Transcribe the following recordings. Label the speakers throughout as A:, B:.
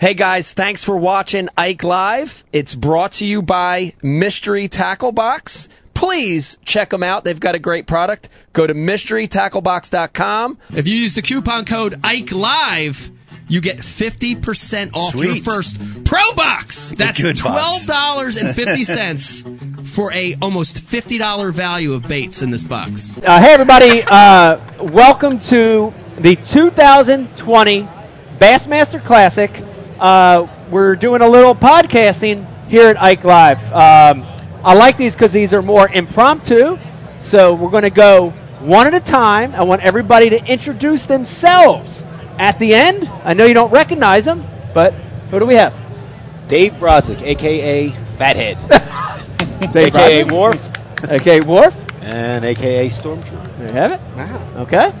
A: Hey guys, thanks for watching Ike Live. It's brought to you by Mystery Tackle Box. Please check them out. They've got a great product. Go to mysterytacklebox.com.
B: If you use the coupon code Ike Live, you get 50% off your
C: Sweet.
B: first Pro Box. That's
C: good box.
B: $12.50 for a almost $50 value of baits in this box.
D: Uh, hey, everybody. Uh, welcome to the 2020 Bassmaster Classic. Uh, we're doing a little podcasting here at Ike Live. Um, I like these because these are more impromptu. So we're going to go one at a time. I want everybody to introduce themselves at the end. I know you don't recognize them, but who do we have?
E: Dave Brodzik, aka Fathead,
D: Dave
E: aka
D: Brodzik.
E: Worf,
D: Okay, Worf.
E: and aka Stormtrooper.
D: There you have it. Okay.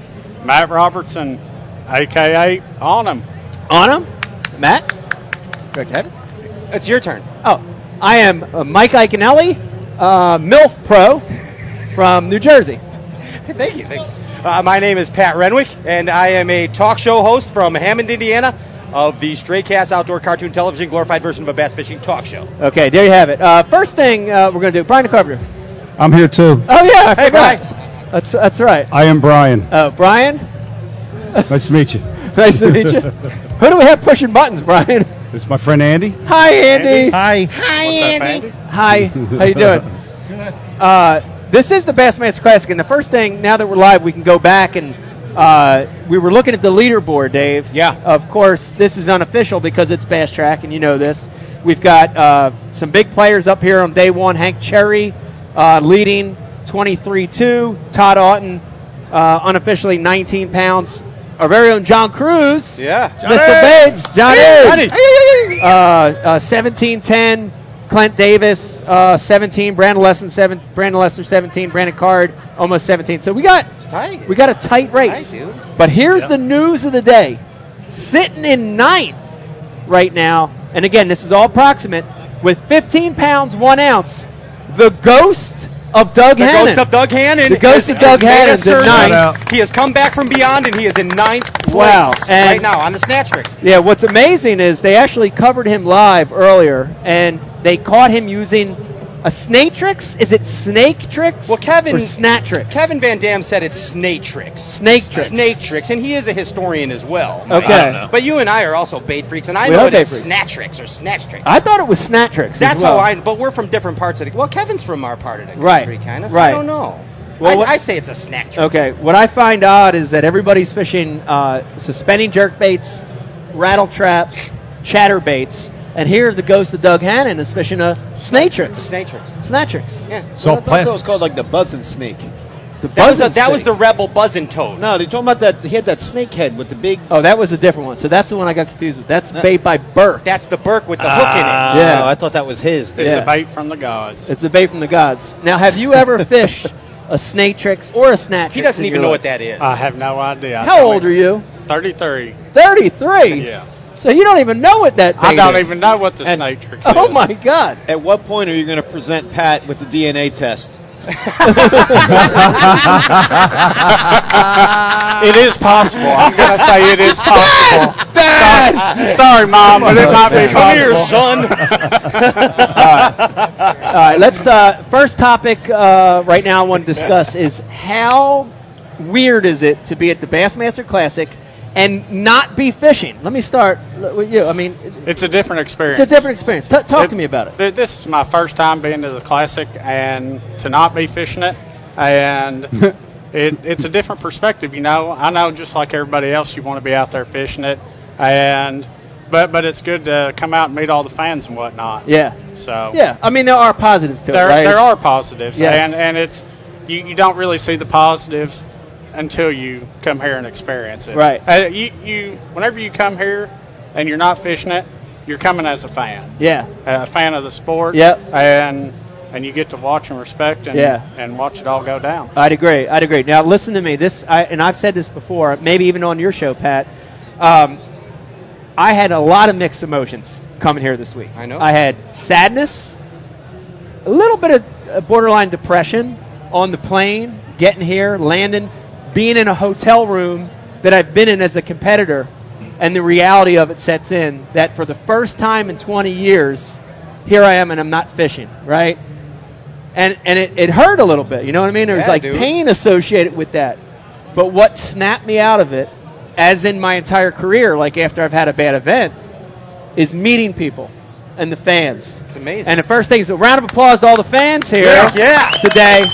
F: Matt Robertson, aka Onum.
D: On him. Matt. Correct, have it.
G: It's your turn.
D: Oh, I am uh, Mike Iconelli, uh, MILF Pro from New Jersey.
G: Thank you. Thank you. Uh, my name is Pat Renwick, and I am a talk show host from Hammond, Indiana, of the Straycast Outdoor Cartoon Television glorified version of a bass fishing talk show.
D: Okay, there you have it. Uh, first thing uh, we're going to do, Brian Carpenter.
H: I'm here too.
D: Oh, yeah, I
G: Hey,
D: forgot. That's, that's right.
H: I am Brian.
D: Uh, Brian,
H: Nice to meet you.
D: nice to meet you. Who do we have pushing buttons, Brian?
H: It's my friend Andy.
D: Hi, Andy.
H: Hi.
D: Hi, how you doing? Uh, this is the Bassmaster Classic, and the first thing now that we're live, we can go back and uh, we were looking at the leaderboard, Dave.
G: Yeah.
D: Of course, this is unofficial because it's Bass Track, and you know this. We've got uh, some big players up here on day one. Hank Cherry uh, leading 23-2. Todd Auten uh, unofficially 19 pounds. Our very own John Cruz.
G: Yeah.
D: Mr. Bates, Johnny.
G: Hey,
D: Uh, uh, 17 10, Clint Davis uh, 17, Brandon Lesson 7, Brandon Lester 17, Brandon Card almost 17. So we got
G: tight.
D: we got a tight race.
G: Tight, dude.
D: but here's the news of the day: sitting in ninth right now, and again, this is all proximate with 15 pounds one ounce. The ghost of Doug
G: The
D: Hannon.
G: ghost of Doug Hannon.
D: The ghost
G: is-
D: of Doug
G: has made
D: Hannon
G: a
D: did
G: surge.
D: ninth.
G: He has come back from beyond, and he is in ninth place
D: Wow, and-
G: right now on the snatch race.
D: Yeah, what's amazing is they actually covered him live earlier, and they caught him using a snake tricks. Is it snake tricks?
G: Well, Kevin-
D: or snat tricks.
G: Kevin Van Dam said it's snake tricks.
D: Snake tricks.
G: Snake tricks, and he is a historian as well.
D: Okay.
G: I don't know. But you and I are also bait freaks, and I
D: We
G: know
D: are
G: it as
D: bait freaks.
G: snatch tricks or snatch tricks.
D: I thought it was snat tricks.
G: That's
D: as well.
G: how I. But we're from different parts of the. Well, Kevin's from our part of the
D: Right,
G: country, kind of. So
D: right.
G: I don't know.
D: Well,
G: I,
D: what-
G: I say it's a snack. Trick.
D: Okay, what I find odd is that everybody's fishing uh, suspending jerk baits, rattle traps, chatter baits, and here the ghost of Doug Hannon is fishing a snake tricks,
G: Snake tricks.
D: snat tricks.
G: Yeah.
E: Well,
H: Salt
E: I thought that was
H: plastics.
E: called like the buzzing snake.
D: The
G: That was,
D: buzzing
G: a, that was the
D: snake.
G: rebel buzzing toad.
E: No, they're talking about that. He had that snake head with the big.
D: oh, that was a different one. So that's the one I got confused with. That's
E: That-
D: bait by Burke.
G: That's the Burke with the hook Oh,
E: Ah,
D: in it. Yeah.
E: I thought that was his.
F: It's
D: Yeah.
F: a bait from the gods.
D: It's a bait from the gods. Now, have you ever fished a snake tricks or a snatch?
G: in it. He doesn't even know what that is.
F: I have no idea.
D: How old are you?
F: 33.
D: 33.
F: Yeah.
D: So you don't even know what that bait
F: I don't
D: is.
F: even know what the
E: And-
F: snake tricks
D: Oh
F: is.
D: my God!
E: At what point are you going to present Pat with the DNA test?
F: It is possible. I'm going to say it is possible. Sorry, sorry, Mom, but it might be
G: Come here,
F: possible.
G: son.
D: All right, let's. Uh, first topic uh, right now I want to discuss is how weird is it to be at the Bassmaster Classic and not be fishing? Let me start with you. I mean,
F: It's a different experience.
D: it's a different experience. T- talk
F: It-
D: to me about it.
F: th- This is my first time being to the classic, and to not be fishing it, and it, it's a different perspective. You know, I know just like everybody else, you want to be out there fishing it, and but but it's good to come out and meet all the fans and whatnot.
D: Yeah,
F: So
D: yeah. I mean, there are positives to
F: there
D: it, right?
F: there are positives,
D: Yes.
F: and and it's you, you don't really see the positives until you come here and experience it.
D: Right.
F: Uh, you, you whenever you come here and you're not fishing it, you're coming as a fan
D: Yeah.
F: a fan of the sport.
D: Yep.
F: And and you get to watch and respect and
D: Yeah.
F: and watch it all go down.
D: I'd agree. I'd agree. Now listen to me. This, I, and I've said this before, maybe even on your show, Pat. Um, I had a lot of mixed emotions coming here this week.
G: I know.
D: I had sadness, a little bit of uh, borderline depression on the plane, getting here, landing, being in a hotel room that I've been in as a competitor and the reality of it sets in that for the first time in 20 years, here I am and I'm not fishing, right? And and it, it hurt a little bit, you know what I mean? There was
G: Yeah,
D: like
G: dude.
D: pain associated with that. But what snapped me out of it, as in my entire career, like after I've had a bad event, is meeting people and the fans.
G: It's amazing.
D: And the first thing is a round of applause to all the fans here
G: Heck yeah.
D: today.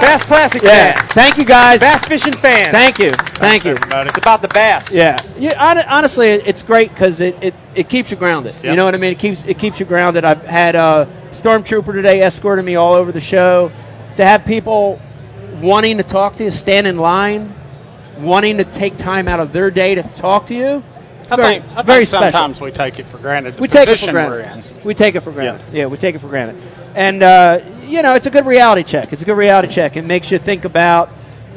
G: Bass Classic
D: Yeah.
G: fans.
D: Thank you guys.
G: Bass fishing fans.
D: Thank you. Thank you.
G: It's about the bass.
D: Yeah. Yeah. hon- Honestly, it- it's great because it, it, it keeps you grounded. You know what I mean? It keeps it keeps you grounded. I've had a stormtrooper today escorting me all over the show. To have people wanting to talk to you, stand in line, wanting to take time out of their day to talk to you. It's
F: I
D: very,
F: think, I
D: very
F: think
D: special.
F: sometimes we take it for granted. The
D: we take it for
F: position
D: granted.
F: we're in.
D: We take it for granted. Yeah, we take it for granted. And uh, you know, it's a good reality check. It's a good reality check. It makes you think about,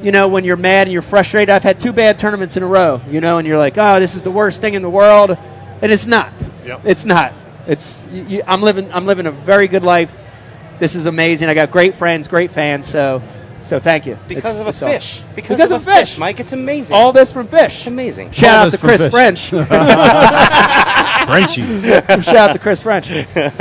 D: you know, when you're mad and you're frustrated. I've had two bad tournaments in a row, you know, and you're like, oh, this is the worst thing in the world, and it's not.
F: Yep.
D: It's not. It's you, you, I'm living. I'm living a very good life. This is amazing. I got great friends, great fans. So, so thank you.
G: Because
D: It's-
G: of a
D: it's awesome.
G: fish. Because,
D: Because
G: of,
D: of
G: a
D: fish.
G: fish. Mike. It's amazing.
D: All this from
G: It's
D: fish.
G: amazing.
D: Shout
H: All
D: out
H: this
D: to
H: from
D: Chris
H: fish.
D: French.
H: Frenchie.
D: Shout out to Chris French. Um,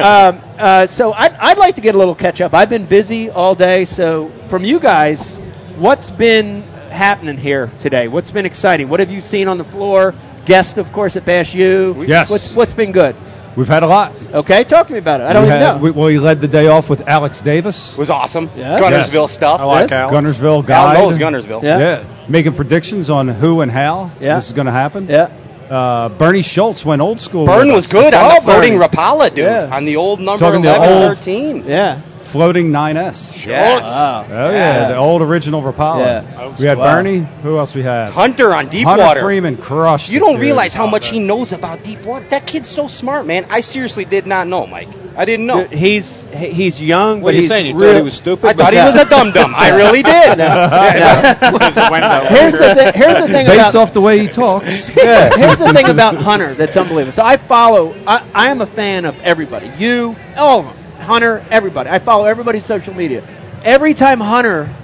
D: uh, so I'd, I'd like to get a little catch up. I've been busy all day. So from you guys, what's been happening here today? What's been exciting? What have you seen on the floor? Guest, of course, at Bash U.
H: Yes.
D: What's, what's been good?
H: We've had a lot.
D: Okay, talk to me about it. I don't
H: we
D: even
H: had-
D: know.
H: We, well, you led the day off with Alex Davis.
G: It was awesome.
D: Yes.
G: Gunnersville
H: Yes.
G: stuff.
D: I like Yes.
G: Al
H: Gunnersville guy.
G: knows Gunnersville.
D: Yeah.
H: Yeah. Making predictions on who and how
D: Yeah.
H: this is going to happen.
D: yeah.
H: Uh, Bernie Schultz went old school.
G: Burn
H: with
G: was
H: us.
G: good on
D: all
G: the floating
D: Burn.
G: Rapala, dude.
D: Yeah.
G: On the old number
H: Talking to
G: 11
H: old-
G: 13.
D: Yeah.
H: Floating 9S.
G: Yes.
D: Wow.
H: Oh, yeah. The old original Rapala.
D: Yeah.
H: We had
D: Wow.
H: Bernie. Who else we had?
G: Hunter on
H: Hunter
G: Deepwater.
H: Freeman crushed.
G: You
H: it,
G: don't
H: dude.
G: realize how much he knows about Deepwater. That kid's so smart, man. I seriously did not know, Mike. I didn't know.
D: Dude, He's he- he's young, but
E: What are you
D: he's
E: saying? You
D: real-
E: thought he was stupid?
G: I thought he
H: Yeah.
G: was a dum dum. I really did.
F: There's a window.
D: Here's the, thi- here's the thing
H: Based
D: about
H: off the way he talks. yeah.
D: Here's the thing about Hunter that's unbelievable. So I follow. I, I am a fan of everybody. You, all of them. Hunter, everybody. I follow everybody's social media. Every time Hunter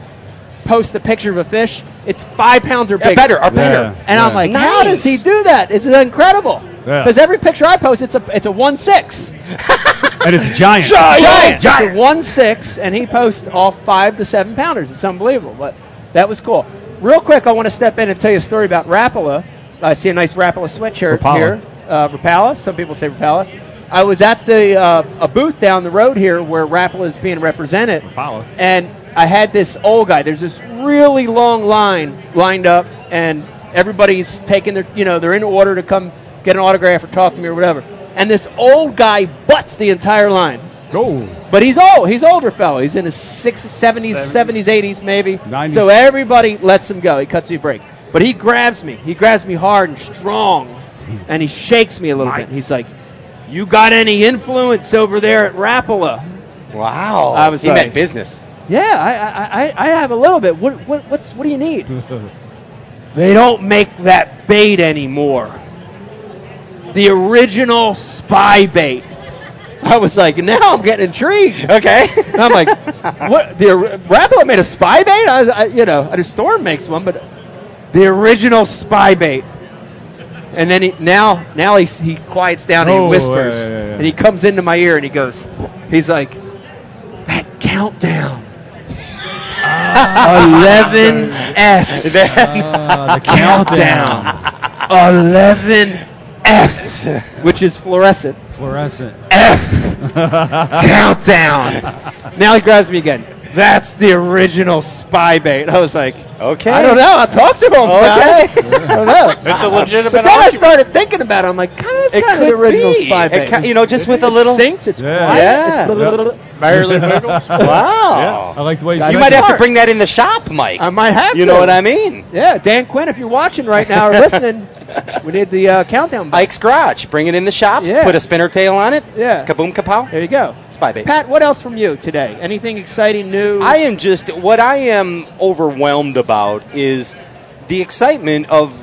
D: posts a picture of a fish, it's five pounds or bigger.
G: better, or better.
H: Yeah.
D: And I'm like, how does
G: Nice.
D: he do that? It's incredible.
H: Yeah.
D: Because every picture I post, it's a it's a one six.
H: and it's giant.
D: Giant. It's a one six, and he posts all five to seven pounders. It's unbelievable, but that was cool. Real quick, I want to step in and tell you a story about Rapala. I see a nice Rapala sweatshirt
H: Rapala.
D: here. Uh, Rapala. Some people say Rapala. I was at the uh, a booth down the road here where Rapala is being represented,
H: Rapala.
D: and I had this old guy. There's this really long line lined up, and everybody's taking their you know they're in order to come get an autograph or talk to me or whatever. And this old guy butts the entire line.
H: Go.
D: But he's old. He's older fellow. He's in his 60s, 70s, 70s, 80s maybe.
H: 90s.
D: So everybody lets him go. He cuts me a break. But he grabs me. He grabs me hard and strong, and he shakes me a little bit. He's like, "You got any influence over there at Rapala?"
G: Wow.
D: I was
G: he
D: like-
G: meant business.
D: Yeah, I, I, I, I have a little bit. What, what, what's, what do you need? They don't make that bait anymore. The original spy bait. I was like, now I'm getting intrigued.
G: Okay.
D: And I'm like, what? The or- Rapala made a spy bait? I, was- I, you know, I just Storm makes one, but the original spy bait. And then he, now, now he, he quiets down and
H: Oh,
D: he whispers,
H: yeah, yeah, yeah.
D: and he comes into my ear and he goes, he's like, that countdown. 11S.
H: Uh, the
D: countdown. 11F. Which is fluorescent.
H: Fluorescent.
D: F. countdown. Now he grabs me again. That's the original spy bait. I was like,
G: Okay.
D: I don't know. I talked to him.
G: Okay.
D: I don't know.
F: It's a
D: But
F: legitimate
D: then I
F: argument.
D: started thinking about it. I'm like, God, that's
G: It
D: kind of the
G: could
D: original
G: be.
D: spy
G: It
D: bait.
G: ca- you know, just with a little-
D: It sinks. It's
H: Yeah.
D: quiet.
G: Yeah.
D: It's little-
F: Barely wiggles.
G: Wow.
H: Yeah, I like the way you
G: You
H: said
G: might
H: that.
G: have to bring that in the shop, Mike.
D: I might have
G: you
D: to.
G: know what I mean?
D: Yeah, Dan Quinn, if you're watching right now or listening, we need the uh, countdown button.
G: Ike's Garage. Bring it in the shop.
D: Yeah.
G: Put a spinner tail on it.
D: Yeah.
G: Kaboom kapow.
D: There you go.
G: Spy bait.
D: Pat, what else from you today? Anything exciting, new?
G: I am just what I am overwhelmed about is the excitement of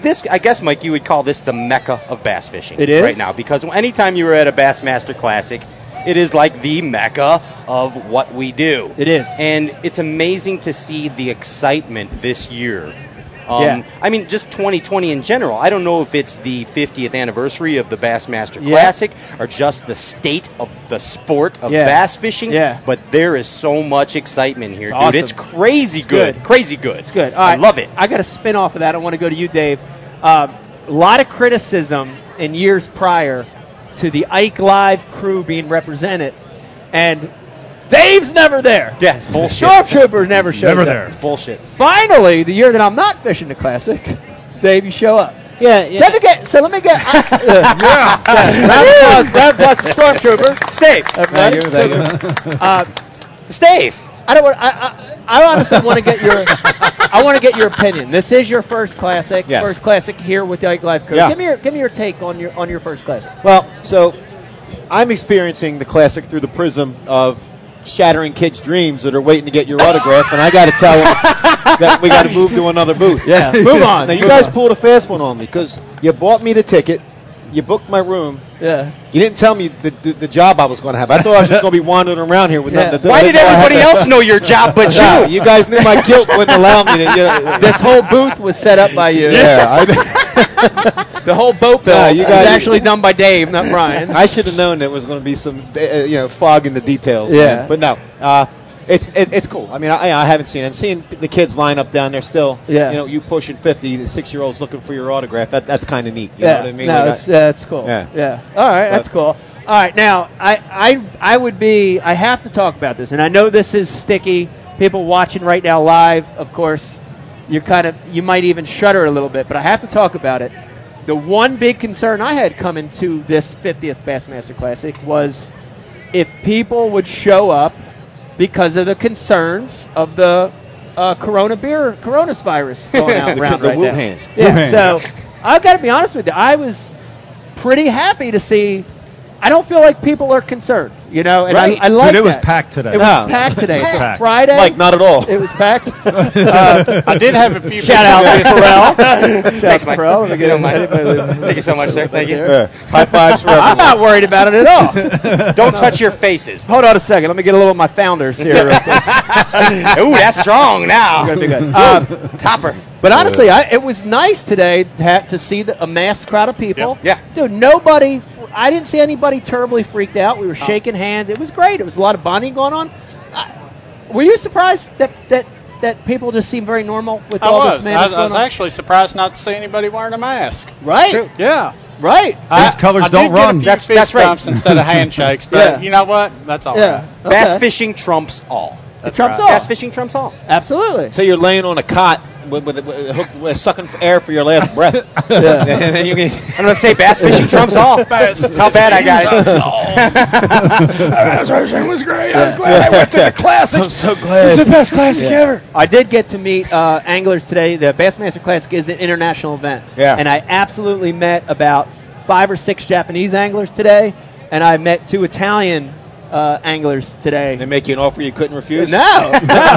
G: this. I guess Mike, you would call this the mecca of bass fishing.
D: It is?
G: right now because anytime you were at a Bassmaster Classic, it is like the mecca of what we do.
D: It is.
G: and it's amazing to see the excitement this year Um,
D: Yeah.
G: I mean, just 2020 in general. I don't know if it's the 50th anniversary of the Bassmaster
D: Yeah.
G: Classic or just the state of the sport of
D: Yeah.
G: bass fishing.
D: Yeah.
G: But there is so much excitement here,
D: It's
G: dude.
D: awesome.
G: It's crazy
D: good.
G: good. Crazy good.
D: It's good. All
G: I
D: right.
G: love it.
D: I got a spin off of that. I want to go to you, Dave. Um, A lot of criticism in years prior to the Ike Live crew being represented, and Dave's never there.
G: Yeah, it's bullshit.
D: Sharptrooper never shows
H: Never
D: up.
H: there.
G: It's bullshit.
D: Finally, the year that I'm not fishing the classic, Dave, you show up.
E: Yeah,
D: Let me get. So let me get. yeah. Round of applause. Round of applause for Stormtrooper.
G: Steve.
D: Everybody. Uh,
G: Steve.
D: I don't want. I, I, I honestly want to get your. I want to get your opinion. This is your first classic.
E: Yes.
D: First classic here with the Ike Live Crew.
E: Yeah.
D: Give me your. Give me your take on your on your first classic.
E: Well, so I'm experiencing the classic through the prism of shattering kids' dreams that are waiting to get your autograph, and I got to tell them that we got to move to another booth.
D: Yeah. Move on.
E: Now you
D: Move
E: guys
D: on.
E: pulled a fast one on me because you bought me the ticket, you booked my room.
D: Yeah.
E: You didn't tell me the, the, the job I was going to have. I thought I was just going to be wandering around here with
D: Yeah.
E: nothing to do.
G: Why
E: I
G: did
E: didn't know I had
G: everybody
E: to-
G: else know your job but
E: No,
G: you?
E: you guys knew my guilt wouldn't allow me to. You know,
D: This whole booth was set up by you.
E: yeah, I,
D: The whole boat bill
E: Yeah, Uh, you
D: was
E: guys-
D: actually done by Dave, not Brian.
E: I should have known there was going to be some, uh, you know, fog in the details.
D: Yeah.
E: But no, uh, it's it, it's cool. I mean, I, I haven't seen it. And seeing the kids line up down there still.
D: Yeah.
E: You know, you pushing 50, the six year olds looking for your autograph. That, that's kind of neat. You
D: yeah.
E: know what I mean?
D: No,
E: Like,
D: it's, uh, it's cool.
E: Yeah.
D: All right, that's cool. All right, now I, I I would be I have to talk about this, and I know this is sticky. People watching right now live, of course, you're kind of you might even shudder a little bit, but I have to talk about it. The one big concern I had coming to this 50th Bassmaster Classic was if people would show up because of the concerns of the uh, Corona beer, coronavirus going out
E: The-
D: around
E: the
D: right now.
E: Wuhan.
D: Yeah,
H: Wuhan.
D: so I've got to be honest with you. I was pretty happy to see. I don't feel like people are concerned, you know, and
E: Right.
D: I, I like
H: Dude, it was
D: that.
H: packed today.
D: It was
E: No.
D: packed today. It's a
H: Packed.
D: Friday.
E: Like, not at all.
D: it was packed.
F: I did have a few.
D: Shout out to Pharrell. Shout
G: Thanks,
D: out to
G: Mike.
D: Pharrell. Let me
G: You
D: get
G: don't mind.
D: anybody-
G: Thank you so much, sir. Thank you.
E: Yeah. High fives for
D: I'm
E: everyone.
D: not worried about it at all.
G: Don't touch your faces.
D: Hold on a second. Let me get a little of my founders here. real quick.
G: Ooh, that's strong
D: I'm gonna
G: now.
D: be good. Um,
G: Topper.
D: But honestly, I, it was nice today to, ha to see the, a mass crowd of people.
G: Yeah.
D: Dude, nobody, I didn't see anybody terribly freaked out. We were
G: Oh.
D: shaking hands. It was great. It was a lot of bonding going on. I, were you surprised that, that, that people just seemed very normal with
F: I
D: all
F: was.
D: this
F: I,
D: madness
F: was- I was
D: going on?
F: actually surprised not to see anybody wearing a mask.
D: Right,
F: Yeah.
D: right.
F: I-
H: colors
F: I
H: don't
F: did get a
H: run.
F: few
G: That's-
F: fist
G: that's right.
F: bumps instead of handshakes, but
D: Yeah.
F: you know what? That's all.
D: yeah.
F: right.
D: Okay.
G: Bass fishing trumps all.
D: It trumps all.
G: Bass fishing trumps all.
D: Absolutely.
E: So you're laying on a cot with, with, with, hooked, with sucking air for your last breath.
D: Yeah.
E: and then you can.
G: I'm gonna say bass fishing trumps all.
F: Bass
G: That's how bad I got it.
E: I went to the classic. I'm so glad.
D: I did get to meet uh, anglers today. The Bassmaster Classic is an international event.
E: Yeah.
D: And I absolutely met about five or six Japanese anglers today, and I met two Italian uh, anglers today.
E: They make you an offer you couldn't refuse.
D: No,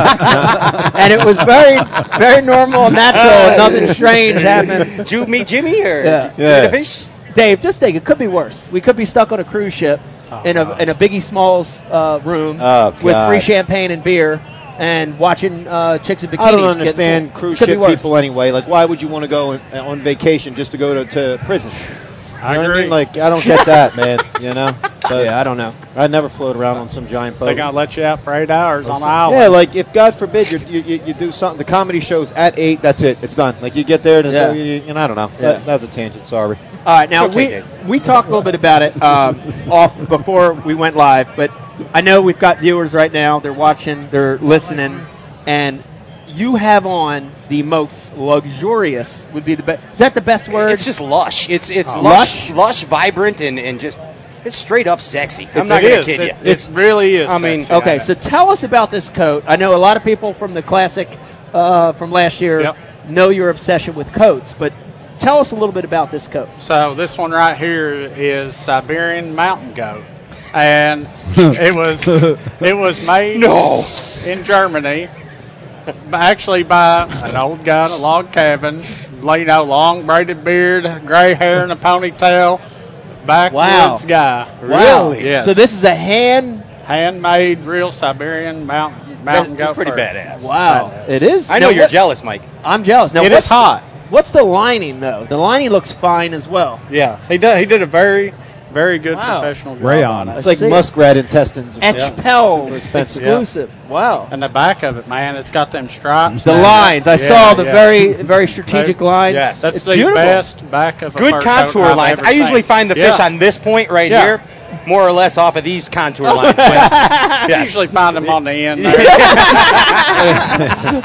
D: no. and it was very, very normal and natural. Nothing strange happened.
G: Did you meet Jimmy or
D: Yeah.
G: Jimmy
E: Yeah.
G: the fish?
D: Dave, just think, it could be worse. We could be stuck on a cruise ship in a in a Biggie Smalls uh, room
E: Oh,
D: with
E: God.
D: free champagne and beer. And watching uh, chicks in bikinis.
E: I don't
D: getting-
E: understand cruise
D: could be
E: ship
D: worse.
E: people anyway. Like, why would you want to go on, on vacation just to go to, to prison? You know what I mean? Like, I don't get that, man. You know? But
D: Yeah, I don't know.
E: I'd never float around on some giant boat.
F: They're gonna let you out for eight hours on the
E: yeah,
F: island.
E: like if God forbid you're, you you you do something, the comedy show's at eight. That's it. It's done. Like you get there and, it's
D: Yeah.
E: oh, you- you- and I don't know.
D: Yeah.
E: That, that was a tangent. Sorry.
D: All right, now
G: It's okay,
D: we
G: Dave.
D: we talked a little bit about it um, off before we went live, but I know we've got viewers right now. They're watching, they're listening, and you have on the most luxurious would be the best. Is that the best word?
G: It's just lush. It's it's
D: Oh.
G: lush, lush, vibrant, and and just it's straight up sexy. I'm not
F: It
G: gonna
F: is.
G: kid
F: It-
G: you.
F: It really is.
G: I mean,
F: sexy.
D: okay. So tell us about this coat. I know a lot of people from the classic uh, from last year
F: Yep.
D: know your obsession with coats, but tell us a little bit about this coat.
F: So this one right here is Siberian mountain goat, and it was it was made
G: No.
F: in Germany, b- actually by an old guy in a log cabin, you know, long braided beard, gray hair and a ponytail, backwoods guy.
D: Wow.
F: Yes.
D: So this is a hand
F: handmade real Siberian mountain
G: That's,
F: mountain
G: that's
F: goat
G: pretty
F: fur.
G: badass.
D: Wow, it is.
G: I know
D: Now,
G: you're
D: what-
G: jealous, Mike.
D: I'm jealous. Now
G: It
D: what's
G: is hot.
D: What's the lining though? The lining looks fine as well.
F: Yeah, he did. He did a very, very good
D: Wow.
F: professional job
H: Rayon.
F: on it.
E: It's like
D: see.
E: muskrat intestines. Or something.
D: Etchpel
E: Super expensive.
D: exclusive. Wow.
F: And the back of it, man, it's got them stripes.
D: The
F: now.
D: lines. I
F: Yeah,
D: saw the
F: yeah.
D: very very strategic
F: Right.
D: lines.
G: Yes.
F: That's
D: it's
F: the
D: beautiful.
F: best back of a fur
G: Good
F: coat
G: contour
F: I've
G: lines.
F: ever
G: I usually
F: seen.
G: find the
F: Yeah.
G: fish on this point right
F: Yeah.
G: here, more or less off of these contour lines.
F: I
G: yes.
F: usually find them on the end. there.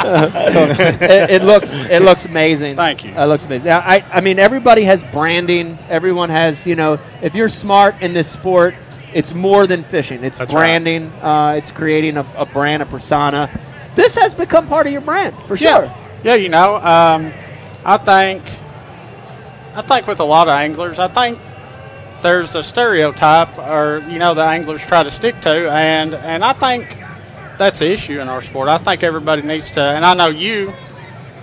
D: it, it looks it looks amazing.
F: Thank you.
D: It looks amazing. Now, I I mean everybody has branding. Everyone has you know if you're smart in this sport, it's more than fishing. It's
F: That's right.
D: branding. Uh, it's creating a, a brand, a persona. This has become part of your brand for sure.
F: Yeah, you know, um, I think, I think with a lot of anglers, I think there's a stereotype, or you know, the anglers try to stick to, and and I think that's the issue in our sport. I think everybody needs to, and I know you,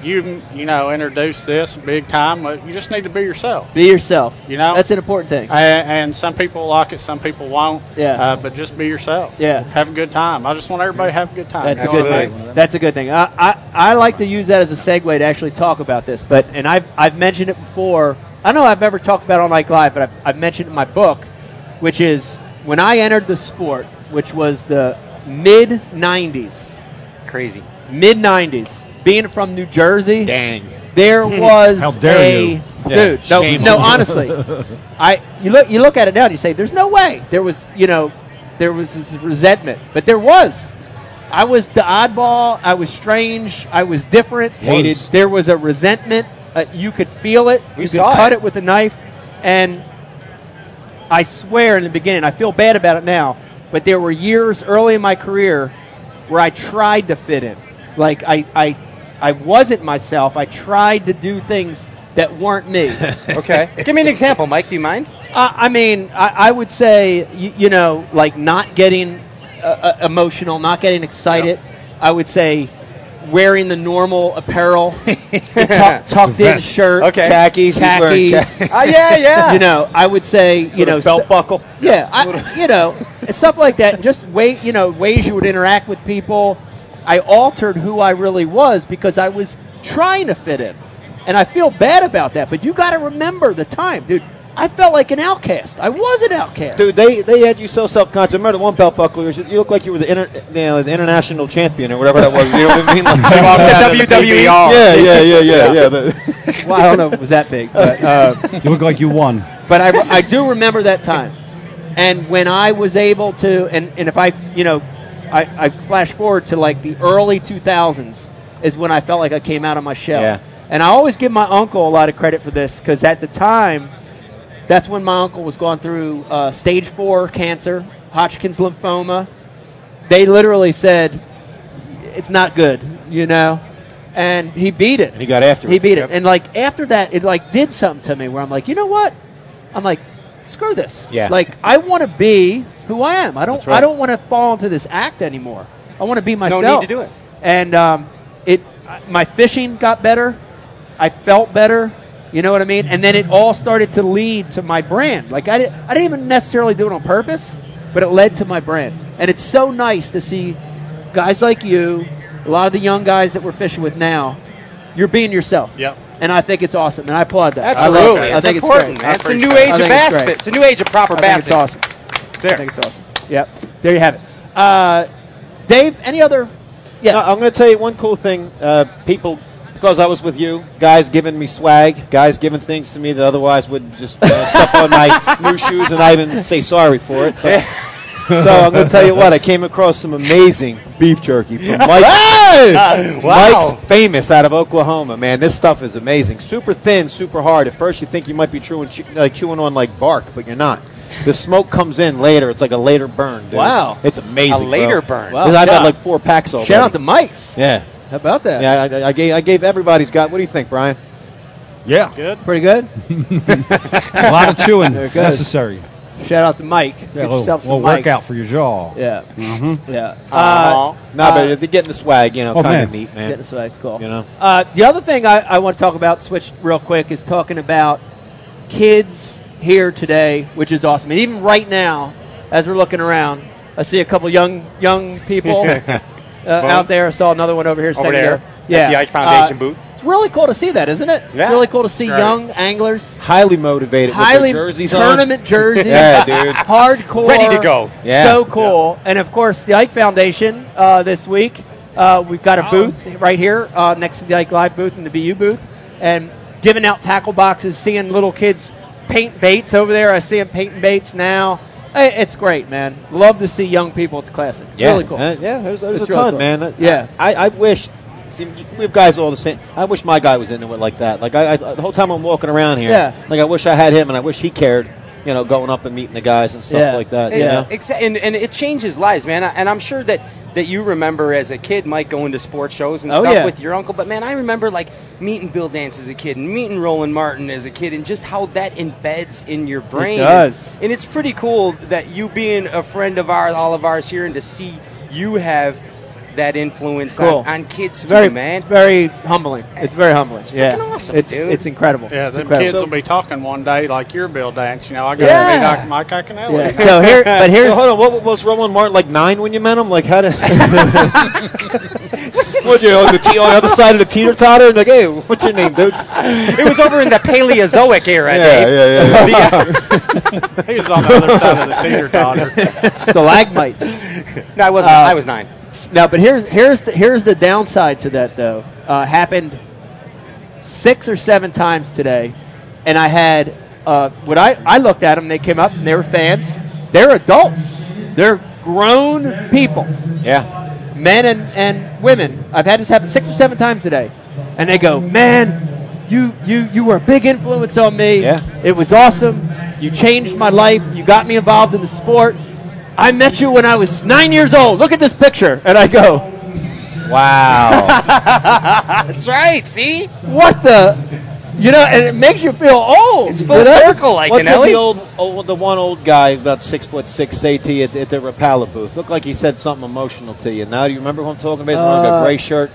F: you you know, introduce this big time. But you just need to be yourself.
D: Be yourself.
F: You know?
D: that's an important thing.
F: And, and some people like it, some people won't.
D: Yeah.
F: Uh, but just be yourself.
D: Yeah.
F: Have a good time. I just want everybody to have a good time.
D: That's a
F: You know
D: good
F: what I mean?
D: thing. That's a good thing. I, I, I like to use that as a segue to actually talk about this, but and I've I've mentioned it before. I don't know if I've ever talked about it on Night Live, but I've, I've mentioned it in my book, which is when I entered the sport, which was the mid '90s,
G: Crazy.
D: mid '90s. Being from New Jersey,
E: Dang.
D: there was
H: How dare
D: a
H: you.
D: dude.
E: Yeah,
D: no,
E: shame
D: no,
E: on you.
D: honestly, I you look you look at it now and you say there's no way there was you know there was this resentment, but there was. I was the oddball. I was strange. I was different.
E: Hated.
D: There was a resentment. Uh, you could feel it.
G: We
D: you
G: saw
D: could cut
G: it.
D: it. with a knife, and I swear in the beginning, I feel bad about it now, but there were years early in my career where I tried to fit in. Like I, I, I wasn't myself. I tried to do things that weren't me.
G: Okay. Give me an example, Mike. Do you mind?
D: I, I mean, I, I would say, you, you know, like not getting uh, uh, emotional, not getting excited. I would say wearing the normal apparel, tuck, tucked in
H: Vest.
D: shirt,
G: Okay.
E: Khakis. she's wearing
D: khakis.
E: khakis.
G: Ah, yeah, yeah.
D: You know, I would say, you know,
E: belt
D: so-
E: buckle.
D: yeah, I, you know, stuff like that. Just wait, you know, ways you would interact with people. I altered who I really was because I was trying to fit in, and I feel bad about that. But you got to remember the time, dude. I felt like an outcast. I was an outcast.
E: Dude, they, they had you so self conscious. I remember the one belt buckle. You you look like you were the, inter, you know, the international champion or whatever that was. You know what I mean? Like,
G: Came off
E: yeah,
G: the WWE.
E: E? yeah, yeah, yeah, yeah, yeah. The-
D: well, I don't know if it was that big, but uh,
H: You look like you won.
D: but I, I do remember that time. And when I was able to, and, and if I, you know, I, I flash forward to like the early 2000s is when I felt like I came out of my shell.
E: Yeah.
D: And I always give my uncle a lot of credit for this because at the time, that's when my uncle was going through uh, stage four cancer, Hodgkin's lymphoma. They literally said, it's not good, you know? And he beat it.
E: And he got after it.
D: He beat it. And like after that, it like did something to me where I'm like, you know what? I'm like, screw this.
E: Yeah.
D: Like I want to be who I am. I don't.
E: That's right.
D: I don't want to fall into this act anymore. I want to be myself.
G: to do it.
D: And um, it, I- my fishing got better. I felt better. You know what I mean? And then it all started to lead to my brand. Like I, did, I didn't even necessarily do it on purpose, but it led to my brand. And it's so nice to see guys like you, a lot of the young guys that we're fishing with now. You're being yourself.
F: Yep.
D: And I think it's awesome. And I applaud that. I love
G: Absolutely.
D: it. I
G: It's
D: think
G: important.
D: it's great.
G: man. It's a new
D: it.
G: age
D: I
G: of
D: think it's
G: bass
D: great.
G: fish. It's a new age of proper
D: I think
G: bass
D: it's awesome. I think
G: There.
D: it's awesome. Yep. There you have it. Uh, Dave, any other? Yeah.
E: No, Uh, I'm going to tell you one cool thing. Uh, people, because I was with you, guys giving me swag, guys giving things to me that otherwise would just uh, step on my new shoes and I even say sorry for it. But- so I'm going to tell you what, I came across some amazing beef jerky from Mike's,
G: wow.
E: Mike's Famous out of Oklahoma. Man, this stuff is amazing. Super thin, super hard. At first, you think you might be chewing, chew- like chewing on like bark, but you're not. The smoke comes in later. It's like a later burn. Dude.
D: Wow.
E: it's amazing.
G: A later
E: bro.
G: burn.
D: Wow.
E: I've
D: Yeah.
E: had like four packs already.
D: Shout out to Mike's.
E: Yeah.
D: How about that?
E: Yeah, I, I gave I gave everybody's got. What do you think, Brian?
H: Yeah.
F: Good.
D: Pretty good.
H: A lot of chewing
D: Very good.
H: necessary.
D: Shout out to Mike. Get
H: Yeah, a little,
D: yourself some
H: little
D: Mike's.
H: workout for your jaw.
D: Yeah.
H: hmm
D: Yeah.
G: Aw.
E: No,
D: Mm-hmm. Uh,
E: but they're getting the swag, you know,
H: Oh,
E: kind
H: man.
E: of neat,
D: Uh,
E: man.
D: get this Mike's cool.
E: You know,
D: Uh, the other thing I, I want to talk about, switch real quick, is talking about kids here today, which is awesome. And even right now, as we're looking around, I see a couple young young people uh, out there. I saw another one over here.
G: Over
D: second
G: there,
D: year.
G: at the Ike Foundation booth.
D: Uh, It's really cool to see that, isn't it?
G: Yeah.
D: Really cool to see
G: Right.
D: young anglers,
E: Highly motivated
D: highly
E: with their jerseys
D: tournament
E: on.
D: jerseys,
E: Yeah, dude.
D: hardcore,
G: Ready to go.
E: Yeah.
D: so cool. And of course, the Ike Foundation uh, this week. Uh, we've got a booth right here uh, next to the Ike Live booth and the BU booth, and giving out tackle boxes, seeing little kids paint baits over there. I see them painting baits now. Hey, It's great, man. Love to see young people at the classics.
E: Yeah,
D: Really cool.
E: uh, yeah, there's, there's a
D: It's really
E: ton,
D: cool.
E: man. I-
D: Yeah.
E: I, I wish. See, we have guys all the same. I wish my guy was into it like that. Like I, I the whole time I'm walking around here.
D: Yeah.
E: Like I wish I had him, and I wish he cared. You know, going up and meeting the guys and stuff
D: Yeah.
E: like that.
D: Yeah.
E: You know?
C: Exa- and, and it changes lives, man. And I'm sure that, that you remember as a kid, Mike, going to sports shows and
D: Oh,
C: stuff
D: yeah.
C: with your uncle. But man, I remember like meeting Bill Dance as a kid and meeting Roland Martin as a kid, and just how that embeds in your brain.
D: does.
C: And, it's pretty cool that you being a friend of ours, all of ours here, and to see you have that influence
D: It's cool.
C: on, on
D: It's
C: kids too,
D: very,
C: man.
D: it's very humbling. It's very humbling. It's yeah.
C: freaking awesome,
D: it's,
C: dude.
D: It's incredible.
F: Yeah,
D: it's
F: them
D: incredible.
F: kids will be talking one day like your Bill Dance. You know, I got
C: Yeah.
F: to be like Mike Iaconelli.
D: yeah. So here, but
E: So
D: here's
E: hold on. What was Roland Martin like nine when you met him? Like how to? what you on the, te- on the other side of the teeter totter? And like, hey, what's your name, dude?
G: It was over in the Paleozoic era,
E: yeah,
G: Dave.
E: yeah, yeah, yeah.
F: He was on the other side of the teeter totter.
D: stalagmites.
G: No, I wasn't.
D: Uh,
G: I was nine.
D: No, but here's here's the, here's the downside to that though. Uh, happened six or seven times today, and I had uh, what I I looked at them. They came up and they were fans. They're adults. They're grown people,
E: yeah.
D: men and and women. I've had this happen six or seven times today, and they go, man, you you you were a big influence on me.
E: Yeah.
D: It was awesome. You changed my life. You got me involved in the sport. I met you when I was nine years old. Look at this picture. And I go,
E: Wow.
C: That's right. See,
D: what the? You know, and it makes you feel old.
G: It's full
D: you know?
G: circle, like
E: What's
G: an
E: with the old, old, the one old guy about six foot six AT at, at the Rapala booth? Looked like he said something emotional to you. Now do you remember who I'm talking about? He's the one with
D: Uh,
E: the gray shirt.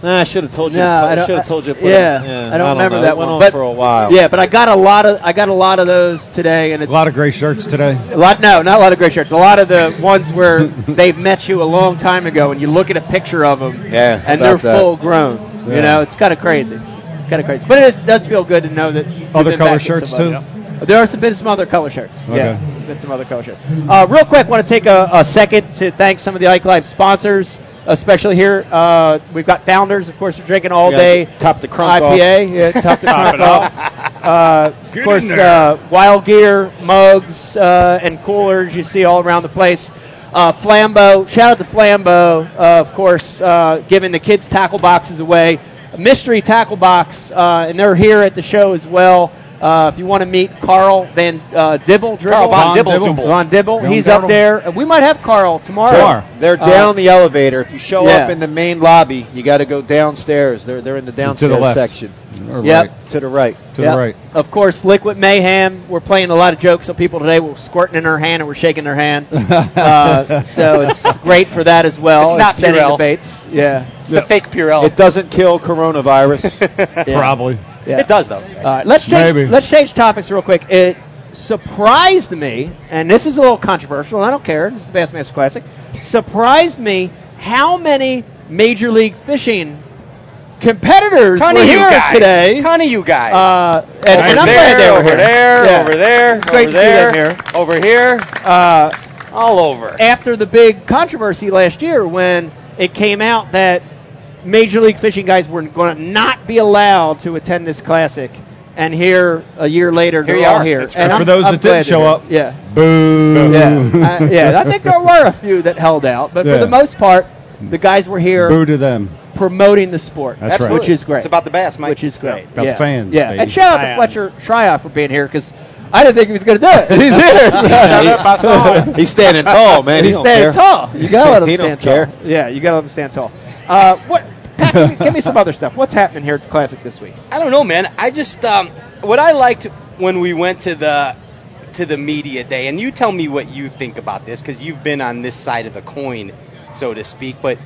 E: Nah, I should have told you.
D: No, I
E: to,
D: don't-
E: should have told you. To put
D: yeah,
E: it,
D: I don't remember
E: know.
D: that
E: it went
D: one,
E: on
D: but-
E: for a while.
D: Yeah, but I got a lot of I got a lot of those today, and
H: A
D: it's
H: lot of gray shirts today.
D: a lot. No, not a lot of gray shirts. A lot of the ones where they've met you a long time ago, and you look at a picture of them,
E: Yeah,
D: and they're
E: about that.
D: full grown. You
H: Yeah.
D: know, it's kind of crazy, kind of crazy. But it is, does feel good to know that. you've
H: Other
D: been
H: color
D: back at
H: shirts,
D: somebody.
H: too?
D: There are some been some other color shirts.
H: Okay.
D: Yeah, there's been some other color shirts. Uh, real quick, want to take a, a second to thank some of the Ike Live sponsors, especially here. Uh, we've got Founders, of course, we're drinking all
E: Yeah,
D: day.
E: top the crunk off.
D: IPA, yeah, top the
F: Top
D: crunk
F: it
D: off. Uh, of course, uh, Wild Gear mugs uh, and coolers you see all around the place. Uh, Flambeau, shout out to Flambeau, uh, of course, uh, giving the kids tackle boxes away. Mystery Tackle Box, uh, and they're here at the show as well. Uh, if you want to meet Carl Van uh, Dibble, Dribble?
G: Von Dibble.
D: Von Dibble,
H: Von
D: he's
H: Dibble.
D: up there. And We might have Carl tomorrow.
E: They're,
H: Bar.
E: they're
D: Uh,
E: down the elevator. If you show
D: yeah.
E: up in the main lobby, you got to go downstairs. They're they're in the downstairs
H: left.
E: section.
H: Or
D: Yep.
H: right.
E: To the right.
H: To
D: Yep.
H: the right.
D: Of course, Liquid Mayhem. We're playing a lot of jokes on people today. We're squirting in their hand and we're shaking their hand. uh, so it's great for that as well.
G: It's not
D: setting
G: Purell.
D: debates. Yeah.
G: It's the fake Purell.
E: It doesn't kill coronavirus.
D: yeah.
H: Probably.
D: Yeah.
G: It does though.
D: All right, let's change.
H: Maybe.
D: Let's change topics real quick. It surprised me, and this is a little controversial. And I don't care. This is the Bassmaster Classic. Surprised me how many major league fishing competitors
G: Ton
D: were
G: of you
D: here
G: guys.
D: today.
G: Ton of you guys.
D: uh, and, and
G: over
D: I'm
G: there,
D: glad they were
G: over
D: here.
G: there,
D: Yeah.
G: over there,
D: great
G: over
D: to see
G: there,
D: them here.
G: over here,
D: Uh,
G: all over.
D: after the big controversy last year when it came out that major league fishing guys were going to not be allowed to attend this classic and here a year later
G: Here
D: they're
G: you
D: all
G: are.
D: here
G: It's
D: and
H: great. For those
D: glad
H: that didn't
D: they're
H: show
D: here.
H: up.
D: yeah
H: Boo.
D: yeah I, yeah i think there were a few that held out but for
H: Yeah.
D: the most part the guys were here
H: Boo to them.
D: promoting the sport
H: That's right.
D: which is great
G: It's about the bass, Mike.
D: which is great.
H: About
D: yeah.
H: the fans,
D: Yeah,
H: baby.
D: and shout out to
F: Fans.
D: Fletcher Shryoff for being here because I didn't think he was going to do it. He's here.
G: up, I saw him.
E: He's standing tall, man.
D: he's
E: he don't
D: standing
E: care.
D: tall. You gotta let him
E: He
D: stand
E: don't care.
D: tall. Yeah, you gotta let him stand tall. Uh, what? Pat, give, me, give me some other stuff. What's happening here at the Classic this week?
C: I don't know, man. I just um, what I liked when we went to the to the media day, and you tell me what you think about this because you've been on this side of the coin, so to speak. But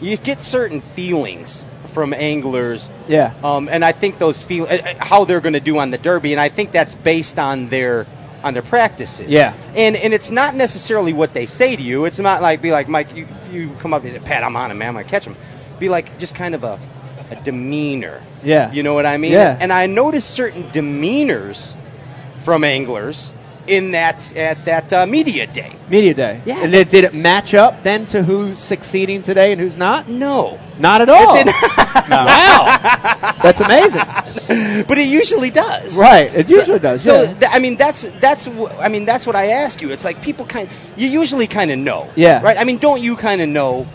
C: you get certain feelings from anglers,
D: Yeah.
C: um, and I think those feel uh, uh, how they're going to do on the Derby, and I think that's based on their on their practices.
D: Yeah.
C: And and it's not necessarily what they say to you. It's not like be like Mike, you, you come up and say, Pat, I'm on him, man, I'm gonna catch him. Be like just kind of a, a demeanor.
D: Yeah.
C: You know what I mean?
D: Yeah.
C: And I noticed certain demeanors from anglers in that at that uh, media day.
D: Media day.
C: Yeah.
D: And it, did it match up then to who's succeeding today and who's not?
C: No.
D: Not at all.
C: It did-
D: Wow. That's amazing.
C: but it usually does.
D: Right. It usually
C: so,
D: does.
C: So
D: yeah.
C: th- I mean, that's that's wh- I mean that's what I ask you. It's like people kind you usually kind of know.
D: Yeah.
C: Right. I mean, don't you kind of know?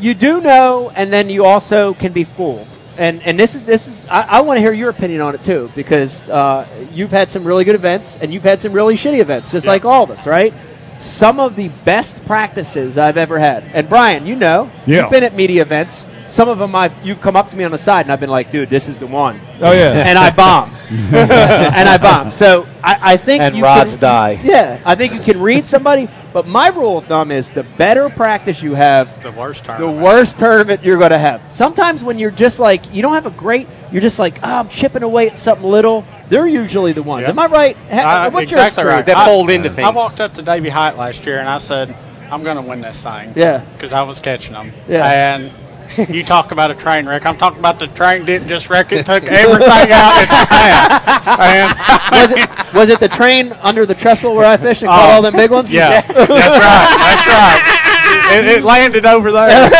D: you do know, and then you also can be fooled. And and this is this is I, I want to hear your opinion on it too because uh, you've had some really good events and you've had some really shitty events, just like all of us, right? Some of the best practices I've ever had. And Brian, you know,
H: Yeah.
D: you've been at media events. Some of them I've you've come up to me on the side and I've been like, dude, this is the one,
H: Oh yeah.
D: and I bomb, and I bomb. So I, I think
E: And
D: you
E: rods
D: can-
E: die.
D: Yeah, I think you can read somebody, but my rule of thumb is the better practice you have,
F: The worst
D: the
F: tournament.
D: worst tournament you're going to have. Sometimes when you're just like, you don't have a great, you're just like, oh, I'm chipping away at something little. They're usually the ones.
F: Yeah.
D: Am I right? He-
F: Uh,
D: what's your
F: exactly
D: experience?
F: right.
C: That
F: I-
C: fold into things.
F: I walked up to Davey Height last year and I said, I'm going to win this thing.
D: Yeah.
F: Because I was catching them.
D: Yeah.
F: And you talk about a train wreck. I'm talking about the train didn't just wreck it, took everything out its path. And
D: Was it, was it the train under the trestle where I fished and caught all them big ones?
F: Uh, yeah, that's right. That's right. It, it landed over there.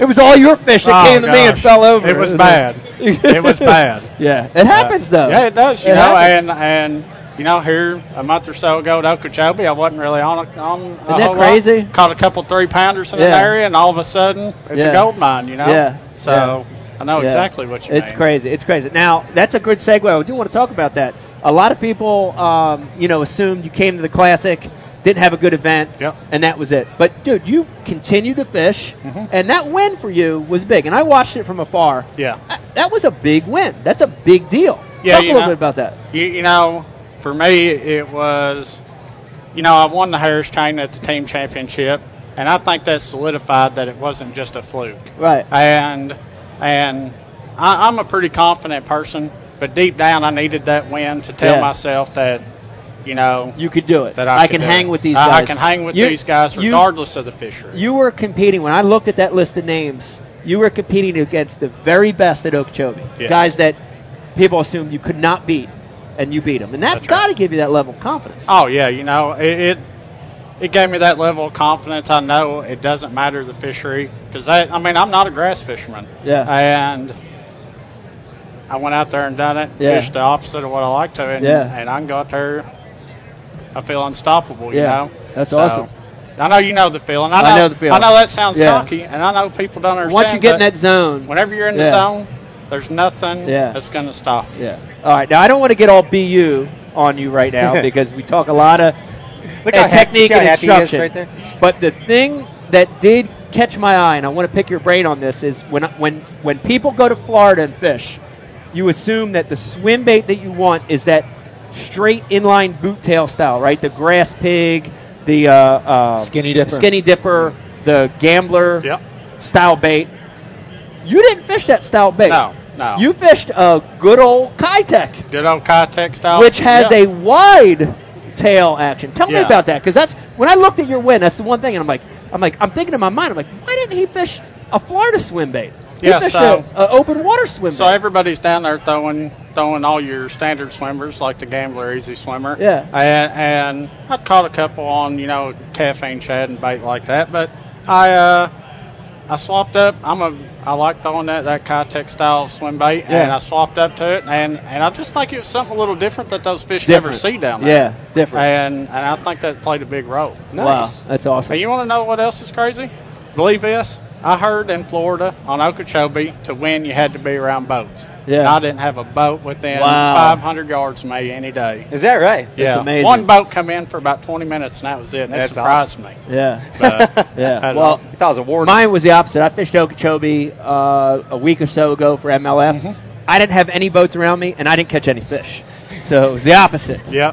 D: it was all your fish that
F: Oh,
D: came to me and
F: gosh.
D: fell over.
F: It was bad. It was bad.
D: Yeah, it happens though.
F: Uh, Yeah, it does. You
D: It
F: know,
D: happens.
F: and and you know, here a month or so ago at Okeechobee, I wasn't really on. A, on um, uh, a
D: that
F: whole lot.
D: crazy?
F: Caught a couple three pounders in
D: Yeah.
F: an area, and all of a sudden, it's
D: Yeah.
F: a gold mine. You know.
D: Yeah.
F: So I know
D: Yeah.
F: exactly what you
D: It's
F: mean.
D: crazy. It's crazy. Now that's a good segue. I do want to talk about that. A lot of people, um, you know, assumed you came to the classic, didn't have a good event,
F: Yep.
D: and that was it. But dude, you continued to fish,
F: Mm-hmm.
D: and that win for you was big. And I watched it from afar.
F: Yeah.
D: Uh, That was a big win. That's a big deal.
F: Yeah,
D: Talk a
F: you
D: little
F: know-
D: bit about that.
F: You, you know, for me, it was, you know, I won the Harris chain at the team championship, and I think that solidified that it wasn't just a fluke.
D: Right.
F: and and I, I'm a pretty confident person, but deep down I needed that win to tell
D: Yeah.
F: myself that you know
D: You could do it.
F: that I, could
D: can
F: do
D: hang
F: it.
D: with these
F: I,
D: guys.
F: I can hang with
D: You-
F: these guys
D: you-
F: regardless of the fishery.
D: You were competing when I looked at that list of names. You were competing against the very best at Okeechobee,
F: Yes.
D: guys that people assumed you could not beat, and you beat them, and that's
F: That's right.
D: got to give you that level of confidence.
F: oh yeah, you know it, it it gave me that level of confidence. I know it doesn't matter the fishery because I I mean I'm not a grass fisherman.
D: Yeah.
F: and. I went out there and done it.
D: Yeah.
F: Fished the opposite of what I like to, and,
D: Yeah.
F: and I got there. I feel unstoppable. You
D: Yeah,
F: know,
D: that's
F: So,
D: awesome.
F: I know you know the feeling. I know,
D: I know the feeling.
F: I know that sounds
D: Yeah.
F: cocky, and I know people don't understand.
D: Once you get in
F: but
D: that zone,
F: whenever you're in
D: Yeah.
F: the zone, there's nothing
D: Yeah.
F: that's going to stop. you.
D: yeah. All right, now I don't want to get all bu on you right now because we talk a lot of
C: Look
D: and
C: how happy-
D: technique
C: see how
D: and
C: happy he is
D: instruction.
C: right there.
D: But the thing that did catch my eye, and I want to pick your brain on this, is when when when people go to Florida and fish, you assume that the swim bait that you want is that straight inline boot tail style, right? The grass pig, the uh, uh,
E: Skinny dipper.
D: skinny dipper, the gambler
F: Yep.
D: style bait. You didn't fish that style bait.
F: No, no.
D: You fished a good old Kitech
F: Good old Kitech style.
D: which has
F: Yeah.
D: a wide tail action. Tell me
F: Yeah.
D: about that, because that's when I looked at your win. That's the one thing, and I'm like, I'm like, I'm thinking in my mind, I'm like, why didn't he fish a Florida swim bait? He
F: Yeah,
D: fished
F: so-
D: a, a open water swim
F: So
D: bait.
F: everybody's down there throwing throwing all your standard swimmers, like the gambler, easy swimmer.
D: Yeah.
F: And, and I caught a couple on you know caffeine shad and bait like that, but I uh, I swapped up. I'm a I like throwing that that Kitech style swim bait, and
D: Yeah.
F: I swapped up to it, and and I just think it was something a little different that those fish never
D: Different.
F: see down there.
D: yeah, different.
F: And and I think that played a big role.
C: Nice.
D: Wow, that's awesome.
F: And you want to know what else is crazy? Believe this. I heard in Florida on Okeechobee to win you had to be around boats.
D: Yeah.
F: And I didn't have a boat within
D: Wow.
F: 500 yards of me any day.
C: Is that right?
F: yeah.
D: amazing.
F: One boat come in for about 20 minutes and that was it. And that
C: That's
F: surprised me.
D: yeah,
F: But uh,
D: yeah.
F: don't
D: Well,
C: I thought it was a warning.
D: mine was the opposite. I fished Okeechobee uh, a week or so ago for MLF.
F: Mm-hmm.
D: I didn't have any boats around me, and I didn't catch any fish. So it was the opposite.
F: yeah.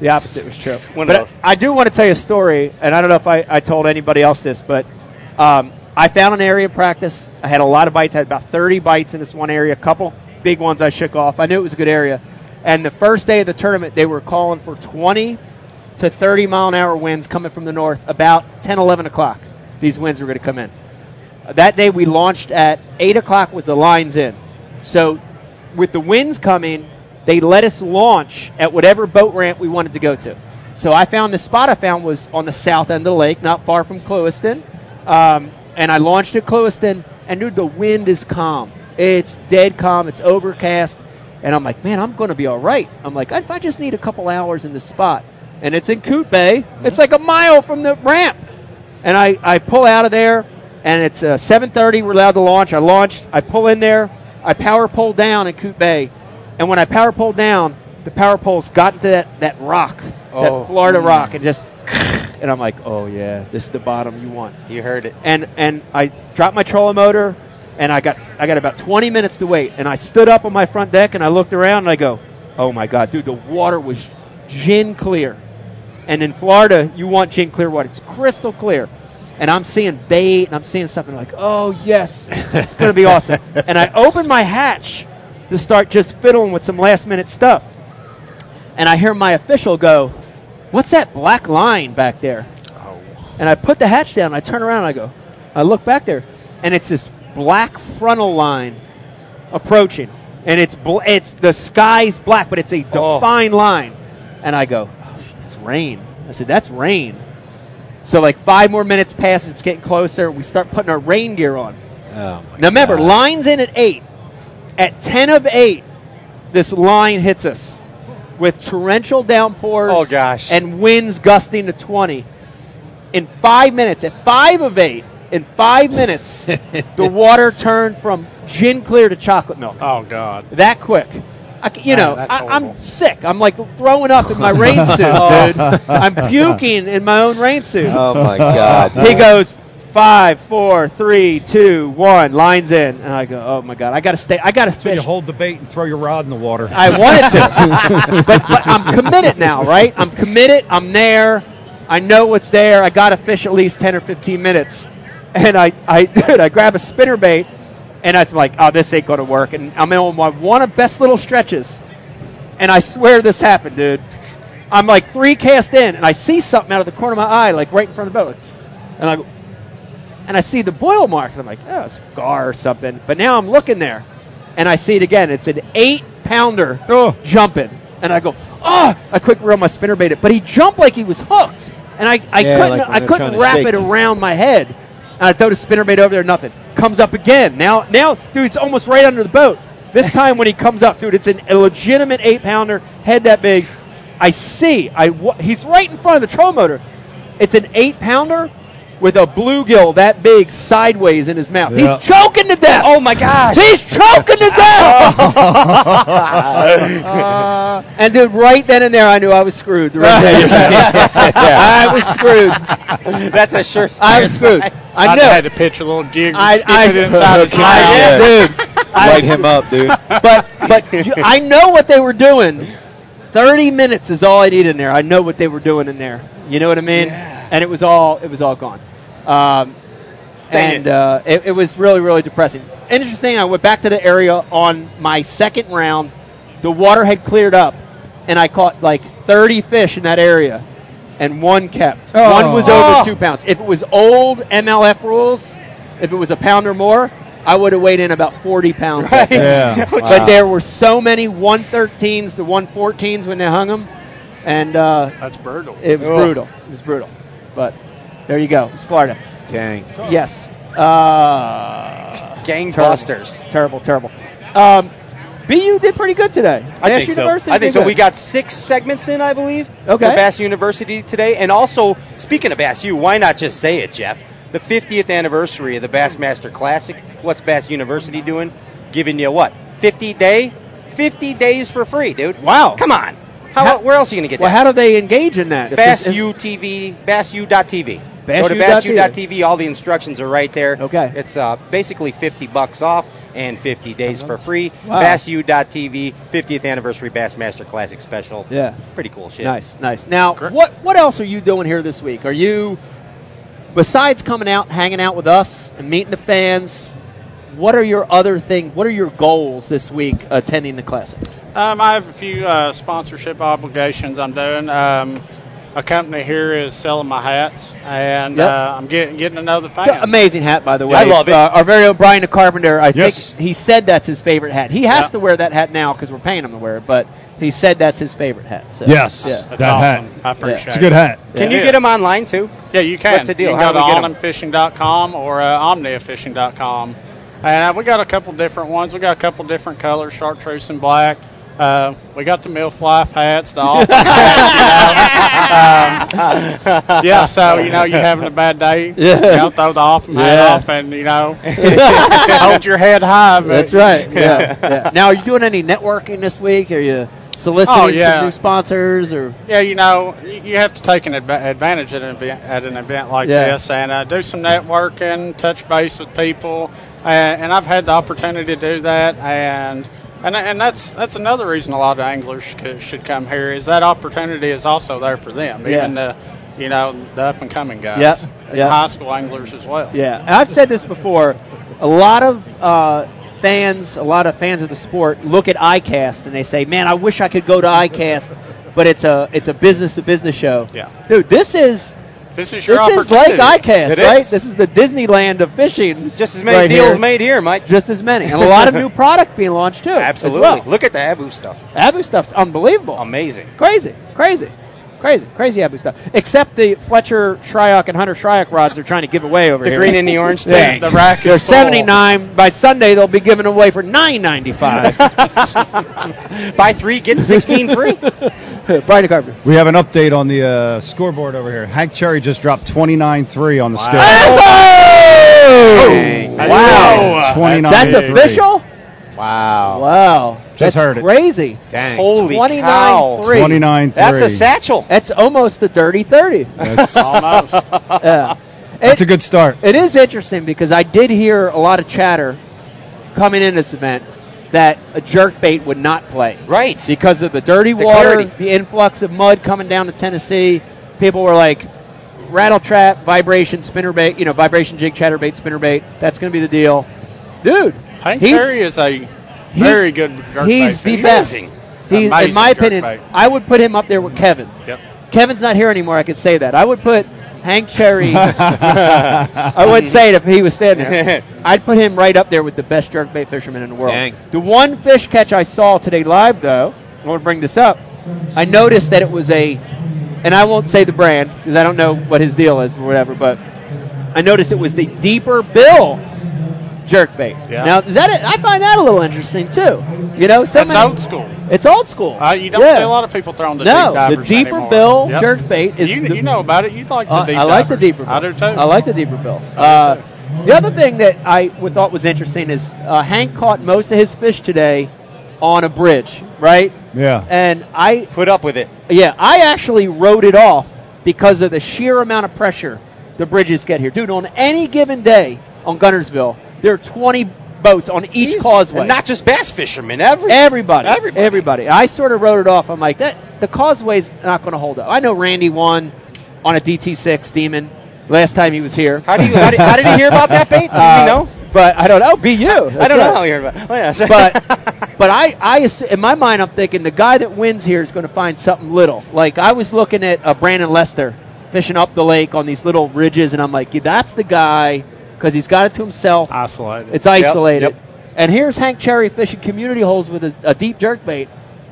D: The opposite was true.
C: One of
D: but
C: those.
D: I do want to tell you a story, and I don't know if I, I told anybody else this, but um, I found an area of practice. I had a lot of bites. I had about 30 bites in this one area, a couple big ones I shook off. I knew it was a good area. And the first day of the tournament, they were calling for 20 to 30 mile an hour winds coming from the north. About 10, 11 o'clock, these winds were going to come in. Uh, That day we launched at 8 o'clock was the lines in. So with the winds coming, they let us launch at whatever boat ramp we wanted to go to. So I found the spot I found was on the south end of the lake, not far from Clewiston. Um, and I launched at Clewiston, and dude, the wind is calm. It's dead calm. It's overcast. And I'm like, man, I'm going to be all right. I'm like, if I just need a couple hours in this spot. And it's in Coot Bay. It's like a mile from the ramp and I, I pull out of there and it's uh, 7.30 we're allowed to launch i launched i pull in there i power pole down in coot bay and when i power pole down the power pole's got into that, that rock
C: Oh.
D: that florida rock and just and i'm like oh yeah this is the bottom you want
C: You heard it.
D: and and I dropped my trolling motor, and I got I got about 20 minutes to wait. And I stood up on my front deck and I looked around and I go, oh my god, dude, the water was gin clear. And in Florida, you want gin clear water; it's crystal clear. And I'm seeing bait and I'm seeing something like, oh yes, it's gonna be awesome. And I opened my hatch to start just fiddling with some last minute stuff. And I hear my official go, what's that black line back there? and I put the hatch down. I turn around. And I go, I look back there, and it's this black frontal line approaching, and it's bl- it's the sky's black, but it's a defined line. And I go, oh, shit, it's rain. I said, that's rain. So like five more minutes pass. It's getting closer. We start putting our rain gear on.
E: Oh, my
D: Now remember,
E: God.
D: lines in at eight. At ten of eight, this line hits us with torrential downpours.
G: Oh, gosh.
D: And winds gusting to twenty. In five minutes, at five of eight, in five minutes, the water turned from gin clear to chocolate milk
F: Oh God.
D: that quick. I c you
F: Man,
D: know,
F: that's
D: I,
F: horrible.
D: I'm sick. I'm like throwing up in my rain suit, dude. I'm puking in my own rain suit.
E: Oh my God.
D: He goes five, four, three, two, one. Lines in, and I go, oh my god, I gotta stay. I gotta
H: So
D: fish.
H: you hold the bait and throw your rod in the water.
D: I wanted to, but, but I'm committed now, right? I'm committed. I'm there. I know what's there. I gotta fish at least ten or fifteen minutes, and I, I, dude, I grab a spinner bait, and I'm like, oh, this ain't gonna work. And I'm on my one of best little stretches, and I swear this happened, dude. I'm like three cast in, and I see something out of the corner of my eye, like right in front of the boat, and I go, and I see the boil mark, and I'm like, oh, it's gar or something. But now I'm looking there, and I see it again. It's an eight pounder
H: Oh.
D: jumping, and I go, oh! I quick reel my spinner bait, it, but he jumped like he was hooked, and I, I
E: Yeah,
D: couldn't
E: like when
D: I
E: they're trying
D: couldn't
E: to
D: wrap
E: shake.
D: it around my head. And I throw the spinner bait over there, nothing. Comes up again. Now now, dude, it's almost right under the boat. This time when he comes up, dude, it's an illegitimate eight pounder, head that big. I see. I wa- he's right in front of the troll motor. It's an eight pounder with a bluegill that big sideways in his mouth.
H: Yeah.
D: He's choking to death.
C: Oh my gosh!
D: He's choking to death. and dude, right then and there, I knew I was screwed. The rest of the day. I was screwed.
C: That's a sure.
D: I was screwed. I
F: I
D: knew.
F: had to pitch a little jig and
D: I,
F: stick
D: I,
F: it inside his
E: Okay.
F: mouth.
E: Yeah.
D: I did, dude.
E: Light him up, dude.
D: But but you, I know what they were doing. Thirty minutes is all I need in there. I know what they were doing in there. You know what I mean? And it was all it was all gone. Um, and uh, it, it was really really depressing. Interesting. I went back to the area on my second round. The water had cleared up, and I caught like thirty fish in that area, and one kept.
H: Oh.
D: One was
H: Oh.
D: over two pounds. If it was old MLF rules, if it was a pound or more, I would have weighed in about forty pounds.
H: Yeah.
D: But there were so many 113s to 114s when they hung them, and uh,
F: That's brutal.
D: it was brutal. It was brutal. But there you go. It's Florida.
E: Dang.
D: Yes. Uh,
C: Gangbusters.
D: Terrible, terrible. terrible. Um, BU did pretty good today.
G: I
D: Nash
G: think so.
D: University
G: I think
D: did
G: so.
D: good.
G: We got six segments in, I believe,
D: Okay.
G: for Bass University today. And also, speaking of Bass U, why not just say it, Jeff? The 50th anniversary of the Bassmaster Classic. What's Bass University doing? Giving you what? 50 day? 50 days for free, dude.
D: Wow.
G: Come on. How,
D: How-
G: where else are you going to get
D: Well,
G: that?
D: how do they engage in that? If it's-
G: Bass U TV, BassU.tv. Go to
D: BassU.tv.
G: BassU.tv. All the instructions are right there.
D: Okay.
G: It's uh, basically 50 bucks off and 50 days for free.
D: Wow.
G: BassU.tv, 50th anniversary Bassmaster Classic special.
D: Yeah.
G: Pretty cool shit.
D: Nice, nice. Now, what what else are you doing here this week? Are you besides coming out, hanging out with us, and meeting the fans? what are your other thing? What are your goals this week attending the classic?
F: Um, I have a few uh, sponsorship obligations I'm doing. Um, a company here is selling my hats, and
D: Yep.
F: uh, I'm getting getting another fan.
D: It's an amazing hat, by the way.
F: I love it.
D: Uh, our very own Brian the Carpenter, I
H: Yes.
D: think he said that's his favorite hat. He has
F: Yeah.
D: to wear that hat now because we're paying him to wear it, but he said that's his favorite hat. So,
H: Yes.
D: Yeah.
F: That's
H: That
F: awesome.
H: hat.
F: I appreciate it.
H: It's a good hat.
C: Can
F: Yeah.
C: you get them online too?
F: Yeah, you can.
C: What's the deal?
F: You
C: How
F: can go
C: do we
F: to
C: get 'em?
F: onlinfishing.com or uh, omniafishing.com. And uh, we got a couple different ones. We got a couple different colors, chartreuse and black. Uh, we got the milf life hats, the all hats, you know. Um, yeah, so, you know, you're having a bad day.
D: Yeah.
F: You know, throw the off hat
D: Yeah.
F: off and, you know, hold your head high. But,
D: That's right. Yeah, yeah. Now, are you doing any networking this week? Are you soliciting
F: Oh, yeah.
D: some new sponsors or?
F: Yeah, you know, y- you have to take an adva- advantage at an event, at an event like
D: Yeah.
F: this and uh, do some networking, touch base with people, uh, and, and I've had the opportunity to do that, and and and that's that's another reason a lot of anglers should, should come here is that opportunity is also there for them,
D: Yeah.
F: even the you know the up and coming guys,
D: Yep,
F: and
D: yep.
F: high school anglers as well.
D: Yeah, and I've said this before. A lot of uh, fans, a lot of fans of the sport, look at ICAST and they say, "Man, I wish I could go to ICAST, but it's a it's a business to business show."
F: Yeah.
D: dude, this is
F: This is your
D: this is like
F: opportunity.
D: ICAST,
C: It
D: right?
C: is.
D: This is the Disneyland of fishing.
C: Just as many
D: right
C: deals
D: here.
C: made here, Mike.
D: Just as many, and a lot of new product being launched too. as
C: Absolutely.
D: well.
C: Look at the Abu stuff.
D: Abu stuff's unbelievable.
C: Amazing.
D: Crazy, crazy, crazy, crazy Abu stuff. Except the Fletcher Shryock and Hunter Shryock rods they're trying to give away over
C: The
D: here.
C: green and the orange
D: Yeah.
C: tank.
F: The rack
D: They're
F: is full.
D: 79. By Sunday, they'll be giving away for 9.95.
C: Buy three, get 16 free.
D: Brian Carpenter.
H: We have an update on the uh, scoreboard over here. Hank Cherry just dropped 29-3 on the Oh! wow.
F: Wow.
H: 29
D: That's official.
C: Wow.
D: Wow, that's
H: heard it.
D: crazy.
C: Dang. Holy
D: 29
C: cow.
D: three.
H: 29-3.
C: That's a satchel.
D: That's almost the dirty 30.
H: That's,
D: Yeah. It-
H: that's a good start.
D: It is interesting because I did hear a lot of chatter coming in this event that a jerk bait would not play
C: Right.
D: because of the dirty
C: The
D: water,
C: clarity.
D: the influx of mud coming down to Tennessee. People were like, rattle trap, vibration, spinner bait, you know, vibration jig, chatter bait, spinner bait. That's going to be the deal, dude.
F: Hank
D: he-
F: Terry is a very good jerkbait
D: He's the
F: fisher.
D: best.
C: Amazing.
D: He's, in
F: Amazing
D: my opinion,
F: jerkbait.
D: I would put him up there with Kevin.
F: Yep.
D: Kevin's not here anymore. I could say that. I would put Hank Cherry. I would say it if he was standing there. I'd put him right up there with the best jerkbait fisherman in the world.
E: Dang.
D: The one fish catch I saw today live, though, I want to bring this up. I noticed that it was a, and I won't say the brand because I don't know what his deal is or whatever, but I noticed it was the deeper bill jerkbait.
F: Yeah.
D: Now, is that it? I find that a little interesting too. You know, so
F: That's
D: many-
F: old school.
D: It's old school.
F: Uh, you don't
D: yeah.
F: see a lot of people throwing the
D: No,
F: deep divers
D: the deeper
F: anymore.
D: bill
F: Yep.
D: jerkbait is
F: you,
D: the-
F: you know about it. You like the
D: Uh,
F: deep
D: I like the
F: divers.
D: deeper bill.
F: I do too.
D: I like the deeper bill. Uh, the other thing that I w- thought was interesting is uh, Hank caught most of his fish today on a bridge, right?
H: Yeah.
D: And I,
C: Put up with it.
D: yeah, I actually wrote it off because of the sheer amount of pressure the bridges get here, dude. On any given day on Gunnersville, there are 20 boats on each
C: Easy.
D: causeway.
C: And not just bass fishermen. Every,
D: Everybody,
C: Everybody.
D: I sort of wrote it off. I'm like, that the causeway's not going to hold up. I know Randy won on a DT6 Demon last time he was here.
C: How, do you, how, did, how did he hear about that bait? Do
D: Uh,
C: you know?
D: but I don't know. Be you.
C: I
D: That's
C: don't know
D: right.
C: how he heard about it. Oh, yeah, sorry.
D: But but I I assu- in my mind I'm thinking the guy that wins here is going to find something little. Like I was looking at uh, Brandon Lester fishing up the lake on these little ridges, and I'm like, yeah, that's the guy because he's got it to himself.
F: Isolated.
D: It's isolated.
C: yep.
D: And here's Hank Cherry fishing community holes with a, a deep jerk bait,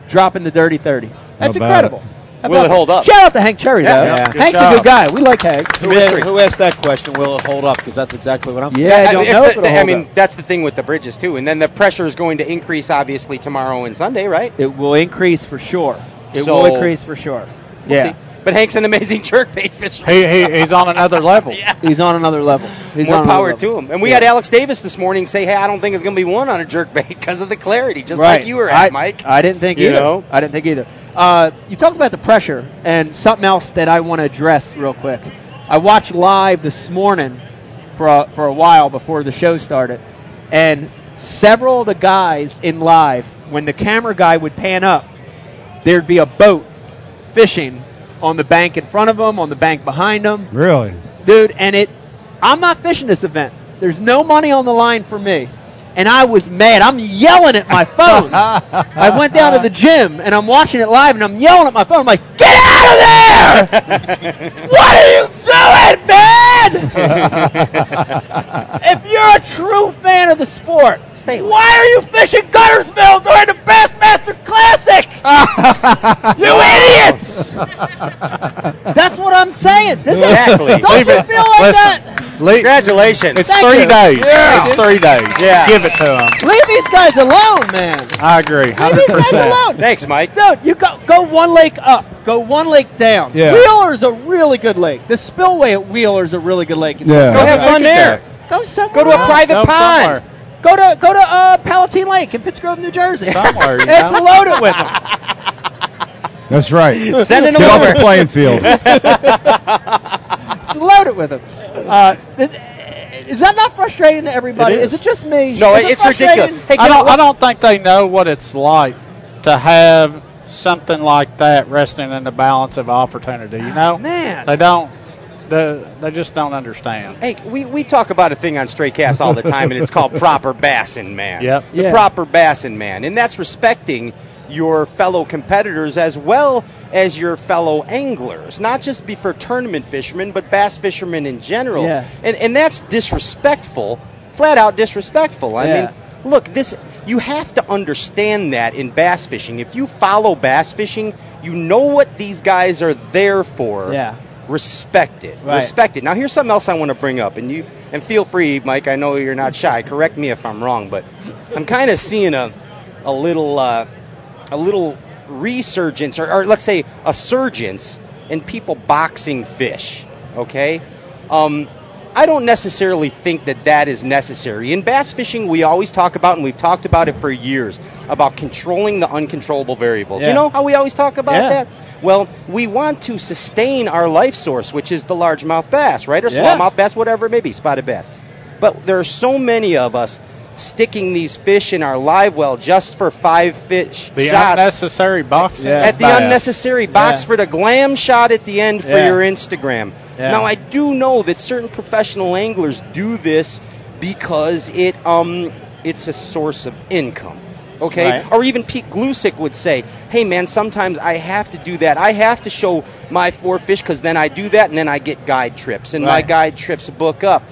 D: dropping the dirty 30. That's
H: about
D: incredible. How
C: Will
D: about
C: it hold up?
D: Shout out to Hank Cherry, though.
E: yeah.
D: Hank's
F: Good
D: a
F: job.
D: good guy. We like Hank.
E: Who asked, who asked that question? Will it hold up? Because that's exactly what I'm.
D: Yeah, I don't
C: it's
D: know
C: the-
D: if it'll
C: the- I
D: hold
C: mean,
D: up.
C: that's the thing with the bridges too, and then the pressure is going to increase obviously tomorrow and Sunday, right?
D: It will increase for sure. It
C: So-
D: will increase for sure.
C: We'll
D: yeah.
C: see. But Hank's an amazing jerkbait fisherman.
F: he, he, he's on another level.
C: Yeah.
D: He's on another level. He's
C: More
D: on
C: power
D: another level.
C: to him. And we
D: Yeah.
C: had Alex Davis this morning say, "Hey, I don't think it's going to be one on a jerkbait because of the clarity, just
D: right.
C: like you were
D: I,
C: at, Mike."
D: I didn't think
C: You
D: either.
C: know?
D: I didn't think either. Uh, you talked about the pressure and something else that I want to address real quick. I watched live this morning for a, for a while before the show started, and several of the guys in live, when the camera guy would pan up, there'd be a boat fishing on the bank in front of them, on the bank behind them,
H: Really?
D: dude. And it, I'm not fishing this event. There's no money on the line for me. and I was mad. I'm yelling at my phone. I went down to the gym and I'm watching it live and I'm yelling at my phone. I'm like, get out of there! what are you doing, man? if you're a true fan of the sport,
G: Stay away.
D: why are you fishing Guttersville during the Bassmaster Classic? you idiots! That's what I'm saying. This is-
G: Exactly.
D: don't
F: Leave
D: you
F: it.
D: feel like
F: Listen.
D: that?
G: Congratulations.
F: It's
D: Thank
F: three
D: you.
F: days.
D: Yeah.
F: It's three days.
G: Yeah.
F: Give it to them.
D: Leave these guys alone, man.
F: I agree.
D: Leave these guys
F: 100%.
D: alone.
G: Thanks, Mike.
D: Dude, you go go one lake up, go one lake down.
H: Yeah.
D: Wheeler's a really good lake. The spillway at Wheeler's a really good lake.
H: Yeah.
G: Go have fun there.
D: Go somewhere.
G: Go to a
D: else.
G: private
F: Some-
G: pond.
F: somewhere.
D: Go to go to uh, Palatine Lake in Pittsgrove, New Jersey.
F: Somewhere, you
D: it's
F: know?
D: loaded with them.
H: That's right.
G: Send it
H: Get off the
G: over.
H: playing field.
D: It's loaded with them. Uh, is, is that not frustrating to everybody?
F: It is.
D: it just me?
G: No,
D: Is it
G: it's ridiculous.
D: frustrating?
G: Hey,
F: I
G: you know
F: don't. I
G: what?
F: don't think they know what it's like to have something like that resting in the balance of opportunity. You know,
D: Man.
F: they don't. They, they just don't understand.
G: Hey, we, we talk about a thing on Stray Cast all the time, and it's called proper bassin, man.
F: Yep.
G: The
D: Yeah.
G: proper bassin, man. And that's respecting your fellow competitors as well as your fellow anglers, not just be for tournament fishermen, but bass fishermen in general.
D: Yeah.
G: And, and that's disrespectful, flat out disrespectful. I
D: Yeah.
G: mean, look, this you have to understand that in bass fishing. If you follow bass fishing, you know what these guys are there for
D: Yeah.
G: respect it.
D: Right.
G: Respect it. Now here's something else I want to bring up, and you and feel free, Mike. I know you're not shy. Correct me if I'm wrong, but I'm kind of seeing a a little uh, a little resurgence, or, or let's say a surgence in people boxing fish. Okay. Um, I don't necessarily think that that is necessary. In bass fishing, we always talk about, and we've talked about it for years, about controlling the uncontrollable variables. You
D: Yeah.
G: know how we always talk about
D: Yeah.
G: that? Well, we want to sustain our life source, which is the largemouth bass, right? Or
D: Yeah.
G: smallmouth bass, whatever it may be, spotted bass. But there are so many of us sticking these fish in our live well just for five fish
F: The
G: shots.
F: unnecessary boxing.
D: Yeah.
G: At the
F: bass.
G: unnecessary box
D: Yeah.
G: for the glam shot at the end for
D: Yeah.
G: your Instagram.
D: Yeah.
G: Now I do know that certain professional anglers do this because it um it's a source of income. Okay?
D: Right.
G: Or even Pete Glusick would say, "Hey man, sometimes I have to do that. I have to show my four fish cuz then I do that and then I get guide trips and my
D: Right.
G: guide trips book up."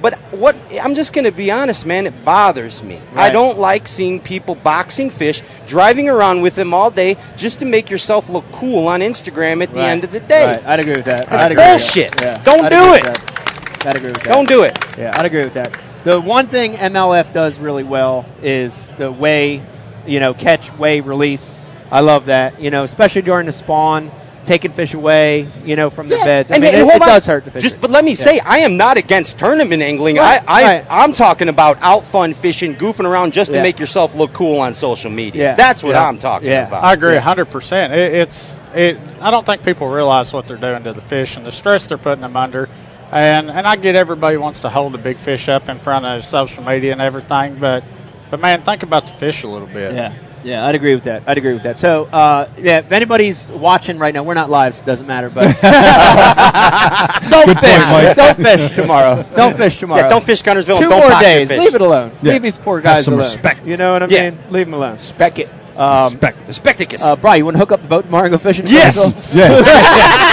G: But what I'm just going to be honest, man, it bothers me. I
D: Right.
G: don't like seeing people boxing fish, driving around with them all day just to make yourself look cool on Instagram at the
D: Right.
G: end of the day.
D: Right. I'd agree with that.
G: That's
D: I'd agree with
G: bullshit.
D: that. Yeah.
G: Don't
D: I'd
G: do
D: agree
G: it.
D: with that. I'd agree with that.
G: Don't do it.
D: Yeah, I'd agree with that. The one thing MLF does really well is the way, you know, catch, weigh, release. I love that. You know, especially during the spawn, taking fish away, you know, from the beds. I mean, it, it does hurt the fish.
G: Just, but let me say, I am not against tournament angling.
D: Right,
G: I, I,
D: right.
G: I'm talking about out fun fishing, goofing around just to
D: Yeah.
G: make yourself look cool on social media.
D: Yeah.
G: That's what
D: Yeah.
G: I'm talking
D: Yeah.
G: about.
F: I agree 100%. It, it's it. I don't think people realize what they're doing to the fish and the stress they're putting them under. And and I get everybody wants to hold the big fish up in front of social media and everything, but but man, think about the fish a little bit.
D: Yeah, yeah, I'd agree with that. I'd agree with that. So, uh, yeah, if anybody's watching right now, we're not live, so it doesn't matter. But don't fish.
H: Mike.
D: don't fish tomorrow. Don't fish tomorrow.
G: Yeah, don't fish Gunnersville
D: Two
G: and don't
D: more
G: box your
D: days.
G: fish.
D: Leave it alone.
H: Yeah.
D: Leave these poor
H: Have
D: guys
H: some
D: alone.
H: respect.
D: You know what I
G: Yeah.
D: mean? Leave them alone.
G: Spec it.
D: Um,
H: Back-
G: Spectacus.
D: uh, Brian, you want to hook up the boat tomorrow and go fishing?
G: Yes.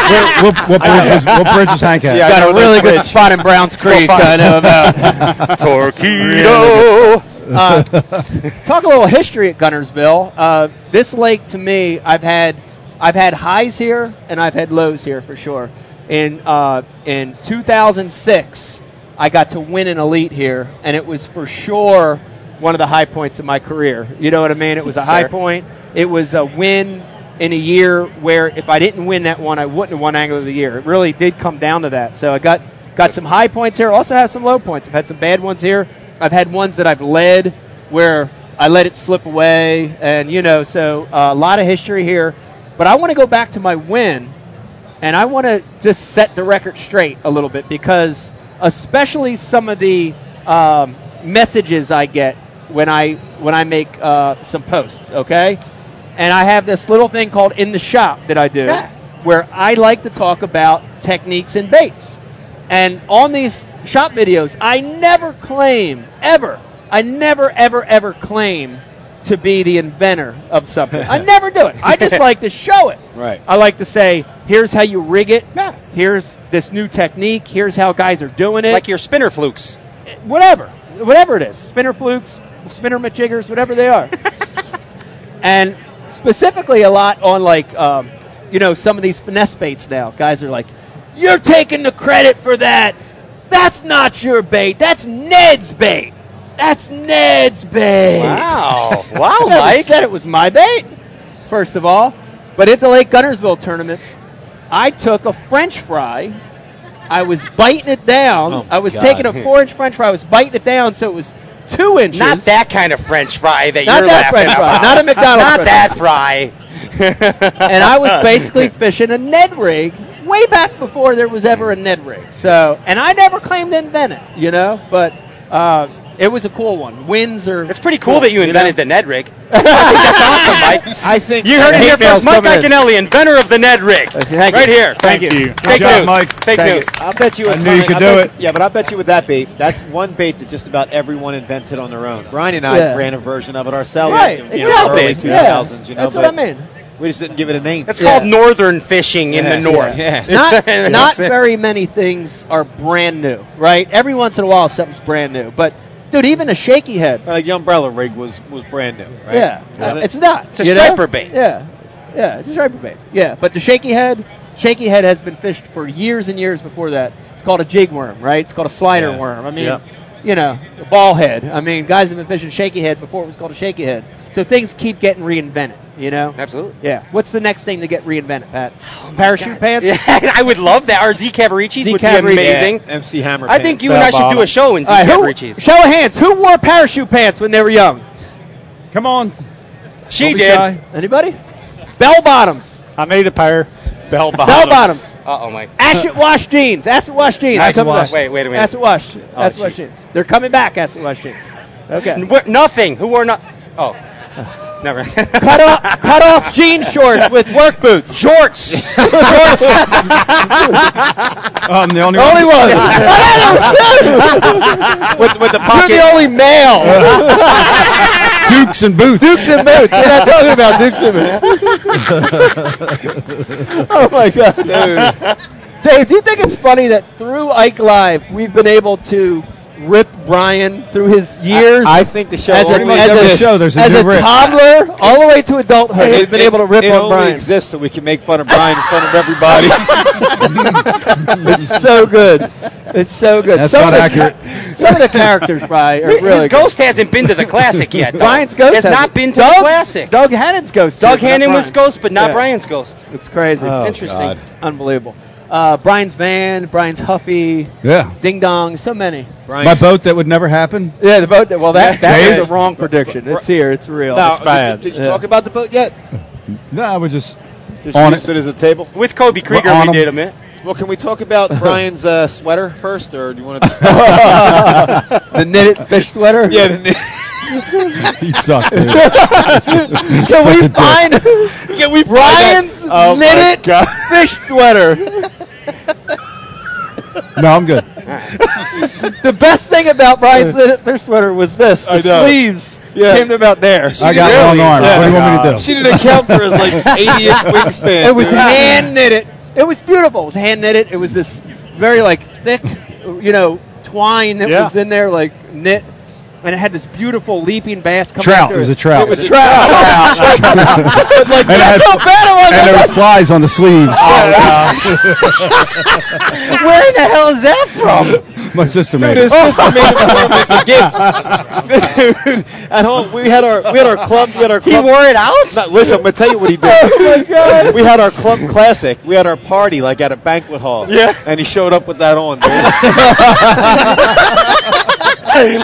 H: Yeah. What- what, what, bridge is, what bridge is Hank at?
E: Yeah, I
D: Got
E: know
D: a
E: the
D: really good
E: bridge.
D: spot in Browns Creek I know about.
G: Torpedo.
D: Uh, talk a little history at Gunnersville. Uh, this lake, to me, I've had I've had highs here and I've had lows here for sure. In uh, in 2006, I got to win an elite here, and it was for sure one of the high points of my career. You know what I mean? It was a high point. It was a win in a year where if I didn't win that one, I wouldn't have won Angler of the Year. It really did come down to that. So I got Got some high points here. Also have some low points. I've had some bad ones here. I've had ones that I've led where I let it slip away, and you know, so uh, a lot of history here. But I want to go back to my win, and I want to just set the record straight a little bit because, especially some of the um, messages I get when I when I make uh, some posts. Okay, and I have this little thing called in the shop that I do, where I like to talk about techniques and baits. And on these shop videos, I never claim ever I never, ever, ever claim to be the inventor of something. I never do it. I just like to show it.
E: Right.
D: I like to say, here's how you rig it. Here's this new technique. Here's how guys are doing it.
G: Like your spinner flukes.
D: whatever, whatever it is, spinner flukes, spinner majiggers, whatever they are. and specifically a lot on like, um, you know, some of these finesse baits now. Guys are like, you're taking the credit for that. That's not your bait. That's Ned's bait. That's Ned's bait.
G: Wow. wow,
D: I never
G: Mike.
D: said it was my bait, first of all. But at the Lake Gunnersville tournament, I took a French fry. I was biting it down.
E: Oh,
D: I was
E: God.
D: taking a four-inch French fry. I was biting it down, so it was two inches.
G: Not that kind of French fry that
D: Not
G: you're
D: that
G: laughing
D: French fry.
G: about.
D: Not a McDonald's
G: Not that fry.
D: And I was basically fishing a Ned rig way back before there was ever a Ned rig. So, and I never claimed to invent it, you know. But uh, it was a cool one. Winds are.
G: It's pretty cool that you invented the Ned rig. I think that's awesome, Mike.
E: I think
G: You heard it
E: hate
G: here
E: mail's
G: first. Mike
E: coming in.
G: Iaconelli, inventor of the Ned rig.
D: Thank
G: right here.
F: Thank
D: Thank you.
F: you.
G: Fake
F: Good job,
G: news.
F: Mike.
G: Fake
E: Thank
G: news.
E: you. I'll bet you. a
H: I knew
E: ton-
H: you could
E: I
H: do
E: bet-
H: it.
E: Yeah, but I bet you with that bait, that's one bait that just about everyone invented on their own. Brian and I
D: Yeah.
E: ran a version of it ourselves.
D: Right,
E: in, you know,
D: exactly.
E: Early
D: Yeah.
E: 2000s. You know,
D: That's what
E: but
D: I mean.
E: We just didn't give it a name.
G: That's
D: Yeah.
G: called northern fishing in the
E: Yeah.
G: north.
E: Yeah.
D: not
G: That's
D: not
G: it.
D: very many things are brand new, right? Every once in a while, something's brand new. But dude, even a shaky head,
E: Uh, the umbrella rig was was brand new, right?
D: yeah,
E: Wasn't
D: uh,
E: it?
D: it's not.
G: It's a
D: you know?
G: striper bait.
D: Yeah, yeah, it's a striper bait. Yeah, but the shaky head, shaky head has been fished for years and years before that. It's called a jig worm, right? It's called a slider
E: Yeah.
D: worm. I mean.
F: Yeah.
D: You know, a ball head. I mean, guys have been fishing shaky head before it was called a shaky head. So things keep getting reinvented, you know?
G: Absolutely. Oh
D: Yeah. What's the next thing to get reinvented, Pat? Parachute pants?
G: Yeah, I would love that. Or Z Cavaricis
D: Z
G: would
D: Cavaricis.
G: be amazing.
E: MC Hammer.
G: I think you and I should do a show in Z
D: All right, who,
G: Cavaricis.
D: show of hands. Who wore parachute pants when they were young?
H: Come on.
G: She
H: be
G: did.
H: shy.
D: Anybody? Bell bottoms.
F: I need a pair.
E: bell bottoms.
D: Bell bottoms.
G: Uh oh, Mike.
D: Acid wash jeans. Acid wash jeans.
H: Acid
D: Come on.
H: wash.
G: Wait, wait a minute. Oh,
D: Acid wash. acid wash
G: jeez.
D: jeans. They're coming back. Acid wash jeans. Okay.
G: N- what- nothing. Who wore not? Oh, never.
D: cut off cut off jean shorts with work boots.
G: Shorts.
H: Oh, I'm the only,
D: Only one.
E: with, with the
D: You're the
E: pocket.
D: only male.
H: Dukes and boots.
D: Dukes and boots. We're not talking about Dukes and boots. oh my god. Dave, do you think it's funny that through Ike Live we've been able to rip Brian through his years
E: I think the show
D: as a,
E: only
H: much
D: as
H: every
D: a,
H: show there's a
D: as
H: new rip.
D: toddler all the way to adulthood? We've been able to rip
E: it
D: on
E: only
D: Brian.
E: exists so we can make fun of Brian in front of everybody.
D: It's so good. It's so good.
H: That's
D: some of
H: not
D: the,
H: accurate.
D: Some of the characters, Brian, are really
G: His
D: good.
G: ghost hasn't been to the classic yet. though.
D: Brian's ghost
G: has not been to
D: Doug,
G: the classic. Doug,
D: Doug Hannon's ghost. is, not
G: Hannon was
D: Brian's.
G: ghost, but not
D: Yeah.
G: Brian's ghost.
D: It's crazy.
H: Oh,
G: Interesting.
H: God.
D: Unbelievable. Uh, Brian's van, Brian's Huffy,
H: Yeah.
D: Ding Dong, so many.
E: Brian,
H: My boat that would never happen.
D: Yeah, the boat. Well, that that
H: Dave?
D: was a wrong prediction. It's here. It's real.
E: Now,
D: It's
E: did, you- did you talk about the boat yet?
H: No, I would just
E: Just
H: On
E: used it as a table.
G: With Kobe Krieger,
H: on
G: we
H: him.
G: did a minute.
E: Well, can we talk about Brian's uh, sweater first, or do you want to?
D: the knitted fish sweater.
E: yeah, the,
H: he sucked. dude.
D: eh? Can
H: Such a
D: we
H: dick.
D: find
E: yeah, we
D: Brian's
E: Oh, my
D: knitted
E: God.
D: fish sweater?
H: No, I'm good.
D: The best thing about Brian's knitted fish sweater was this:
E: I
D: the
E: know.
D: sleeves
E: Yeah.
D: came about there.
H: I got
E: Really?
H: long arms.
E: Yeah.
H: what do you want me to do?
E: She didn't account for his like 80th wingspan.
D: It was
E: dude.
D: hand knitted. It was beautiful. It was hand knitted. It was this very like thick, you know, twine that
F: Yeah.
D: was in there, like knit, and it had this beautiful leaping bass coming.
H: trout.
D: through
H: It was a trout.
E: It was a
D: trout.
H: and, I had,
D: How bad it was. Oh,
H: and there were flies on the sleeves.
D: Where in the hell is that from? Oh,
H: My sister made
E: His
H: it.
E: sister made it for him as a gift. Dude, at home we had our we had our club we had our club. He wore it out. listen, I'm gonna tell you what he did. We had our club classic. We had our party like at a banquet hall.
G: Yeah.
E: And he showed up with that on. Dude.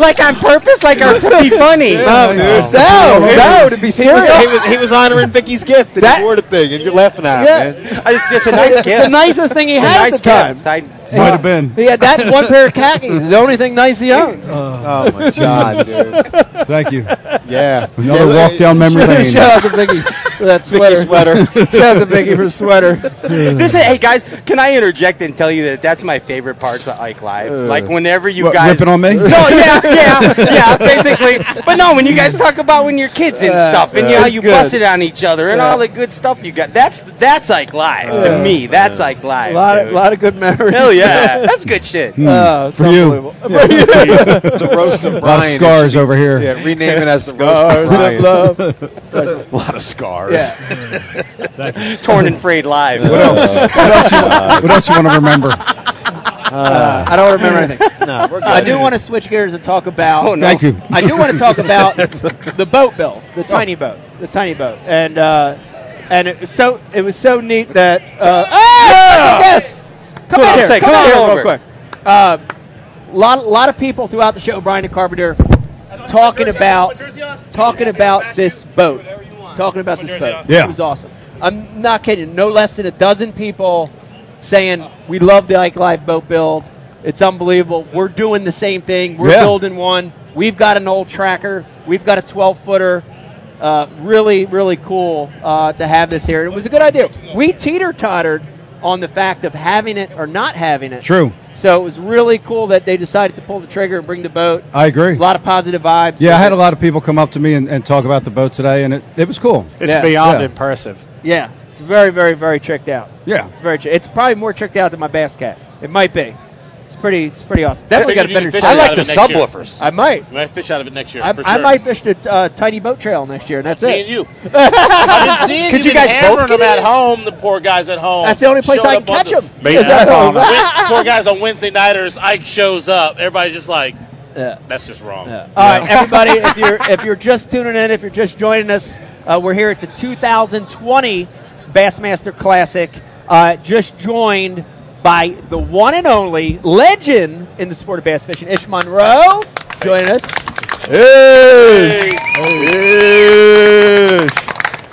G: like on purpose, like our, to be funny.
E: No, dude.
D: No, no, to be
E: He was, he,
D: serious.
E: was, he was honoring Vicky's gift, and
D: That-
E: he wore the thing, and you're laughing at
D: Yeah.
E: him, man.
G: It's, it's a nice
D: It's the
G: gift.
D: nicest thing he
G: It's a
D: had at the time.
G: nice gift. I-
H: Might have been.
D: He had that one pair of khakis, the only thing nice he owned.
E: Oh my God, dude.
H: Thank you.
E: Yeah.
H: Another walk down memory lane.
D: Shout out to Biggie. for that sweater. sweater. Shout out to Mickey for the sweater.
C: This is, hey guys, can I interject and tell you that that's my favorite parts of Ike Live?
D: Uh,
C: like whenever you
H: What,
C: guys
H: ripping on me?
C: No, yeah, yeah, yeah, basically. But no, when you guys talk about when you're kids and stuff, and
D: yeah,
C: how
D: it's
C: you
D: good.
C: busted on each other and all the good stuff you got. That's that's Ike Live to me. That's Ike
D: A
C: Live.
D: lot, of,
C: dude.
D: lot of good memories.
C: Hell yeah, that's good shit.
D: Oh, it's
H: Mm. For you.
D: unbelievable.
E: Hmm. the roast of
H: A lot of
E: Brian.
H: scars over here.
E: Yeah, rename it as the
D: Stars
E: roast of
D: of
E: Brian.
D: love.
E: A lot of scars.
D: Yeah.
C: Torn and frayed live.
H: What else? what, else you, what else you want to remember?
D: Uh, I don't remember anything.
E: No, we're good.
D: I do want to switch gears and talk about.
C: Oh, no.
H: Thank you.
D: I do want to talk about the boat bill, the tiny boat, the tiny boat, and uh, and it was so it was so neat that uh, yes, come
C: on,
D: on, here,
C: say,
D: come
C: come
D: on,
C: on
D: here
C: over.
D: real quick. A uh, lot lot of people throughout the show, Brian and Carpenter, talking about talking about this boat, talking about this boat.
H: Yeah.
D: it was awesome. I'm not kidding. No less than a dozen people saying we love the Ike Live boat build. It's unbelievable. We're doing the same thing. We're
H: Yeah.
D: building one. We've got an old tracker. We've got a 12 footer. Uh, really, really cool uh, to have this here. It was a good idea. We teeter tottered on the fact of having it or not having it.
H: True.
D: So it was really cool that they decided to pull the trigger and bring the boat.
H: I agree.
D: A lot of positive vibes.
H: Yeah, I had a lot of people come up to me and, and talk about the boat today, and it, it was cool.
F: It's
D: Yeah.
F: beyond
H: Yeah.
F: impressive.
D: Yeah, it's very, very, very tricked out.
H: Yeah.
D: It's very. Tr- it's probably more tricked out than my bass cat. It might be. It's pretty. It's pretty awesome. Definitely got a better.
I: Fish
D: shot.
C: I
I: out
C: like
I: of
C: the
I: it next year.
C: subwoofers.
D: I might.
I: We might fish out of it next year.
D: I,
I: for
D: I
I: sure.
D: might fish the uh, tiny boat trail next year, and that's
I: Me
D: it.
I: and you. I've been seeing
C: Could you
I: you've been
C: guys both
I: hammering
C: get
I: them at
C: in?
I: home. The poor guys at home.
D: That's the only place
I: Showed
D: I can
I: up on
D: catch
I: the-
D: them.
F: Baseball bomber.
I: Wed- poor guys on Wednesday nighters. Ike shows up. Everybody's just like,
D: Yeah.
I: that's just wrong.
D: All right, everybody, if you're if you're just tuning in, if you're just joining us, uh, we're here at the 2020 Bassmaster Classic. Uh, just joined by the one and only legend in the sport of bass fishing, Ish Monroe, joining us. Hey. Ish.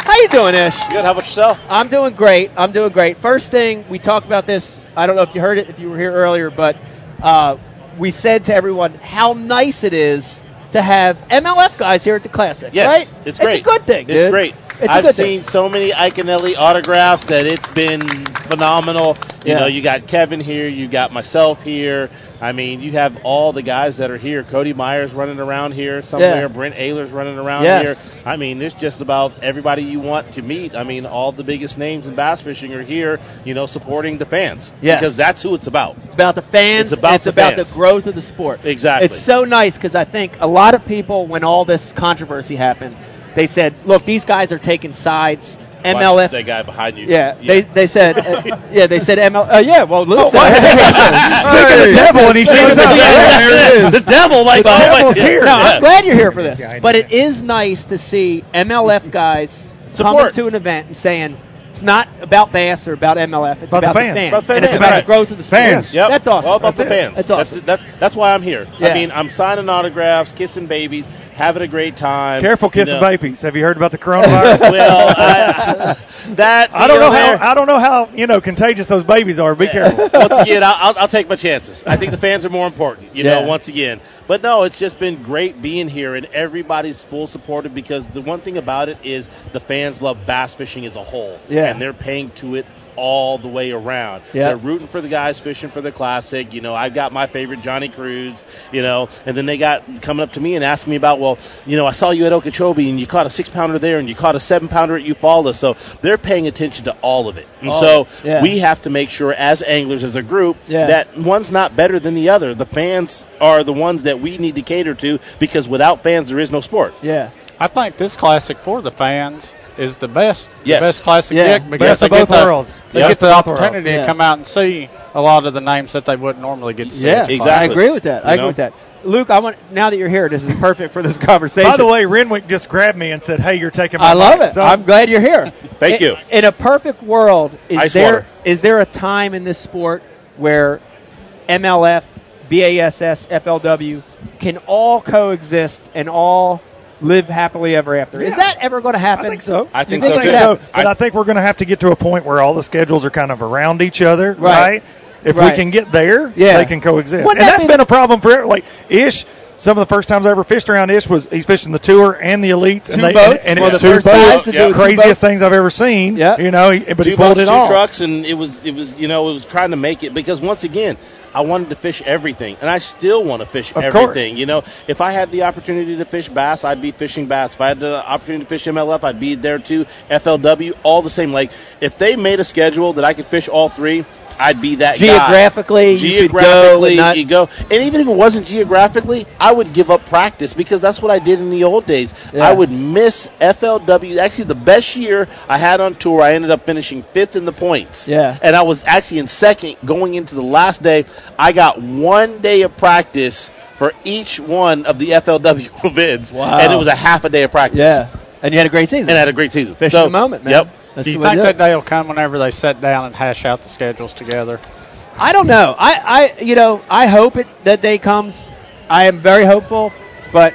D: How you doing, Ish?
I: Good. How about yourself?
D: I'm doing great. I'm doing great. First thing, we talked about this. I don't know if you heard it, if you were here earlier, but uh, we said to everyone how nice it is to have MLF guys here at the Classic.
I: Yes,
D: right?
I: it's great.
D: It's a good thing.
I: It's
D: dude.
I: great.
D: It's a
I: I've
D: good
I: seen
D: thing.
I: so many Iconelli autographs that it's been phenomenal. You
D: Yeah.
I: know, you got Kevin here, you got myself here. I mean, you have all the guys that are here. Cody Myers running around here somewhere.
D: Yeah.
I: Brent Ayler's running around
D: Yes.
I: here. I mean, it's just about everybody you want to meet. I mean, all the biggest names in bass fishing are here. You know, supporting the fans
D: Yes.
I: because that's who it's about.
D: It's about the fans.
I: It's about
D: it's
I: the
D: about
I: fans.
D: the growth of the sport.
I: Exactly.
D: It's so nice because I think a lot of people, when all this controversy happened, they said, "Look, these guys are taking sides." MLF
I: Watch that guy behind you.
D: Yeah, they they said uh, yeah they said ML. Uh, yeah, well listen.
H: Oh, Hey, devil, and he shows up. There it is.
I: The devil, like
H: The
I: oh my-
H: devil's here.
D: No,
I: Yeah.
D: I'm glad you're here for this. But it is nice to see MLF guys coming
I: Support.
D: to an event and saying it's not about bass or about MLF. It's about,
H: the fans.
D: the
I: About
D: fans.
I: the
D: And it's
I: fans,
D: about
I: right.
D: the growth of the sport.
H: Fans.
I: Yep.
D: That's awesome.
I: All about the
H: it.
I: fans.
D: That's
I: That's
D: awesome.
I: That's, that's why I'm here.
D: Yeah.
I: I mean, I'm signing autographs, kissing babies, having a great time.
J: Careful
I: You
J: kissing
I: know.
J: babies. Have you heard about the coronavirus?
I: Well, I, that
J: I don't
I: you
J: know how
I: there-
J: I don't know how you know contagious those babies are. Be careful.
I: once again, I'll, I'll, I'll take my chances. I think the fans are more important, you
D: Yeah.
I: know, once again. But no, it's just been great being here, and everybody's full supportive because the one thing about it is the fans love bass fishing as a whole.
D: Yeah.
I: And they're paying to it all the way around.
D: Yeah.
I: They're rooting for the guys fishing for the classic. You know, I've got my favorite Johnny Cruz, you know, and then they got coming up to me and asking me about, well, you know, I saw you at Okeechobee and you caught a six pounder there and you caught a seven pounder at Eufaula. So they're paying attention to all of it. And so
D: yeah.
I: we we have to make sure as anglers as a group
D: Yeah.
I: that one's not better than the other the fans are the ones that we need to cater to because without fans there is no sport
D: Yeah.
F: I think this classic for the fans is the best,
I: Yes.
F: the best classic
D: Yeah.
F: yet because
J: Best of
F: they
J: both
F: get the,
J: worlds.
F: They
J: Best
F: get the
J: of both
F: opportunity
D: worlds. Yeah.
F: to come out and see a lot of the names that they wouldn't normally get to see.
D: Yeah.
F: at the
I: Exactly.
D: I
F: classic.
D: agree with that. I
I: You
D: agree
I: know?
D: with that. Luke, I want now that you're here, this is perfect for this conversation.
J: By the way, Renwick just grabbed me and said, "Hey, you're taking." my
D: I love
J: money."
D: it.
J: So-
D: I'm glad you're here.
I: Thank
D: In-
I: you.
D: In a perfect world, is
I: Ice
D: there
I: water.
D: is there a time in this sport where MLF, BASS, FLW can all coexist and all live happily ever after? Is
J: Yeah.
D: that ever going to happen?
J: I think so.
I: I think
J: You
I: so, too.
J: But I, think we're going to have to get to a point where all the schedules are kind of around each other,
D: Right.
J: right? If
D: Right.
J: we can get there,
D: Yeah.
J: they can coexist.
D: Wouldn't
J: and
D: that
J: that's
D: be
J: been
D: the-
J: a problem for every- like Ish some of the first times I ever fished around Ish was he's fishing the tour and the elite.
D: Two
J: and they,
D: boats?
J: And, and
D: One
J: it-
D: of the
J: two
D: first guys to do
J: boats.
D: two boats?
J: Craziest things I've ever seen.
D: Yeah.
J: You know, he- but
I: two
J: he pulled
I: boats,
J: it
I: two
J: off.
I: trucks, and it was it was you know it was trying to make it because once again, I wanted to fish everything, and I still want to fish
J: Of course.
I: everything. You know, if I had the opportunity to fish bass, I'd be fishing bass. If I had the opportunity to fish MLF, I'd be there too. FLW, all the same. Like if they made a schedule that I could fish all three. I'd be that
D: Geographically,
I: guy.
D: you could go
I: geographically,
D: and not-
I: you go, and even if it wasn't geographically, I would give up practice because that's what I did in the old days.
D: Yeah.
I: I would miss FLW. Actually, the best year I had on tour, I ended up finishing fifth in the points.
D: Yeah.
I: And I was actually in second going into the last day. I got one day of practice for each one of the FLW events.
D: Wow.
I: And it was a half a day of practice.
D: Yeah. And you had a great season.
I: And I had a great season.
D: Fish
I: So,
D: in the moment, man.
I: Yep.
D: That's
F: Do you
D: the way
F: think
D: to do
F: that
D: it.
F: day will come whenever they sit down and hash out the schedules together?
D: I don't know. I, I you know, I hope it that day comes. I am very hopeful, but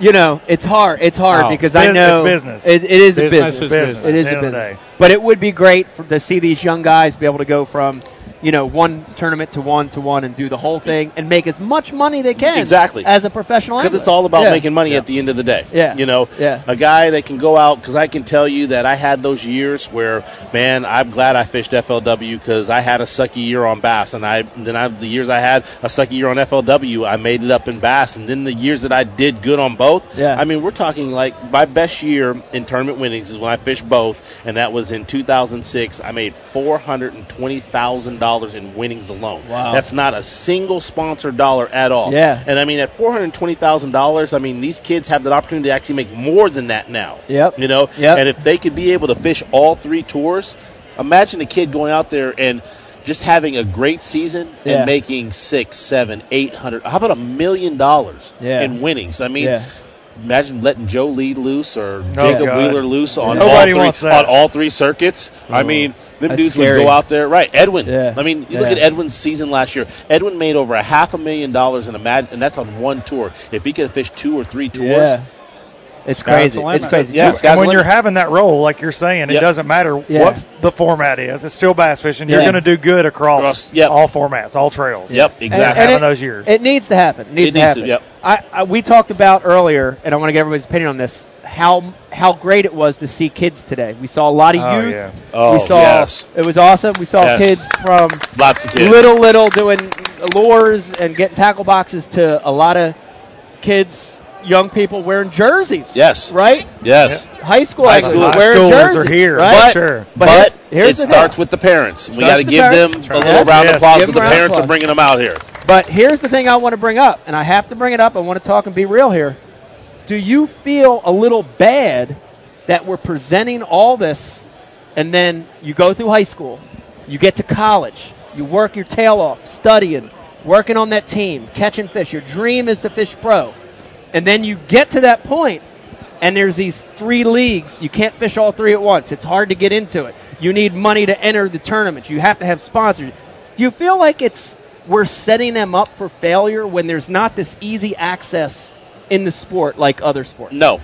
D: you know, it's hard. It's hard
F: Oh,
J: it's
D: because I
J: bus-
D: know
J: it's business.
D: It, it is a
F: Business is
D: business.
F: business.
D: It is
J: At the
D: a
J: end of the
D: business.
J: day.
D: But it would be great for, to see these young guys be able to go from you know one tournament to one to one and do the whole thing and make as much money they can
I: Exactly.
D: as a professional
I: Because it's
D: angler.
I: all about
D: Yeah.
I: making money at the end of the day.
D: Yeah.
I: You know,
D: Yeah.
I: a guy that can go out, because I can tell you that I had those years where, man, I'm glad I fished FLW because I had a sucky year on bass. And I then I, the years I had a sucky year on FLW, I made it up in bass. And then the years that I did good on both,
D: Yeah.
I: I mean, we're talking like my best year in tournament winnings is when I fished both. And that was in 2006. I made $420,000 in winnings alone.
D: Wow.
I: That's not a single sponsor dollar at all.
D: Yeah.
I: And I mean, at four hundred twenty thousand dollars, I mean, these kids have the opportunity to actually make more than that now.
D: Yep.
I: You know.
D: Yep.
I: And if they could be able to fish all three tours, imagine a kid going out there and just having a great season
D: Yeah.
I: and making six, seven, eight hundred. How about a million dollars
D: Yeah.
I: in winnings? I mean.
D: Yeah.
I: Imagine letting Joe Lee loose
J: Oh,
I: or Jacob
J: God.
I: Wheeler loose on all,
J: Nobody
I: three,
J: wants that.
I: on all three circuits. I mean, them
D: Oh, That's
I: dudes
D: scary.
I: would go out there, right? Edwin.
D: Yeah.
I: I mean, you look
D: Yeah.
I: at Edwin's season last year. Edwin made over a half a million dollars in a mad, and that's on one tour. If he could have fished two or three tours,
D: Yeah. It's crazy. It's crazy.
I: Yeah,
D: You-
I: Sky's
J: and when
I: the
J: you're
I: limit.
J: having that role, like you're saying,
I: Yep.
J: it doesn't matter
D: Yeah.
J: what the format is. It's still bass fishing. You're
D: Yeah.
J: going to do good across,
I: Across, yep.
J: all formats, all trails.
I: Yep, exactly.
J: having
D: it-
J: those years.
D: It needs to happen. It needs to
I: It needs
D: happen.
I: to, yep.
D: I, I, we talked about earlier, and I want to get everybody's opinion on this. How how great it was to see kids today. We saw a lot of
J: Oh,
D: youth.
J: yeah.
I: Oh,
D: we saw
I: yes.
D: it was awesome. We saw
I: Yes.
D: kids from
I: lots of kids.
D: little little doing lures and getting tackle boxes to a lot of kids, young people wearing jerseys.
I: Yes.
D: right.
I: Yes.
D: High school
I: High
D: athletes
I: school- high
D: wearing
J: schoolers
D: jerseys
J: are here,
D: Right?
J: for
I: But,
J: sure.
I: but,
D: But here's- here's
I: it
D: the thing.
I: starts with the parents. We
D: Starts
I: got to
D: with the
I: give them
D: parents.
I: a
D: Right.
I: little round
J: Yes.
I: of applause
D: Give
I: to
D: them
I: the
D: a round of
I: parents for
D: applause.
I: bringing them out here.
D: But here's the thing I want to bring up, and I have to bring it up. I want to talk and be real here. Do you feel a little bad that we're presenting all this, and then you go through high school, you get to college, you work your tail off, studying, working on that team, catching fish. Your dream is to fish pro, and then you get to that point, and there's these three leagues. You can't fish all three at once. It's hard to get into it. You need money to enter the tournament. You have to have sponsors. Do you feel like it's we're setting them up for failure when there's not this easy access in the sport like other sports?
I: No,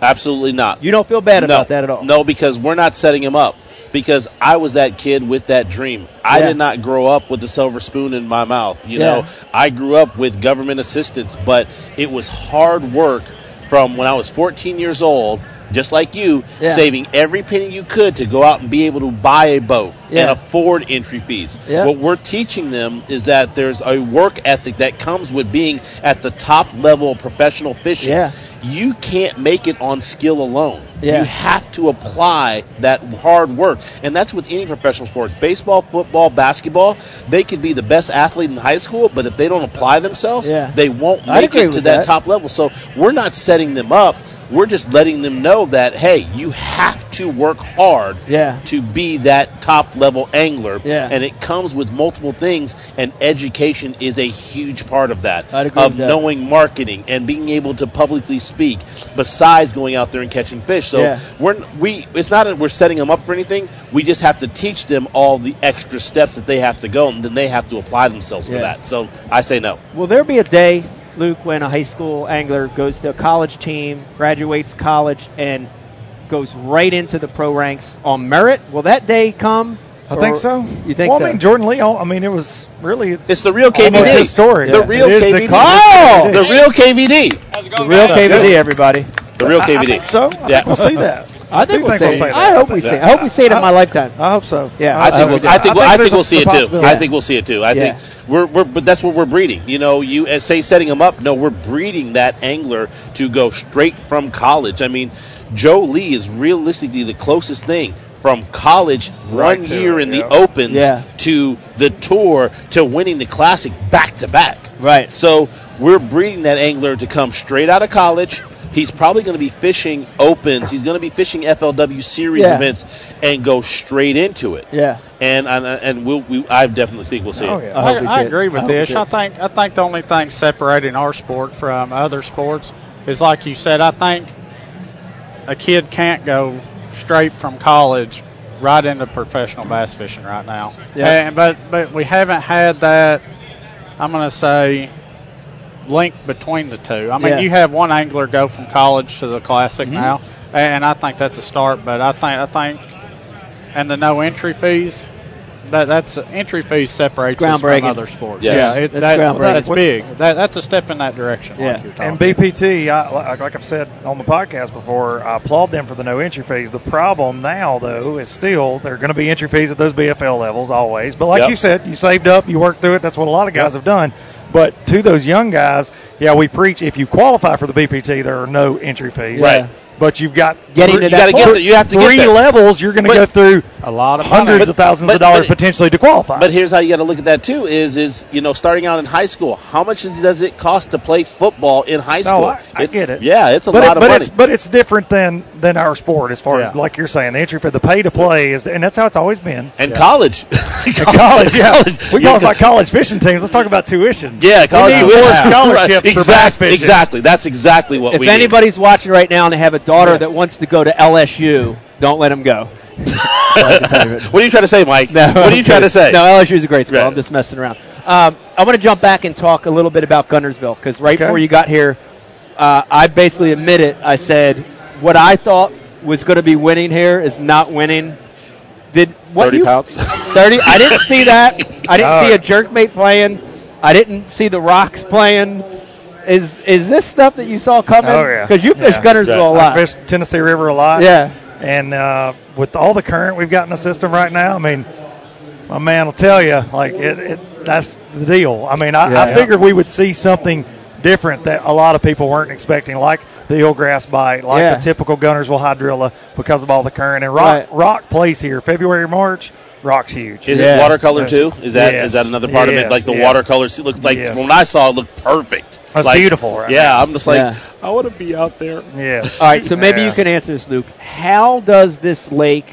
I: absolutely not.
D: You don't feel bad
I: no,
D: about that at all.
I: No, because we're not setting him up. Because I was that kid with that dream. I
D: Yeah.
I: did not grow up with the silver spoon in my mouth. You
D: Yeah.
I: know, I grew up with government assistance, but it was hard work from when I was 14 years old, just like you,
D: Yeah.
I: saving every penny you could to go out and be able to buy a boat and
D: Yeah.
I: afford entry fees.
D: Yeah.
I: What we're teaching them is that there's a work ethic that comes with being at the top level of professional fishing.
D: Yeah.
I: You can't make it on skill alone.
D: Yeah.
I: You have to apply that hard work. And that's with any professional sports baseball, football, basketball. They could be the best athlete in high school, but if they don't apply themselves,
D: Yeah.
I: they won't
D: I'd
I: make
D: agree
I: it to
D: with
I: that,
D: that.
I: top level. So we're not setting them up. We're just letting them know that, hey, you have to work hard
D: Yeah.
I: to be that top level angler.
D: Yeah.
I: And it comes with multiple things, and education is a huge part of that.
D: I'd agree
I: of
D: with that.
I: knowing knowing marketing and being able to publicly speak besides going out there and catching fish. So
D: Yeah.
I: we're we it's not that we're setting them up for anything. We just have to teach them all the extra steps that they have to go and then they have to apply themselves
D: Yeah.
I: to that. So I say no.
D: Will there be a day, Luke, when a high school angler goes to a college team, graduates college, and goes right into the pro ranks on merit? Will that day come?
J: I think
D: Or-
J: so.
D: You think
J: well,
D: so?
J: I mean, Jordan Lee. oh, I mean, it was really
I: It's the real
J: almost
I: KVD.
J: historic.
I: The real
J: It is
I: KVD.
J: The call.
I: The real KVD.
F: How's it going?
D: Real
F: guys?
D: KVD, everybody.
I: The real
J: I, I think
I: KVD.
J: so. I
I: Yeah.
J: think we'll see that.
D: I
J: do
D: think we'll
J: think
D: see.
J: we'll see
D: it.
J: that.
D: I hope we see. it. I hope we see it in my lifetime.
J: I hope so.
D: Yeah.
I: I think, we'll, I think, we'll, I think
J: there's
I: we'll
J: a-
I: see
J: the
I: it too.
J: possibility.
I: I think we'll see it too. I
D: Yeah.
I: think we're, we're but that's what we're breeding. You know, you as say setting them up. No, we're breeding that angler to go straight from college. I mean, Joe Lee is realistically the closest thing from college one
G: to
I: year
G: it,
I: in
G: yeah.
I: the opens
D: Yeah.
I: to the tour to winning the classic back to back.
D: Right.
I: So we're breeding that angler to come straight out of college. He's probably going to be fishing opens. He's going to be fishing FLW series
D: Yeah.
I: events and go straight into it
D: Yeah.
I: and and, uh, and we'll, we I definitely think we'll see
J: Oh
I: it.
J: yeah.
D: I hope we
F: I, I
D: see it.
F: agree with
D: I hope we
F: this.
D: see
F: I
D: it.
F: think I think the only thing separating our sport from other sports is, like you said, I think a kid can't go straight from college right into professional bass fishing right now.
D: Yeah.
F: And, but but we haven't had that. I'm going to say link between the two. I mean,
D: Yeah. Mm-hmm.
F: you have one angler go from college to the classic now, and I think that's a start. But I think I think and the no entry fees. That that's entry fees separates us from
D: Groundbreaking.
F: other sports.
I: Yes.
F: Yeah, it,
D: That's
F: that,
D: groundbreaking.
F: that's big. That, that's a step in that direction.
D: Yeah.
F: Like you're talking.
J: And BPT, I, like, like I've said on the podcast before, I applaud them for the no entry fees. The problem now, though, is still there are going to be entry fees at those BFL levels always. But like
I: Yep.
J: you said, you saved up, you worked through it. That's what a lot of guys have done. But to those young guys, yeah, we preach if you qualify for the BPT, there are no entry fees.
I: Right.
J: But you've got
D: Getting
J: three,
D: to that
I: You got to get
D: point.
I: there. You have to
J: three
I: get there.
J: levels. You're going to
I: But-
J: go through
F: a lot of
J: hundreds
F: money.
J: of thousands
I: but-
J: of dollars
I: but-
J: potentially to qualify.
I: But here's how you got to look at that too: is is you know starting out in high school, how much is, does it cost to play football in high school?
J: I- I
I: It's-
J: get it.
I: Yeah, it's a
J: but
I: lot
J: it,
I: of
J: but
I: money.
J: it's but it's different than than our sport as far as
F: Yeah.
J: like you're saying the entry for the pay to play is and that's how it's always been.
I: and college,
J: College, yeah. We
I: Yeah,
J: call it my college fishing teams. Let's talk about tuition.
I: yeah, college
J: need
I: tuition.
J: more
I: Right.
J: scholarships for
I: Exact-
J: bass fishing.
I: Exactly. That's exactly what
D: If
I: we. need.
D: anybody's watching right now and they have a daughter
J: Yes.
D: that wants to go to LSU, don't let them go.
I: what are you trying to say, Mike?
D: No,
I: what are you
D: I'm
I: trying
D: kidding.
I: to say?
D: No, LSU is a great school.
I: Right.
D: I'm just messing around. Um, I want to jump back and talk a little bit about Gunnersville because right
J: Okay.
D: before you got here, uh, I basically admitted I said what I thought was going to be winning here is not winning. Did what
I: Thirty
D: you-
I: pounds.
D: Thirty. I didn't see that. I didn't
J: All
D: see a
J: right.
D: jerkmate playing. I didn't see the rocks playing. Is is this stuff that you saw coming?
J: Oh, yeah.
D: Because you fished
J: Yeah.
D: Gunnersville a
J: I
D: lot.
J: fish Tennessee River a lot.
D: Yeah.
J: And uh, with all the current we've got in the system right now, I mean, my man will tell you, like, it, it that's the deal. I mean, I, I
D: Yeah.
J: figured we would see something different that a lot of people weren't expecting, like the eelgrass bite, like
D: Yeah.
J: the typical Gunnersville hydrilla because of all the current. And rock,
D: Right.
J: rock plays here. February, March, rock's huge.
I: Is
D: Yeah.
I: it watercolor
J: Yes.
I: too? Is that is
J: Yes.
I: that another part of
J: Yes.
I: it? Like the
J: Yes.
I: watercolor see, looked like
J: Yes.
I: when I saw it looked perfect.
J: That's
I: Like,
J: beautiful, right?
I: Yeah, I'm just like
D: Yeah.
I: I want to be out there.
J: Yes.
D: All right, so maybe
J: Yeah.
D: you can answer this, Luke. How does this lake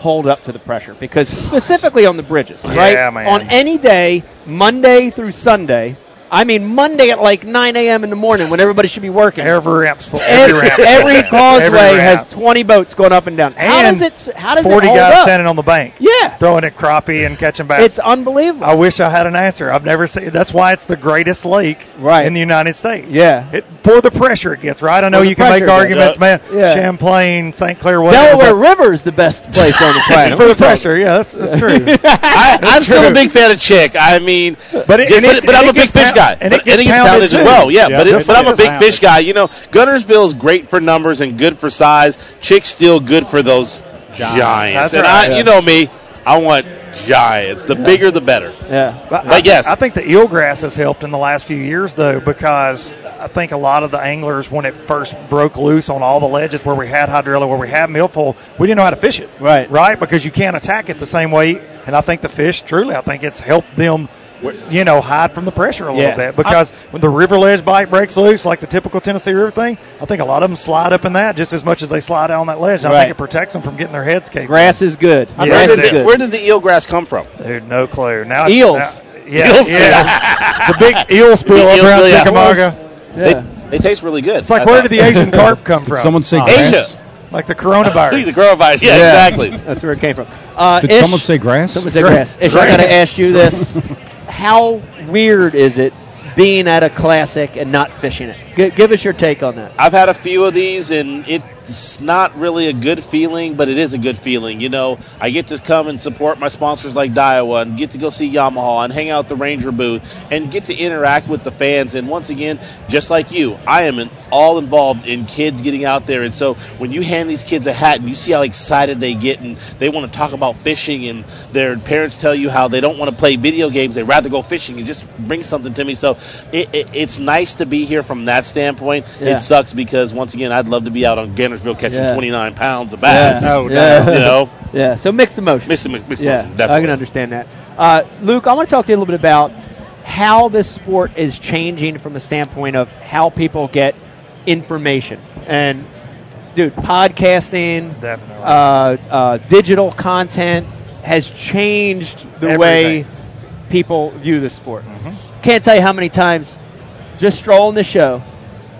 D: hold up to the pressure? Because specifically on the bridges, right?
J: man.
D: On any day, Monday through Sunday, I mean Monday at like 9 a.m. in the morning when everybody should be working.
J: Every ramp's full. Every,
D: Every,
J: ramp's
D: every
J: full.
D: causeway
J: Every
D: has
J: ramp.
D: 20 boats going up and down. How
J: And
D: does it? How does it
J: forty
D: hold
J: guys
D: up?
J: standing on the bank.
D: Yeah.
J: Throwing at crappie and catching bass.
D: It's unbelievable.
J: I wish I had an answer. I've never seen. That's why it's the greatest lake
D: Right.
J: in the United States.
D: Yeah.
J: It, for the pressure it gets, right? I know
D: For the
J: you can make
D: pressure it
J: arguments,
I: gets.
J: man.
D: Yeah.
J: Champlain, St. Clair, whatever.
D: Delaware
J: but
D: River is the best place on the planet.
J: for the pressure, yeah, that's, that's true.
I: I, I'm still a big fan of Chick. I mean,
J: But it-
I: yeah,
J: and
I: but,
J: it-
I: but
J: and
I: I'm
J: it
I: a big
J: gets
I: fish
J: pound-
I: guy.
J: and
I: But-
J: it gets
I: it's
J: pounded
I: pounded as
J: too.
I: well. Yeah,
J: Yeah,
I: but, it,
J: just
I: but I'm a
J: like
I: big
J: it's
I: fish guy. You know, Gunnersville is great for numbers and good for size. Chick's still good for those giants.
J: That's
I: and
J: right,
I: I,
J: yeah.
I: you know me, I want giants. The bigger, the better.
D: Yeah.
J: But,
I: But
J: I,
I: yes.
J: I think the eelgrass has helped in the last few years, though, because I think a lot of the anglers, when it first broke loose on all the ledges where we had hydrilla, where we had milfoil, we didn't know how to fish it.
D: Right.
J: Right? Because you can't attack it the same way. And I think the fish, truly, I think it's helped them. You know, hide from the pressure a little
D: Yeah.
J: bit because when the river ledge bite breaks loose, like the typical Tennessee River thing, I think a lot of them slide up in that just as much as they slide down that ledge. I
D: Right.
J: think it protects them from getting their heads kicked.
D: Grass is good.
J: I
I: Where
D: Grass
J: think
I: did,
D: is
J: that's
I: the,
D: good.
I: where did the eelgrass come from?
J: Dude, no clue. Now it's-
D: Eels.
J: now- yeah, yeah. it's a big eel spill
I: Big
J: up
I: eel
J: around
I: spill, yeah.
J: Chickamauga.
D: Yeah.
I: They, they taste really good.
J: It's like where did the Asian carp come from?
H: Someone say grass?
I: Asia?
J: like the
I: Please, the
J: coronavirus.
I: coronavirus. Yeah,
H: Yeah.
I: exactly.
D: That's where it came from. Uh,
H: Did
D: Ish-
H: someone say grass?
D: Someone said grass. Ish, I gotta ask you this: How weird is it being at a classic and not fishing it? G- give us your take on that.
I: I've had a few of these, and it it's not really a good feeling, but it is a good feeling. You know, I get to come and support my sponsors like Daiwa and get to go see Yamaha and hang out at the Ranger booth and get to interact with the fans. And once again, just like you, I am in, all involved in kids getting out there. And so when you hand these kids a hat and you see how excited they get and they want to talk about fishing and their parents tell you how they don't want to play video games, they'd rather go fishing and just bring something to me. So it, it, it's nice to be here from that standpoint. uh,
D: Yeah.
I: It sucks because once again, I'd love to be out on Gannersville catching
D: Yeah.
I: 29 pounds of bass.
D: Yeah.
F: No
D: Yeah.
I: You know,
D: Yeah, so mixed emotions.
I: Mr. Mc- Mr.
D: yeah,
I: definitely.
D: I can understand that. Uh, Luke, I want to talk to you a little bit about how this sport is changing from a standpoint of how people get information. And, dude, podcasting,
J: Definitely.
D: uh, uh, digital content has changed the way
J: Everything. Mm-hmm.
D: people view the sport. Can't tell you how many times just strolling the show,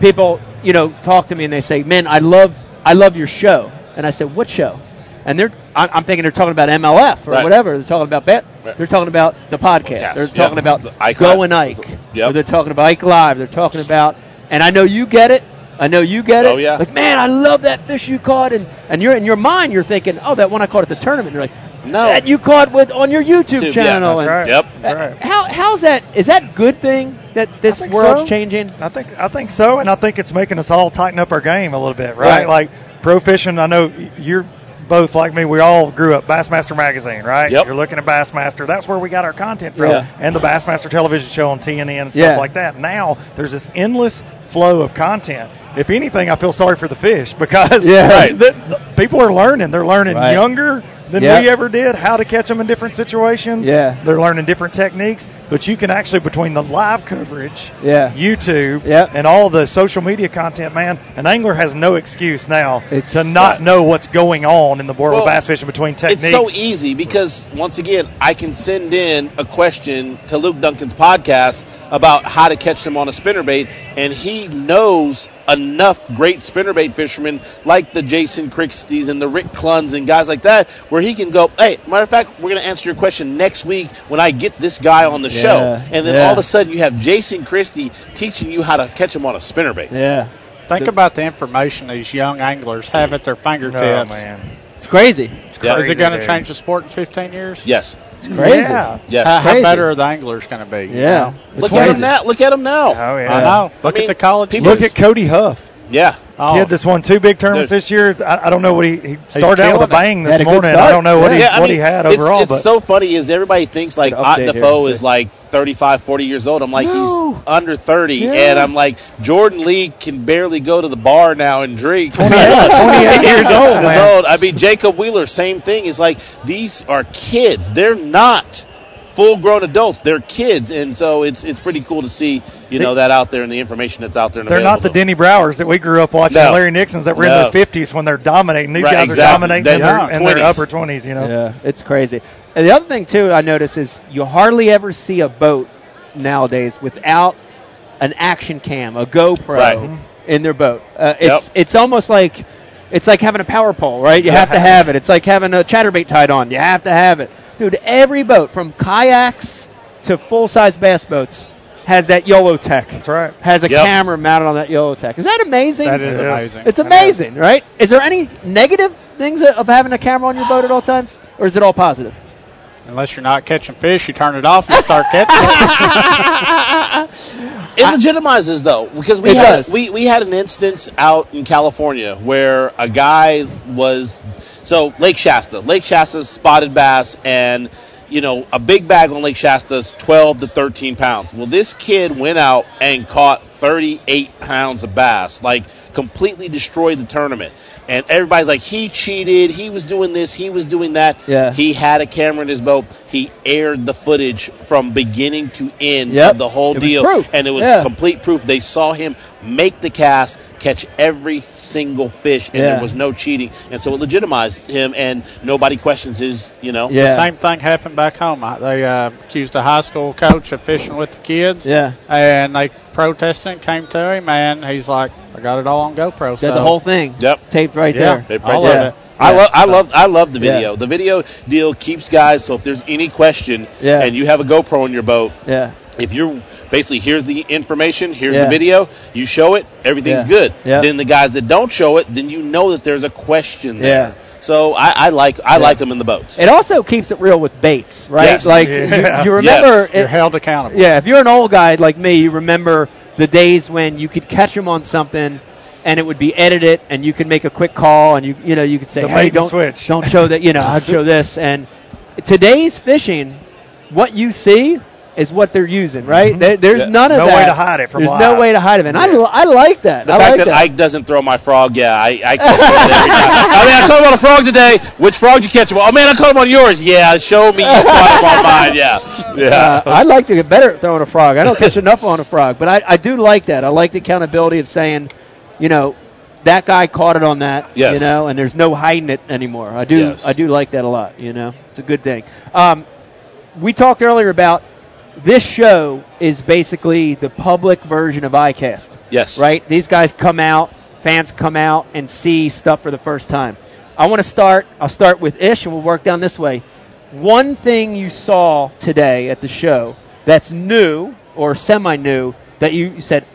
D: people, you know, talk to me and they say, "Man, I love, I love your show." And I said, "What show?" And they're, I- I'm thinking they're talking about MLF or
I: Right.
D: whatever. They're talking about that.
I: Right.
D: They're talking about the podcast.
I: Yes,
D: They're
I: yeah.
D: talking about
I: The Ike
D: Go
I: Live.
D: and Ike.
I: Yep.
D: Or They're talking about Ike Live. They're talking about, and I know you get it. I know you get it.
I: Oh, yeah.
D: Like, man, I love that fish you caught, and, and you're in your mind, you're thinking, oh, that one I caught at the tournament. You're like,
I: No.
D: that you caught with on your YouTube
I: Dude, yeah,
D: channel.
I: that's
D: and-
J: right.
I: Yep.
J: That's right.
D: how how's that? Is that a good thing that
J: I
D: this
J: think
D: world's
J: so.
D: changing?
J: I think I think so, and I think it's making us all tighten up our game a little bit, right?
D: Right.
J: Like pro fishing. I know you're both like me. We all grew up Bassmaster magazine, right?
I: Yep.
J: You're looking at Bassmaster. That's where we got our content from,
D: Yeah.
J: and the Bassmaster television show on TNN and stuff
D: Yeah.
J: like that. Now there's this endless flow of content. If anything, I feel sorry for the fish because
D: Yeah.
J: right, the, the people are learning. They're learning
D: Right.
J: younger than
D: Yep.
J: we ever did how to catch them in different situations.
D: Yeah.
J: They're learning different techniques, but you can actually between the live coverage
D: Yeah.
J: YouTube
D: Yep.
J: and all the social media content, man, an angler has no excuse now
D: It's-
J: to not know what's going on in the world
I: Well,
J: of bass fishing between techniques.
I: It's so easy because once again, I can send in a question to Luke Duncan's podcast about how to catch them on a spinnerbait, and he knows enough great spinnerbait fishermen like the Jason Crixties and the Rick Cluns and guys like that, where he can go, hey, matter of fact, we're going to answer your question next week when I get this guy on the show, and then all of a sudden you have Jason Christie teaching you how to catch him on a spinnerbait.
D: Yeah,
F: Think about the information these young anglers have at their fingertips.
J: Oh man,
D: it's crazy.
I: Yeah.
F: Is
J: Crazy,
F: it going to
J: dude.
F: change the sport in 15 years?
I: Yes.
D: It's crazy.
J: Yeah.
I: Yes.
F: How, how
D: crazy.
F: better are the anglers going to be? you
D: Yeah.
F: know?
D: It's
I: Look at
D: crazy.
I: him now. Look at him now.
J: Oh yeah.
F: I know. Look
I: mean,
F: at the college.
I: people-
J: Look at Cody Huff.
I: Yeah.
F: Oh,
J: He had this one two big tournaments
I: Dude.
J: this year. I, I don't know what he, he started out
F: killing
J: with a
F: it.
J: bang
D: Had
J: this
D: a good
J: morning.
D: start.
J: I don't know what
I: yeah,
J: he
I: I
J: what
I: mean,
J: he had
I: it's-
J: overall,
I: It's,
J: but
I: so funny is everybody thinks like
D: Gotta
I: Ott
D: update here
I: Defoe
D: in a
I: is like 35, 40 years old. I'm like he's under 30, and I'm like Jordan Lee can barely go to the bar now and drink.
J: 28 years old,
I: Is
J: man.
I: old. I mean Jacob Wheeler, same thing. Is like these are kids. They're not full grown adults. They're kids, and so it's it's pretty cool to see you know that out there and the information that's out there. and
J: They're not the Denny
I: available.
J: Browers that we grew up watching,
I: No.
J: Larry Nixons that were
I: No.
J: in their fifties when they're dominating. These
I: Right,
J: guys
I: exactly.
J: are dominating
I: They're
J: in, their,
I: young,
J: in their
I: 20s.
J: upper twenties. You know,
D: Yeah, it's crazy. And the other thing too I notice is you hardly ever see a boat nowadays without an action cam, a GoPro
I: Right.
D: in their boat. Uh, it's
I: Yep.
D: it's almost like it's like having a power pole, right? You have to have it. It's like having a chatterbait tied on. You have to have it, dude. Every boat, from kayaks to full-size bass boats, has that YOLO tech.
J: that's right.
D: Has a
I: Yep.
D: camera mounted on that YOLO tech. Is that amazing?
F: that is
J: It is.
F: amazing.
D: It's amazing, right? Is there any negative things of having a camera on your boat at all times, or is it all positive?
F: Unless you're not catching fish, you turn it off and start catching. it.
I: It legitimizes though, because we
D: It
I: had,
D: does.
I: we we had an instance out in California where a guy was so Lake Shasta, Lake Shasta's spotted bass, and you know a big bag on Lake Shasta's twelve to thirteen pounds. Well, this kid went out and caught thirty eight pounds of bass, like completely destroyed the tournament. And everybody's like, he cheated, he was doing this, he was doing that.
D: Yeah.
I: He had a camera in his boat. He aired the footage from beginning to end
D: Yep.
I: of the whole
D: It was
I: deal,
D: proof.
I: and it was
D: Yeah.
I: complete proof. They saw him make the cast, catch every single fish, and
D: Yeah.
I: there was no cheating, and so it legitimized him, and nobody questions his, you know.
D: Yeah.
F: Same thing happened back home. I- They uh, accused a high school coach of fishing with the kids.
D: Yeah.
F: And they protested, came to him, and he's like, I got it all on GoPro.
D: Yeah,
F: so
D: the whole thing.
I: Yep.
D: Taped right
F: Yeah.
D: there.
I: It-
F: I
I: right
F: love
I: there.
F: it.
I: I love, I love, I love the
D: Yeah.
I: video. The video deal keeps guys. So if there's any question,
D: Yeah.
I: and you have a GoPro in your boat,
D: Yeah.
I: if you're basically here's the information, here's
D: Yeah.
I: the video, you show it, everything's
D: Yeah.
I: good.
D: Yeah.
I: Then the guys that don't show it, then you know that there's a question there.
D: Yeah.
I: So I, I like I like them in the boats.
D: It also keeps it real with baits, right?
I: Yes.
D: Like
J: Yeah.
D: you, you remember,
I: Yes.
F: You're
D: it,
F: held accountable.
D: yeah. If you're an old guy like me, you remember the days when you could catch him on something, and it would be edited, and you could make a quick call, and you you know you could say,
J: The bait
D: hey,
J: and
D: don't
J: switch."
D: don't show that, you know, I'd show this. And today's fishing, what you see is what they're using, right? There, there's
I: Yeah.
D: none of
J: Mm-hmm. No
D: that.
J: way to hide it from
D: There's
J: live.
D: no way to hide it, and I, li- I like that.
I: The
D: I
I: fact
D: like
I: that,
D: that.
I: Ike doesn't throw my frog, yeah, I, I catch him every time. I mean, I caught him on a frog today. Which frog did you catch him on? Oh man, I caught him on yours. Yeah, show me you caught him on mine. Yeah,
D: Uh,
I: yeah.
D: I'd like to get better at throwing a frog. I don't catch enough on a frog, but I, I do like that. I like the accountability of saying, you know, that guy caught it on that,
I: Yes.
D: you know, and there's no hiding it anymore. I do
I: Yes.
D: I do like that a lot, you know. It's a good thing. Um, we talked earlier about this show is basically the public version of iCast,
I: yes.
D: right? These guys come out, fans come out and see stuff for the first time. I want to start. I'll start with Ish, and we'll work down this way. One thing you saw today at the show that's new or semi-new that you, you said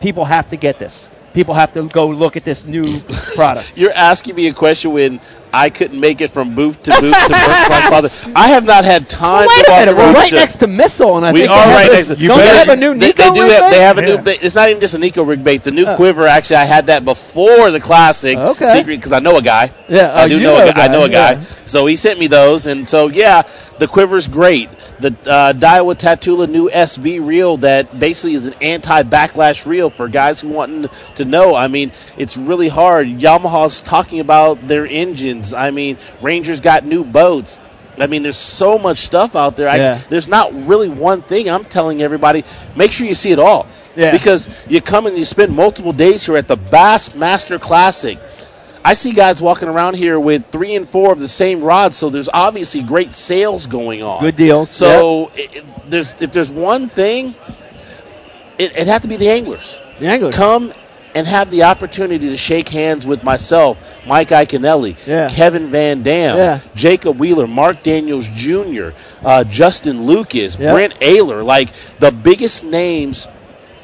D: people have to get this. People have to go look at this new product.
I: You're asking me a question when I couldn't make it from booth to booth to booth to my father. I have not had time
D: Wait a
I: to walk
D: minute, we're
I: around
D: right
I: to-
D: next to Missile, and I
I: we
D: think
I: are
D: they have
I: right
D: a-
I: next to
D: Don't they have a new
I: They-
D: Nico?
I: They, do
D: rig
I: have, they
D: bait?
I: have a
J: Yeah.
I: new bait. It's not even just a Nico rig bait. The new
D: Oh.
I: quiver, actually, I had that before the classic.
D: Okay.
I: Secret, because I know a guy.
D: Yeah, oh,
I: I do
D: you
I: know, a guy. I know a guy.
D: yeah.
I: So he sent me those. And so, yeah, the quiver's great. The uh, Daiwa Tatula new SB reel that basically is an anti backlash reel for guys who want to know. I mean, it's really hard. Yamaha's talking about their engines. I mean, Rangers got new boats. I mean, there's so much stuff out there. I,
D: Yeah.
I: there's not really one thing I'm telling everybody. Make sure you see it all.
D: Yeah.
I: Because you come and you spend multiple days here at the Bass Master Classic. I see guys walking around here with three and four of the same rods, so there's obviously great sales going on.
D: Good deals.
I: So it, it- there's if there's one thing, it, it'd have to be the anglers.
D: the anglers.
I: Come and have the opportunity to shake hands with myself, Mike Iconelli,
D: Yeah.
I: Kevin Van Dam,
D: Yeah.
I: Jacob Wheeler, Mark Daniels Jr., uh, Justin Lucas,
D: Yeah.
I: Brent Ayler. Like the biggest names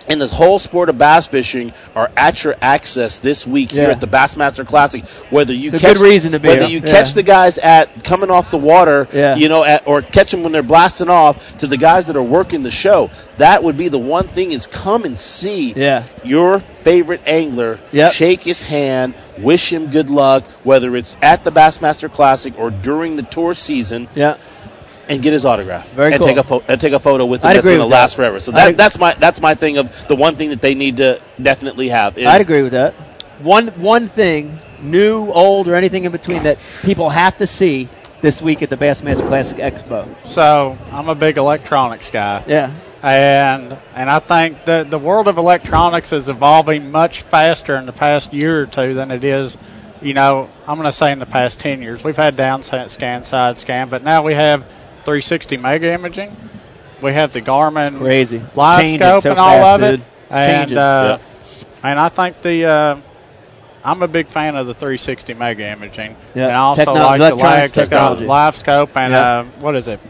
I: in the whole sport of bass fishing are at your access this week here
D: Yeah.
I: at the Bassmaster Classic. Whether you
D: It's a
I: catch
D: good reason to be
I: whether
D: here.
I: you
D: Yeah.
I: catch the guys at coming off the water,
D: Yeah.
I: you know, at, or catch them when they're blasting off to the guys that are working the show. That would be the one thing is come and see
D: Yeah.
I: your favorite angler,
D: Yep.
I: shake his hand, wish him good luck, whether it's at the Bassmaster Classic or during the tour season,
D: Yeah.
I: and get his autograph
D: Very
I: and
D: cool.
I: take a photo and take a photo with him.
D: I'd
I: that's
D: agree
I: going to
D: with that.
I: last forever. So
D: I'd
I: that,
D: ag-
I: that's my that's my thing of the one thing that they need to definitely have. Is,
D: I'd agree with that. One one thing, new, old, or anything in between that people have to see this week at the Bassmaster Classic Expo.
F: So I'm a big electronics guy.
D: Yeah.
F: and and I think the the world of electronics is evolving much faster in the past year or two than it is, you know, I'm going to say in the past 10 years. We've had down sa- scan, side scan, but now we have 360 mega imaging. We have the Garmin
D: Crazy.
F: live
D: Changing
F: scope
D: so
F: and all
D: fast,
F: of it.
D: dude.
F: And
D: Changes.
F: uh, and I think the uh, I'm a big fan of the 360 mega imaging.
D: Yeah.
F: And I also
D: Techno-
F: like the live
D: electronics
F: scope,
D: technology.
F: live scope and
D: Yeah.
F: uh, what is it?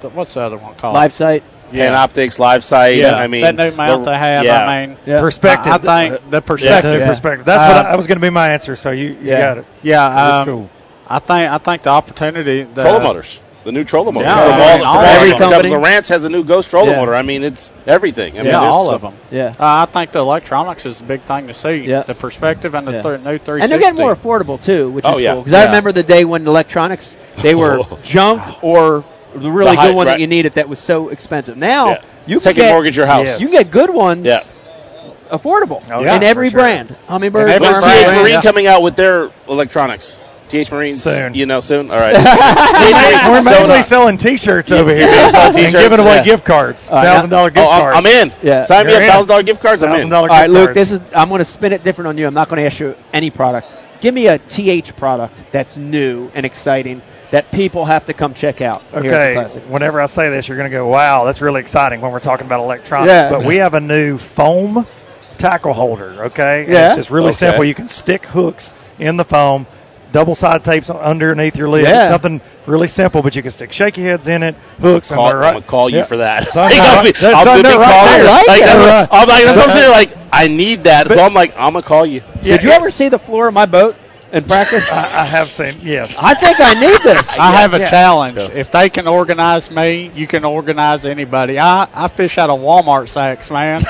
F: Th- What's the other one called?
D: Live site.
I: Pan optics, live site.
F: Yeah,
I: I mean,
F: that new mount
I: the-
F: they have.
I: Yeah.
F: I mean,
D: Yeah.
J: Perspective.
F: I I think the
J: Yeah,
F: perspective.
J: the
D: Yeah.
J: perspective. That's
F: Uh,
J: what I, that was going to be my answer. So Oh, you, you
F: Yeah.
J: got it.
F: Yeah,
J: That's
F: um,
J: cool.
F: I think I think the opportunity. The,
I: Troller motors. The new Troller motor.
F: Yeah,
I: From
F: I mean,
I: all-
F: all
I: from
F: of
I: every
F: them.
I: company. Lawrence has a new Ghost Troller
D: Yeah.
I: motor. I mean, it's everything. I mean,
F: Yeah,
I: there's
F: all
I: so-
F: of them.
D: Yeah.
F: Uh, I think the electronics is a big thing to see.
D: Yeah.
F: The perspective and the
D: Yeah.
F: thir- new 360.
D: And they're getting more affordable too, which
I: Oh,
D: is
I: yeah.
D: cool. Because I
I: Yeah. Oh.
D: remember the day when electronics they were junk or the really
I: The high-
D: good one
I: right.
D: that you needed that was so expensive. Now
I: Yeah.
D: you can
I: Second
D: get,
I: mortgage your house.
J: Yes.
D: You can get good ones.
I: Yeah.
D: Affordable
J: Oh, yeah,
D: in
J: for
D: every
J: sure.
D: brand, hummingbird,
F: In every
D: Garmin,
I: When's TH
F: brand,
I: Marine
F: yeah.
I: coming out with their electronics? TH Marine
J: Soon.
I: You know, soon. All right. TH
J: We're
I: Marine's
J: mainly
I: sold out.
J: selling T-shirts over here
I: Yeah, sell
J: and
I: t-shirts,
J: giving away
I: yeah.
J: gift cards,
D: yeah.
J: thousand dollar gift
I: Oh, I'm-
J: cards.
I: I'm in.
D: Yeah.
I: Sign me
J: You're
I: up.
J: in.
I: Thousand dollar gift cards. I'm
J: Thousand
I: in.
J: dollar.
D: All right, Luke, this is I'm going to spin it different on you. I'm not going to ask you any product. Give me a TH product that's new and exciting that people have to come check out. here at the
J: Okay,
D: Classic.
J: whenever I say this, you're going to go, wow, that's really exciting when we're talking about electronics.
D: Yeah.
J: But we have a new foam tackle holder, okay? And
D: Yeah.
J: It's just really
I: Okay.
J: simple. You can stick hooks in the foam. double side tapes underneath your lid.
D: Yeah.
J: It's something really simple, but you can stick shaky heads in it, hooks,
I: Call,
J: and they're
I: I'm gonna call you
J: Yeah.
I: for that.
J: Something
I: Hey, I'll be-
J: right- there's
I: I'll
J: something
I: be
J: right
I: calling.
J: there.
I: Like,
J: Like
I: I'm,
J: that.
I: I'm like, that's what I'm saying. Like, I need that. so I'm like, I'm gonna call you.
D: Did you ever see the floor of my boat in practice?
J: I, I have seen, yes.
D: I think I need this.
F: I have a
J: yeah.
F: challenge. If they can organize me, you can organize anybody. I, I fish out of Walmart sacks, man.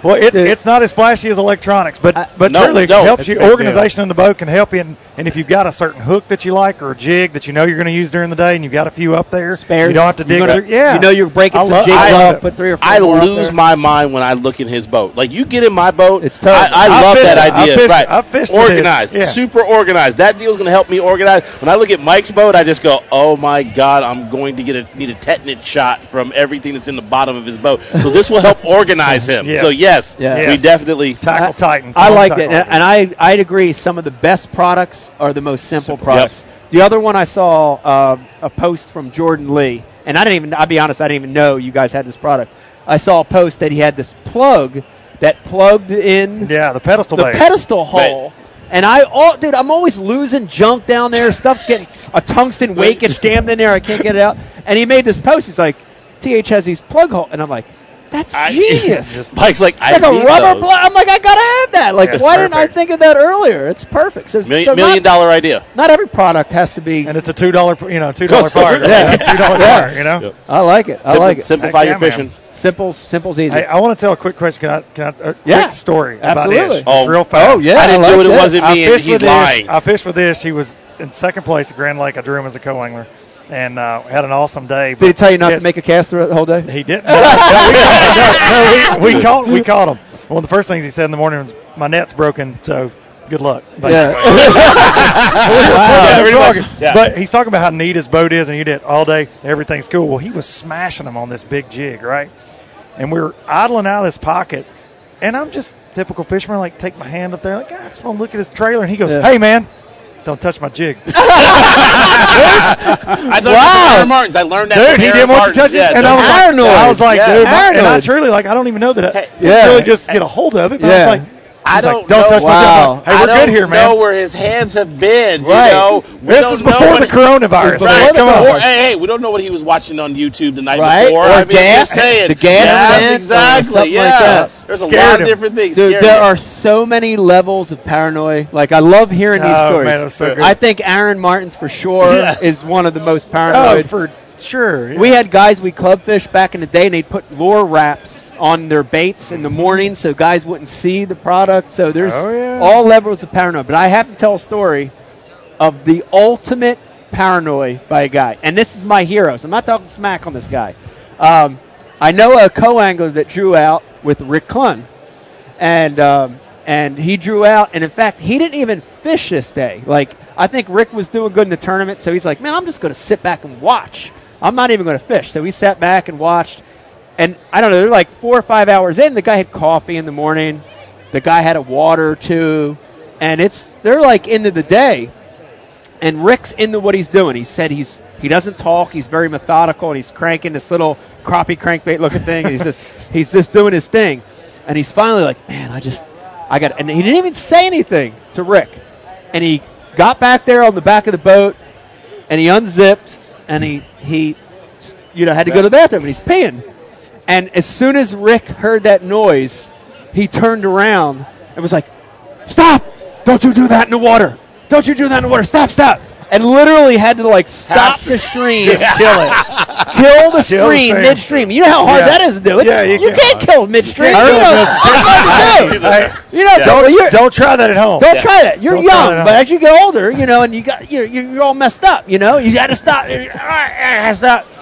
J: Well, it's
D: Dude.
J: it's not as flashy as electronics, but but
I: No,
J: truly it
I: no,
J: helps
I: it's
J: you.
I: a big
J: Organization in the boat can help you, and, and if you've got a certain hook that you like or a jig that you know you're going to use during the day, and you've got a few up there,
D: Spares.
J: you don't have to dig.
D: You're gonna-
J: through- yeah,
D: You know you're breaking
J: I
D: some
J: love-
D: jigs
J: I love
D: off,
J: it.
D: put three or four
I: I
D: more up
I: lose
D: there.
I: my mind when I look in his boat. Like you get in my boat,
D: It's terrible.
I: I, I
J: I
I: love
J: fished
I: that
J: it. I
I: idea.
J: fished-
I: right?
J: I fished with it.
I: organized,
J: Yeah.
I: super organized. That deal's gonna help me organize. When I look at Mike's boat, I just go, "Oh my god, I'm going to get a need a tetanus shot from everything that's in the bottom of his boat." So this will help organize him.
J: Yes.
I: So yes,
D: Yeah.
I: we
J: Yes.
I: definitely.
J: tackle Titan.
D: I
J: Tom
D: like
J: Tackle.
D: it, and, and I I'd agree. Some of the best products are the most simple, products. The other one I saw uh, a post from Jordan Lee, and I didn't even. I'll be honest, I didn't even know you guys had this product. I saw a post that he had this plug that plugged in
J: yeah, the pedestal
D: the
J: base.
D: pedestal hole. And I, oh, dude, I'm always losing junk down there. Stuff's getting a tungsten wake gets jammed in there. I can't get it out. And he made this post. He's like, "TH has these plug hole," and I'm like, "That's
I: I-
D: genius."
I: Mike's like, I
D: It's like a
I: need
D: rubber
I: those.
D: block. I'm like, I gotta have that. Like,
J: Yeah,
D: why
J: it's
D: didn't I
J: perfect.
D: think of that earlier? It's perfect. So,
I: Million,
D: so
I: million
D: not,
I: dollar idea.
D: not every product has to be.
J: and it's a two dollar, you know, two dollar part.
D: Yeah.
J: two dollar
D: Yeah.
J: part. You know.
I: Yep.
D: I like it. I
I: Simpli-
D: like it.
I: Simplify
J: Heck
I: your
J: yeah, man.
I: fishing.
D: Simple, simple's easy.
J: Hey, I want to tell a quick question. Can I? Can I? A
D: Yeah.
J: quick story about
D: Absolutely.
J: Ish.
I: Oh.
J: Just real fast.
D: oh yeah,
I: I didn't
D: like
I: do it. It
D: that.
I: wasn't me, and
J: fished
I: he's
J: with
I: lying.
J: Ish. I fished with Ish. He was in second place at Grand Lake. I drew him as a co-angler, and uh, had an awesome day.
D: Did he
J: but
D: tell you not
J: Ish-
D: to make a cast throughout the whole day?
J: He didn't. No, we, caught, no, no, we, we caught. We caught him. One of the first things he said in the morning was, "My net's broken, so good luck." But-
I: Yeah,
J: Yeah,
I: pretty
J: we're
I: much.
J: talking.
I: Yeah.
J: But he's talking about how neat his boat is, and he did it all day. Everything's cool. Well, he was smashing them on this big jig, right? And we were idling out of this pocket, and I'm just typical fisherman, like take my hand up there, like God, I just want to look at his trailer, and he goes, "Hey, man." Don't touch my jig, dude.
I: I learned wow. from Aaron Martins. I learned that. from
J: He
I: Aaron
J: didn't want you
I: Martins.
J: to touch it,
I: Yeah,
J: and I
I: don't-
J: was like,
D: Paranoid.
J: I was like,
I: Yeah.
J: dude, my- and I
D: Paranoid.
J: truly like, I don't even know that. I,
I: Yeah.
J: really just get a hold of it. But I
D: Yeah.
J: was like,
I: I
J: he's like,
I: don't
J: don't
I: know-
J: touch
D: Wow.
J: my jig. I'm
I: I
J: like, Hey, we're
I: don't
J: good here,
I: Know
J: man.
I: where his hands have been?
D: Right.
I: You know, We
J: This
I: don't
J: is
I: know
J: before
I: what
J: the
I: he-
J: coronavirus.
I: Right.
J: Come on.
I: Or, hey, hey, we don't know what he was watching on YouTube the night
D: Right.
I: before.
D: Or
I: I mean,
D: gas.
I: just saying.
D: The gas vent
I: Yes,
D: or
I: exactly.
D: something
I: yeah.
D: like that.
I: There's a
J: Scared
I: lot of
J: him.
I: different things.
D: Dude,
I: scared
D: there
I: him.
D: are so many levels of paranoia. Like I love hearing these
J: Oh,
D: stories.
J: man, it was so good.
D: I think Aaron Martin's for sure is one of the most
J: Oh,
D: paranoid.
J: for sure.
D: we had guys we clubfish back in the day, and they'd put lure wraps on their baits in the morning so guys wouldn't see the product. So there's
J: Oh, yeah.
D: all levels of paranoia. But I have to tell a story of the ultimate paranoia by a guy, and this is my hero. So I'm not talking smack on this guy. Um, I know a co-angler that drew out with Rick Klun and um, and he drew out. And in fact, he didn't even fish this day. Like I think Rick was doing good in the tournament, so he's like, man, I'm just going to sit back and watch. I'm not even going to fish. So he sat back and watched. And I don't know, they're like four or five hours in. The guy had coffee in the morning. The guy had a water or two, and it's they're like into the day and Rick's into what he's doing. He said he's he doesn't talk. He's very methodical, and he's cranking this little crappie crankbait looking thing. And he's just he's just doing his thing, and he's finally like, man, I just I got. And he didn't even say anything to Rick, and he got back there on the back of the boat, and he unzipped, and he he you know had to go to the bathroom, and he's peeing, and as soon as Rick heard that noise, he turned around and was like, stop! Don't you do that in the water! Don't you do that in the water! Stop! Stop! And literally had to like stop the stream,
J: kill it.
D: kill the
J: Kill the
D: stream
J: stream.
D: midstream. You know how hard
J: Yeah.
D: that is to do. It's,
J: Yeah, you
D: you,
J: can't.
D: can't kill midstream.
J: I
D: You
J: really
D: know,
J: just-
D: it's hard to do.
J: Hey,
D: You know,
J: don't,
D: you're-
J: don't try that at home.
D: don't
I: Yeah.
D: try that. You're
J: Don't try
D: young,
J: that.
D: but as you get older, you know, and you got you're, you're you're all messed up. You know, you got to stop. You're, "All right, all right, stop.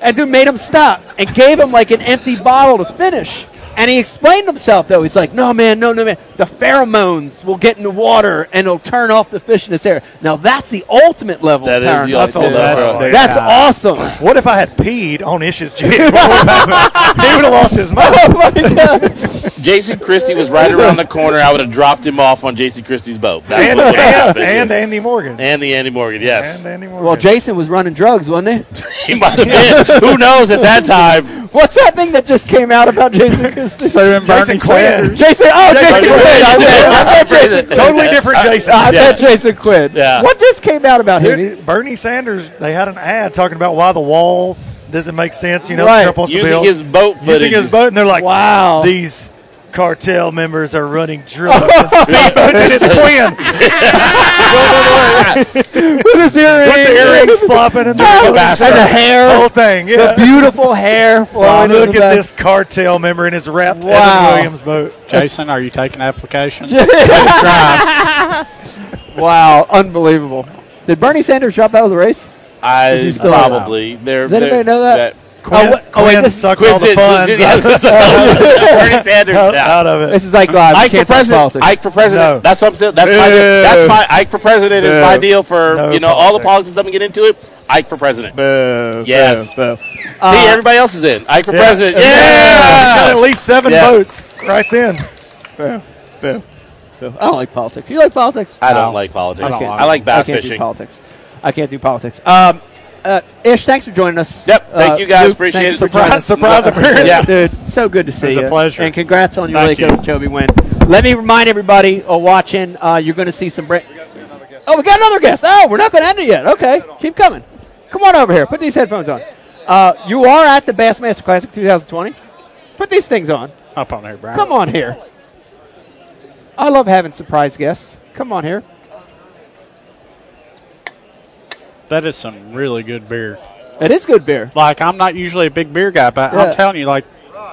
D: And dude made him stop and gave him like an empty bottle to finish. And he explained himself though. He's like, "No man, no, no man. The pheromones will get in the water and it'll turn off the fish in this area." Now that's the ultimate level.
I: That
D: of
I: is the
D: paranoia.
I: ultimate
J: level.
D: That's awesome.
J: What if I had peed on Ish's jig? What would happen? he would have lost his mind.
D: Oh my god!
I: Jason Christie was right around the corner. I would have dropped him off on Jason Christie's boat. That's
J: and,
I: what would have
J: and,
I: happened.
J: and Andy Morgan.
I: And the Andy Morgan, yes.
J: And Andy Morgan.
D: Well, Jason was running drugs, wasn't
I: he might have been. Who knows at that time?
D: he? What's that thing that just came out about Jason Christie?
K: Jason
J: Jason Quinn.
D: Jason, oh, Jason,
I: Jason
D: Quinn.
I: Quinn.
D: I bet, I bet Jason.
J: Totally different Jason.
D: I bet
I: Yeah.
D: Jason Quinn.
I: Yeah.
D: What just came out about him?
J: Dude, Bernie Sanders, they had an ad talking about why the wall doesn't make sense, you know,
D: Right.
J: Trump wants to
I: Using
J: build.
I: his boat footage.
J: using his boat, and they're like,
D: Wow.
J: these cartel members are running drugs. and it's Quinn
D: With
J: with
D: his earrings.
J: the earrings flopping and the,
D: Oh, and the hair.
J: whole thing.
D: The
J: Yeah.
D: beautiful hair
J: Wow,
D: flowing. in
J: look
D: the
J: at
D: back.
J: this cartel member in his wrapped
D: Wow.
J: Evan Williams boat.
F: Jason, are you taking applications?
D: Wow, unbelievable. Did Bernie Sanders drop out of the race? Is
I: I
D: he still alive?
I: probably. They're,
D: Does anybody
I: they're-
D: know that?
J: Quinn,
D: Oh, wait- oh, wait,
J: Quinn
D: this-
J: sucked
I: Quinn
J: all the
I: did-
J: funds
I: did- yeah, that's
J: out,
I: Bernie Sanders. yeah.
J: out of it.
D: This is like live.
I: Ike
D: We
I: for
D: can't talk
I: president.
D: politics.
I: Ike for president.
J: No.
I: That's what I'm saying. That's my.
J: Boo.
I: That's my. Ike for president is
J: Boo.
I: my deal for
J: No
I: you know all the
J: politics.
I: politics I'm gonna get into it. Ike for president.
J: Boo,
I: Yes.
J: boo, boo.
I: See, everybody else is in. Ike for president.
J: Yeah. Got at
I: Yeah.
J: least seven
I: Yeah.
J: votes right then. Boo, boo.
D: I don't like politics. You like politics?
I: I don't
D: No.
I: like
D: I,
I: politics.
D: can't-
I: I like bass
D: I can't Do
I: fishing.
D: politics. I can't do politics. Um, uh, Ish, thanks for joining us.
I: Yep, thank
D: Uh,
I: you guys.
D: Luke,
I: Appreciate
D: thank
I: it.
D: you for joining us.
J: Surprise appearance.
I: Yeah.
D: dude, so good to see
J: was
D: you.
J: a pleasure.
D: And congrats on your
F: Thank
D: really
F: you.
D: good Toby win. Let me remind everybody uh, watching, uh, you're going to see some. Bra- oh, we got another guest. Oh, we're not going to end it yet. Okay, keep coming. Come on over here. Put these headphones on. Uh, you are at the Bassmaster Classic 2020. Put these things on.
F: Up on there, Brian.
D: Come on here. I love having surprise guests. Come on here.
F: That is some really good beer.
D: It is good beer.
F: Like, I'm not usually a big beer guy, but
D: Yeah.
F: I'm telling you, like,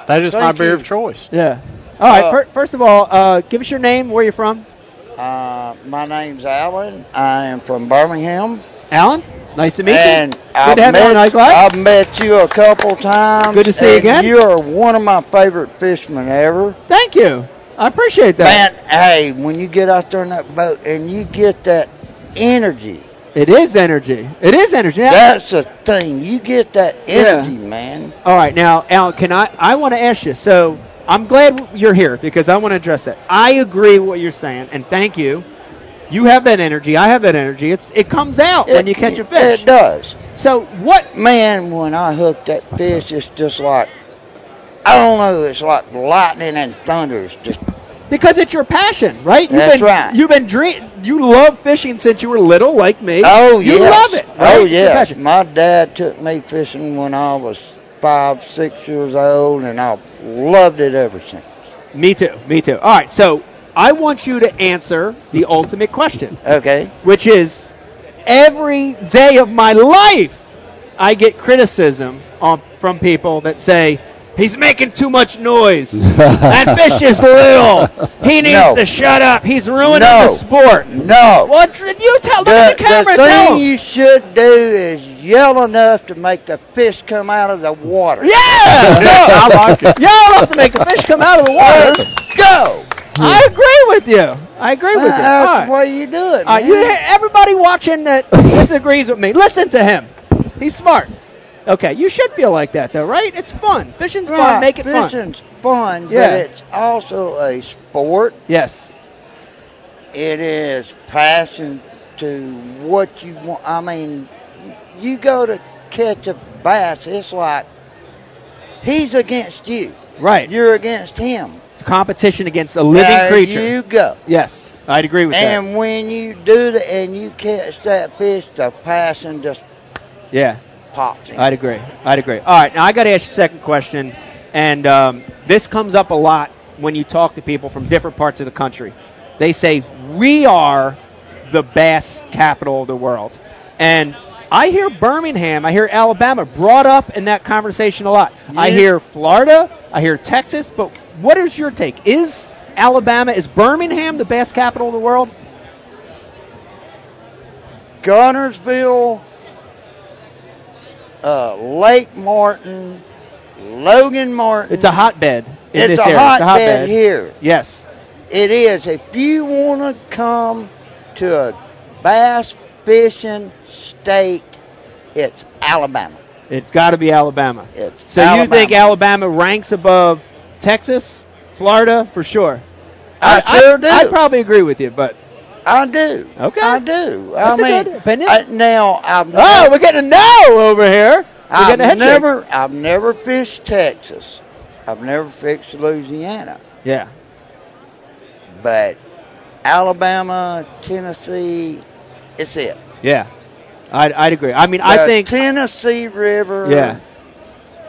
F: that is my
L: Thank
F: beer
L: you.
F: of choice.
D: Yeah. All right.
L: Uh,
D: fir- first of all, uh, give us your name, where you're from.
L: Uh, my name's Alan. I am from Birmingham.
D: Alan, nice to meet
L: and
D: you. Good
L: I've
D: to have you on
L: met,
D: Ike Live.
L: I've met you a couple times.
D: Good to see you
L: and
D: again.
L: You are one of my favorite fishermen ever.
D: Thank you. I appreciate that.
L: Man, hey, when you get out there in that boat and you get that energy,
D: It is energy. It is energy. Now-
L: that's the thing. You get that energy, man.
D: all right. Now, Alan, can I? I want to ask you. So I'm glad you're here because I want to address that. I agree with what you're saying, and thank you. You have that energy. I have that energy. It's it comes out when
L: It-
D: you catch a fish.
L: It does.
D: So what?
L: Man, when I hook that fish, it's just like, I don't know, it's like lightning and thunder. It's just,
D: Because it's your passion, right? You've
L: That's
D: been,
L: right.
D: You've been dream. You love fishing since you were little, like me.
L: oh,
D: you
L: yes.
D: love it. Right?
L: Oh,
D: It's your
L: yes.
D: passion.
L: My dad took me fishing when I was five, six years old, and I've loved it ever since.
D: Me too. Me too. All right. So I want you to answer the ultimate question,
L: Okay.
D: which is every day of my life, I get criticism on, from people that say, He's making too much noise. That fish is little. He needs
L: No.
D: to shut up. He's ruining
L: No.
D: the sport.
L: No.
D: Well, tr- you tell Oh, look at the camera.
L: the
D: tell
L: thing
D: 'em.
L: you should do is yell enough to make the fish come out of the water.
D: yeah! I like it. Y'all have to make the fish come out of the water.
L: Go!
D: I agree with you. I agree
L: Well,
D: with you. All right.
L: that's the way you do it.
D: Uh,
L: man.
D: you hear everybody watching that disagrees with me. Listen to him. He's smart. Okay, you should feel like that though, right? It's fun. Fishing's
L: Right,
D: fun. Make it fun.
L: Fishing's fun,
D: Yeah.
L: but it's also a sport.
D: Yes.
L: It is passion to what you want. I mean, you go to catch a bass, it's like he's against you.
D: Right.
L: You're against him.
D: it's competition against a living
L: there
D: creature.
L: you go.
D: yes, I'd agree with
L: And when you do that and you catch that fish, the passion just
D: that. Yeah,
L: pops in.
D: I'd agree. I'd agree. All right, now I got to ask you a second question, and um, this comes up a lot when you talk to people from different parts of the country. They say we are the bass capital of the world. And I hear Birmingham, I hear Alabama brought up in that conversation a lot. I
L: Yeah.
D: hear Florida, I hear Texas, but what is your take? Is Alabama, is Birmingham the bass capital of the world?
L: Gunnersville, uh, Lake Martin, Logan Martin.
D: It's a hotbed in
L: It's
D: this
L: a
D: area. it's a
L: hotbed
D: hotbed
L: here.
D: Yes.
L: It is. If you want to come to a bass fishing state, it's Alabama.
D: It's got to be Alabama.
L: It's
D: so you
L: Alabama.
D: think Alabama ranks above Texas, Florida for sure?
L: I, sure do.
D: I'd probably agree with you, but
L: I do.
D: Okay.
L: I do.
D: That's a
L: I mean,
D: good opinion.
L: I, now I've never,
D: oh, we're getting a no over here. We're
L: I've
D: getting a head shake.
L: never, I've never fished Texas. I've never fished Louisiana,
D: Yeah.
L: but Alabama, Tennessee, it's it.
D: Yeah. I'd, I'd agree. I mean,
L: The
D: I think.
L: Tennessee River.
D: Yeah.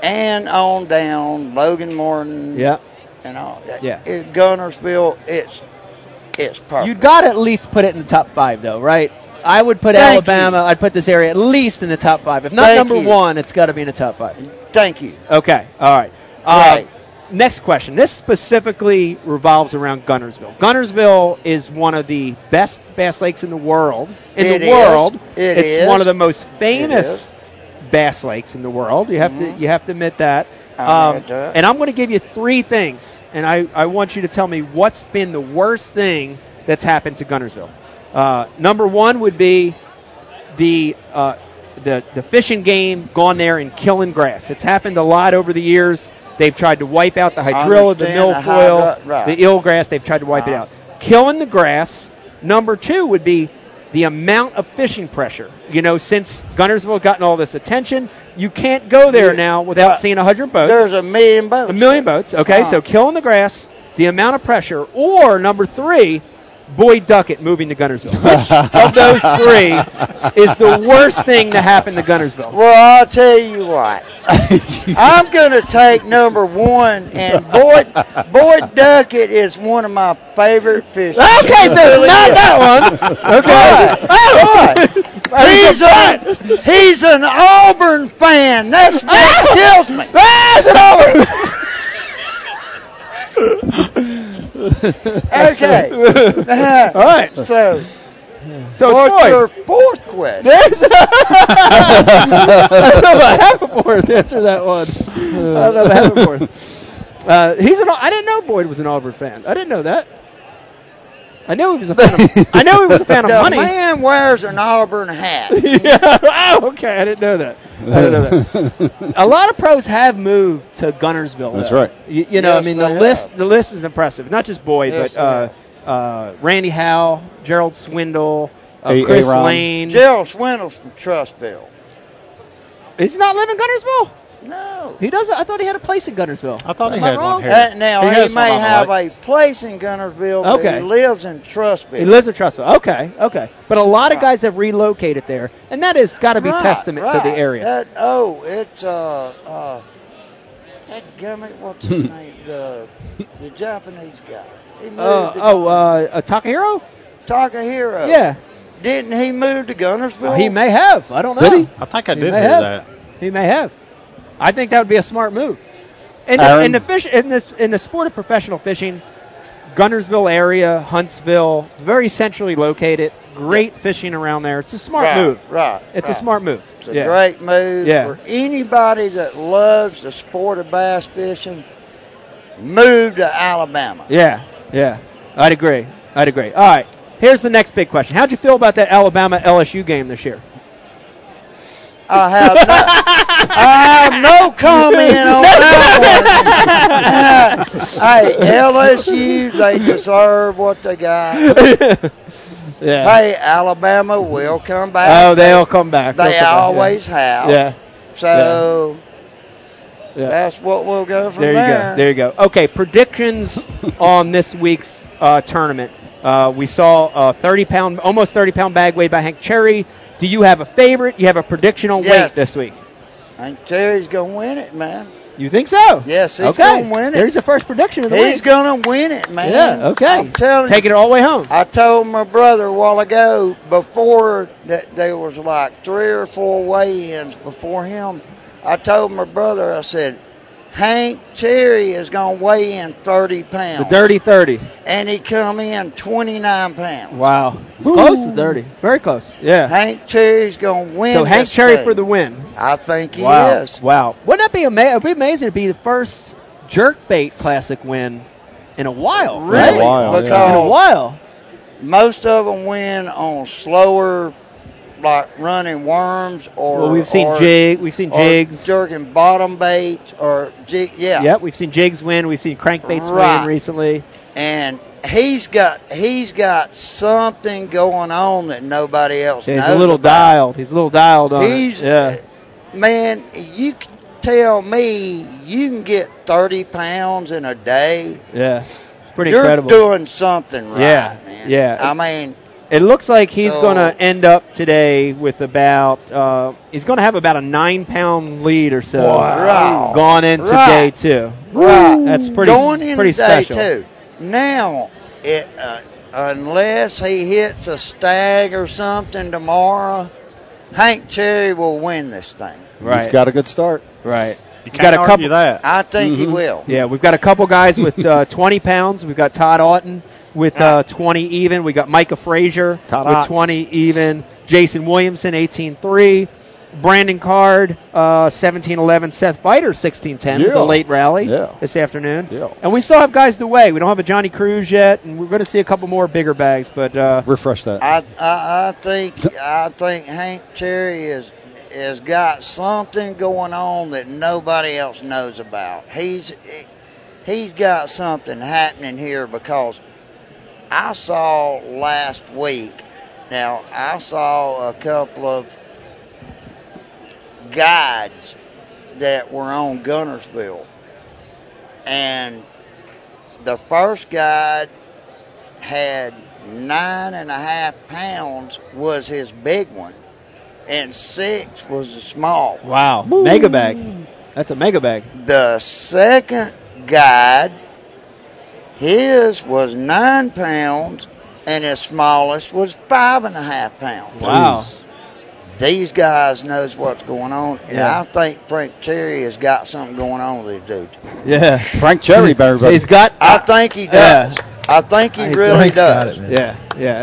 L: And on down, Logan Morton.
D: Yeah.
L: And all. that.
D: Yeah.
L: It, Gunnersville. It's it's perfect.
D: You'd got to at least put it in the top five, though, right? I would put
L: Thank
D: Alabama. I'd put this area at least in the top five. If not
L: Thank
D: number
L: you.
D: one, it's got to be in the top five.
L: Thank you.
D: Okay. All right.
L: Right.
D: Um, next question. This specifically revolves around Gunnersville. Gunnersville is one of the best bass lakes in the world. In
L: It
D: the
L: is.
D: world,
L: It
D: it's
L: is.
D: one of the most
L: is.
D: famous bass lakes in the world. You have to you have to admit that. Um,
L: I'll admit that.
D: And I'm going to give you three things, and I, I want you to tell me what's been the worst thing that's happened to Gunnersville. Uh, number one would be the uh, the the fishing game gone there and killing grass. It's happened a lot over the years. They've tried to wipe out the hydrilla, the
L: Understand the
D: milfoil,
L: hydra- right.
D: the ill grass. They've tried to wipe
L: Ah.
D: it out. Killing the grass. Number two would be the amount of fishing pressure. You know, since Gunnersville gotten all this attention, you can't go there now without seeing a hundred boats.
L: There's a million boats. Ah.
D: A million boats. Okay, so killing the grass, the amount of pressure, or number three, Boyd Duckett moving to Gunnersville. Which of those three is the worst thing to happen to Gunnersville?
L: Well, I'll tell you what. I'm going to take number one, and Boyd, Boyd Duckett is one of my favorite fish.
D: Okay, so it's not that one. Okay. Oh,
L: He's, a, he's an Auburn fan. That's what kills me. Okay.
D: All right.
L: So,
D: So
L: what's your
D: Boyd.
L: fourth question?
D: There's I don't know about Haverford after that one. I don't know about Haverford. Uh, he's an. I didn't know Boyd was an Auburn fan. I didn't know that. I knew he was a fan. Of, I knew he was a fan of
L: The
D: money.
L: man wears an Auburn hat.
D: yeah. Oh, okay. I didn't know that. I didn't know that. A lot of pros have moved to Gunnersville.
E: That's
D: though.
E: right.
D: You, you know,
L: Yes,
D: I mean, the
L: they
D: list
L: have.
D: the list is impressive. Not just Boyd,
L: Yes,
D: but uh, uh, Randy Howe, Gerald Swindle, uh,
E: A-
D: Chris
E: Aaron.
D: Lane.
L: Gerald Swindle's from Trustville.
D: Is he not living in Gunnersville?
L: No.
D: He doesn't. I thought he had a place in Gunnersville.
F: I thought he
D: Am I
F: had
D: wrong?
F: one here.
L: Uh, now,
F: He
L: he,
F: has one
L: may
F: on the
L: have a place in Gunnersville, but
D: Okay.
L: he lives in Trustville.
D: He lives in Trustville. Okay, okay. But a lot of
L: Right.
D: guys have relocated there, and that has got to be
L: Right,
D: testament to
L: right.
D: the area.
L: That, oh, it's uh, uh, that gummit, what's his name? The the Japanese guy. He moved
D: uh,
L: to
D: oh, uh, a Takahiro?
L: Takahiro.
D: Yeah.
L: Didn't he move to Gunnersville?
D: He may have. I don't know.
E: Did he?
F: I think I
D: He
F: did hear
D: may have.
F: that.
D: He may have. I think that would be a smart move. In the,
E: Aaron?
D: in the fish in this in the sport of professional fishing, Gunnersville area, Huntsville, it's very centrally located. Great fishing around there. It's a smart
L: right,
D: move.
L: Right.
D: It's a
L: right.
D: smart move.
L: It's a
D: yeah.
L: great move
D: Yeah.
L: for anybody that loves the sport of bass fishing. Move to Alabama.
D: Yeah, yeah. I'd agree. I'd agree. All right. Here's the next big question. How'd you feel about that Alabama LSU game this year?
L: I have no, I have no comment on that one. hey, LSU, they deserve what they got.
D: yeah.
L: Hey, Alabama will come back.
D: Oh, they'll come back. They'll
L: They
D: come back,
L: always have.
D: Yeah.
L: So
D: yeah. yeah.
L: that's what we'll go from
D: There you go. There you go. Okay, predictions on this week's uh, tournament. Uh, we saw a 30 pound, almost 30 pound bag weighed by Hank Cherry. Do you have a favorite? You have a prediction on
L: Yes.
D: weight this week?
L: And Terry's gonna win it, man.
D: You think so?
L: Yes, he's
D: okay.
L: gonna win it.
D: There's the first prediction of the
L: He's
D: week.
L: gonna win it, man.
D: yeah. Okay.
L: I'm telling
D: Taking it all the way home.
L: I told my brother a while ago before that there was like three or four weigh-ins before him. I told my brother, I said, Hank Cherry is going to weigh in 30
D: The
L: pounds.
D: dirty 30.
L: And he come in 29 pounds.
D: Wow. It's close to 30. Very close. Yeah.
L: Hank Cherry's going to win
D: So Hank
L: this
D: Cherry
L: thing.
D: for the win.
L: I think he
D: Wow.
L: is.
D: Wow. Wouldn't that be, ama- it'd be amazing to be the first jerkbait classic win in a while?
L: Really?
D: Right?
E: Wow, yeah.
L: because
D: In a while.
L: most of them win on slower like running worms or
D: Well, we've seen
L: or,
D: jig, we've seen
L: or
D: jigs.
L: jerking bottom baits or jig. Yeah.
D: Yep, we've seen jigs win. We've seen crankbaits
L: Right.
D: win recently.
L: And he's got he's got something going on that nobody else
D: He's
L: knows.
D: a little
L: about.
D: dialed. He's a little dialed on
L: He's
D: it. Yeah.
L: man. You can tell me you can get thirty pounds in a day.
D: Yeah. It's pretty
L: You're
D: incredible.
L: doing something right,
D: Yeah,
L: man.
D: yeah.
L: I mean,
D: It looks like he's
L: So-
D: going to end up today with about uh, he's going to have about a nine pound lead or so
L: Wow.
D: gone into day
L: Right.
D: two.
L: Right.
D: That's pretty
L: going into
D: pretty
L: day
D: special.
L: two. Now, it, uh, unless he hits a stag or something tomorrow, Hank Cherry will win this thing.
D: Right,
E: He's got a good start.
D: right.
F: You
D: We've
F: can't
D: got a
F: argue
D: couple- Mm-hmm.
F: that.
L: I think he
E: Mhm.
L: will.
D: Yeah, we've got a couple guys with uh, 20 pounds. We've got Todd Auten with uh, 20 even. We got Micah Frazier
J: Todd
D: with
J: Auten.
D: 20 even. Jason Williamson 18-3. Brandon Card uh, 17-11. Seth Biter 16-10 with
E: Yeah.
D: a late rally
E: Yeah.
D: this afternoon.
E: Yeah.
D: And we still have guys to weigh. We don't have a Johnny Cruz yet, and we're going to see a couple more bigger bags. But uh,
E: Refresh that.
L: I, I, I think I think Hank Cherry is has got something going on that nobody else knows about. He's he's got something happening here because I saw last week. Now I saw a couple of guides that were on Gunnersville, and the first guide had nine and a half pounds was his big one, and six was the small.
D: wow, mega bag. That's a mega bag.
L: The second guide, his was nine pounds, and his smallest was five and a half pounds.
D: Wow.
L: These guys knows what's going on, and
D: Yeah.
L: I think Frank Cherry has got something going on with this dude.
D: Yeah.
E: Frank Cherry, everybody.
D: He's got.
L: I think he does. I think he really
H: Frank's
L: does.
H: got it, man.
D: Yeah,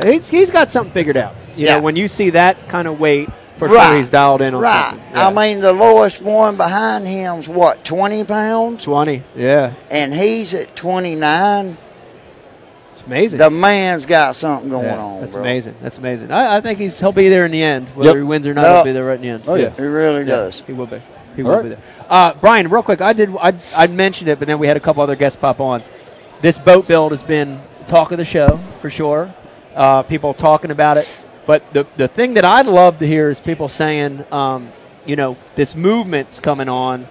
D: yeah. He's, he's got something figured out. You
L: Yeah.
D: know, when you see that kind of weight, for sure
L: Right.
D: he's dialed in on
L: Right.
D: something. Yeah.
L: I mean, the lowest one behind him's what, 20 pounds?
D: 20. Yeah.
L: And he's at 29.
D: It's amazing.
L: The man's got something going
D: Yeah,
L: on.
D: that's
L: bro.
D: amazing. That's amazing. I, I think he's he'll be there in the end, whether
E: Yep.
D: he wins or not.
L: No.
D: He'll be there right in the end.
E: Oh, yeah.
L: He really
D: Yeah,
L: does.
D: He will be. He
E: All
D: will
E: right.
D: be there. Uh, Brian, real quick, I did. I, I mentioned it, but then we had a couple other guests pop on. This boat build has been talk of the show for sure. Uh, people talking about it, but the the thing that I'd love to hear is people saying, um, you know, this movement's coming on.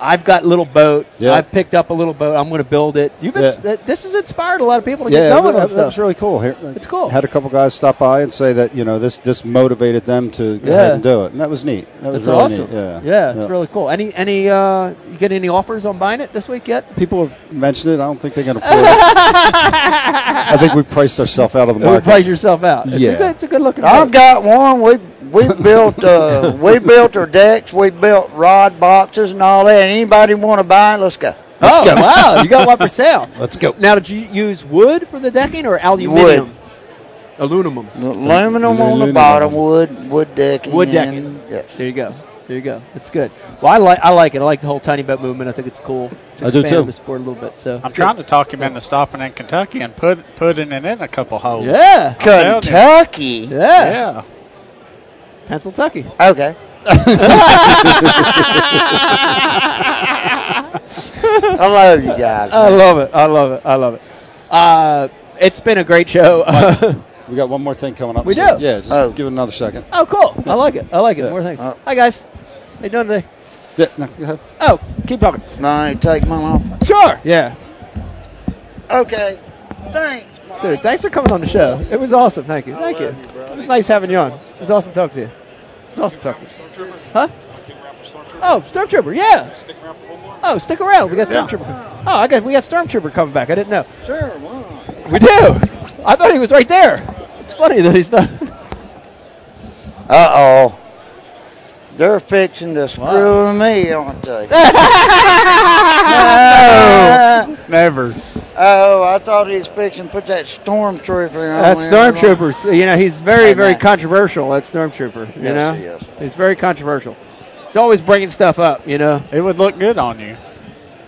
D: I've got little boat.
E: Yeah.
D: I've picked up a little boat. I'm going to build it. You've been,
E: Yeah.
D: this has inspired a lot of people to
E: yeah,
D: get going
E: that,
D: on
E: that was
D: stuff.
E: really cool. Here, uh,
D: It's cool.
E: Had a couple guys stop by and say that you know this this motivated them to go
D: Yeah.
E: ahead and do it, and that was neat. That was
D: That's
E: really
D: awesome.
E: neat. Yeah,
D: it's really cool. Any any uh, you get any offers on buying it this week yet?
E: People have mentioned it. I don't think they can afford it. I think we priced ourselves out of the
D: Or
E: market.
D: price yourself out. It's a
E: Yeah.
D: good, it's a good looking.
L: I've got
D: boat.
L: one. We we built uh, we built our decks. We built rod boxes and all that. Anybody want to buy? it? Let's go.
D: oh wow, you got one for sale.
E: Let's go.
D: Now, did you use wood for the decking or aluminum? Aluminum.
L: Aluminum on the
E: Aluminum.
L: bottom, wood wood decking.
D: Wood
L: and-
D: decking.
L: Yes.
D: There you go. There you go. It's good. Well, I like I like it. I like the whole tiny boat movement. I think it's cool. To
E: I do
D: expand
E: too.
D: The sport a little bit. So
F: I'm trying to talk him into stopping in Kentucky and put, putting it in a couple holes.
D: Yeah.
F: telling you.
L: Kentucky.
D: Yeah.
F: Yeah.
D: Pennsylvania.
L: Okay. I love you guys.
D: I love it. I love it. I love it. Uh, it's been a great show.
E: We got one more thing coming up.
D: We
E: so-
D: do?
E: Yeah, just
L: Oh.
E: give it another second.
D: oh, cool. I like it. I like it.
E: Yeah.
D: More thanks.
L: Uh,
D: Hi guys. How you doing today?
E: Yeah, no, go ahead.
D: Oh, keep talking.
L: No, take mine off.
D: Sure. Yeah.
L: Okay. Thanks.
D: Dude, thanks for coming on the show. It was awesome. Thank you. Thank you. It was nice having you on. It was awesome talking to you. It was awesome talking to you. Huh? Oh, Stormtrooper. Yeah. Oh, stick around. We got Stormtrooper. coming. Oh, I got we got Stormtrooper coming back. I didn't know.
L: Sure. Why?
D: We do. I thought he was right there. It's funny that he's not.
L: Uh oh. They're fixing to screw with me, aren't they? no.
F: Never.
L: Oh, I thought he was fixing to put that stormtrooper on.
D: That's
L: there.
D: Stormtroopers. You know, he's very,
L: Hey,
D: very
L: Matt.
D: controversial. That's Stormtrooper. You
L: Yes,
D: know,
L: he is.
D: he's very controversial. He's always bringing stuff up. You know.
F: It would look good on you.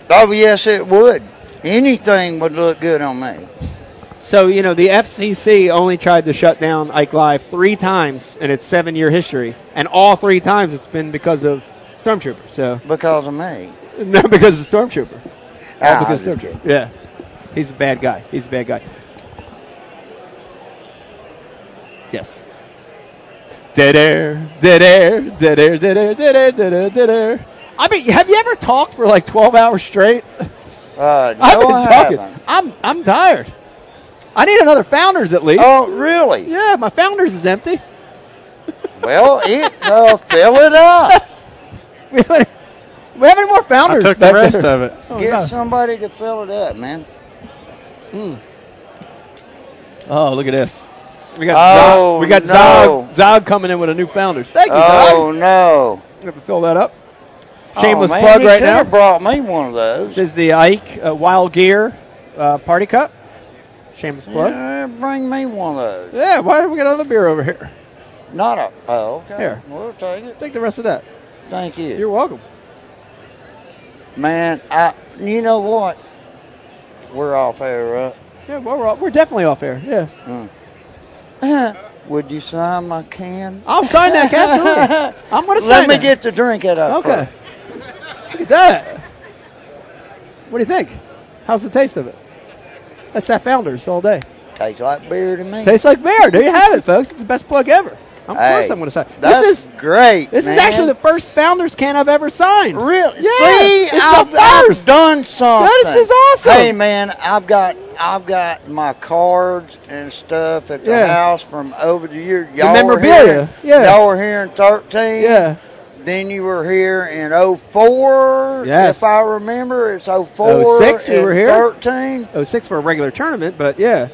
L: Oh yes, it would. Anything would look good on me.
D: So you know the FCC only tried to shut down Ike Live three times in its seven-year history, and all three times it's been because of stormtroopers. So
L: because of me.
D: not because of stormtrooper. All
L: Ah,
D: because
L: I'm just
D: stormtrooper. Yeah, he's a bad guy. He's a bad guy. Yes. Dead air, dead air, dead air, dead air, dead air, dead air, dead air. I mean, have you ever talked for like 12 hours straight?
L: Uh, no,
D: I've been
L: I
D: talking.
L: haven't.
D: I'm I'm tired. I need another Founders at least.
L: Oh, really?
D: Yeah, my Founders is empty.
L: Well, it, uh, fill it up.
D: we have any more
M: I
D: Founders.
M: took the
D: back
M: rest
D: there.
M: of it.
D: Oh,
L: Get
D: no.
L: somebody to fill it up, man.
D: Mm. Oh, look at this. We got
L: Oh,
D: Zog, we got
L: no.
D: Zog, Zog coming in with a new Founders. Thank you,
L: Oh
D: Zog.
L: no!
D: We have to fill that up. Shameless
L: oh, man,
D: plug
L: you
D: right
L: coulda
D: now.
L: Brought me one of those.
D: This is the Ike uh, Wild Gear uh, Party Cup. Shameless plug. Yeah.
L: Yeah, bring me one of those.
D: why did we get another beer over here?
L: Not a. Oh, okay.
D: Here.
L: We'll take it.
D: Take the rest of that.
L: Thank you.
D: You're welcome.
L: Man, I you know what? We're off air, right?
D: Yeah, well, we're, all, we're definitely off air. Yeah.
L: Mm. Would you sign my can?
D: I'll sign that, absolutely. I'm going to
L: Let
D: sign
L: me
D: that.
L: get the drink out of
D: Okay. Look at that. What do you think? How's the taste of it? That's that Founders all day.
L: Tastes like beer to me.
D: Tastes like beer. There you have it, folks. It's the best plug ever. Of course
L: Hey,
D: I'm going to sign.
L: That's
D: This is
L: great.
D: this
L: man.
D: is actually the first Founders can I've ever signed.
L: Really?
D: Yeah,
L: See,
D: it's the
L: I've,
D: first.
L: I've done something.
D: is awesome.
L: Hey, man, I've got I've got my cards and stuff at the
D: Yeah.
L: house from over the year. Y'all
D: memorabilia.
L: Were here,
D: Yeah.
L: Y'all were here in thirteen.
D: Yeah.
L: Then you were here in oh four.
D: Yes.
L: If I remember, it's oh four.
D: 06 you were here.
L: Thirteen.
D: Oh, six for a regular tournament, but yeah.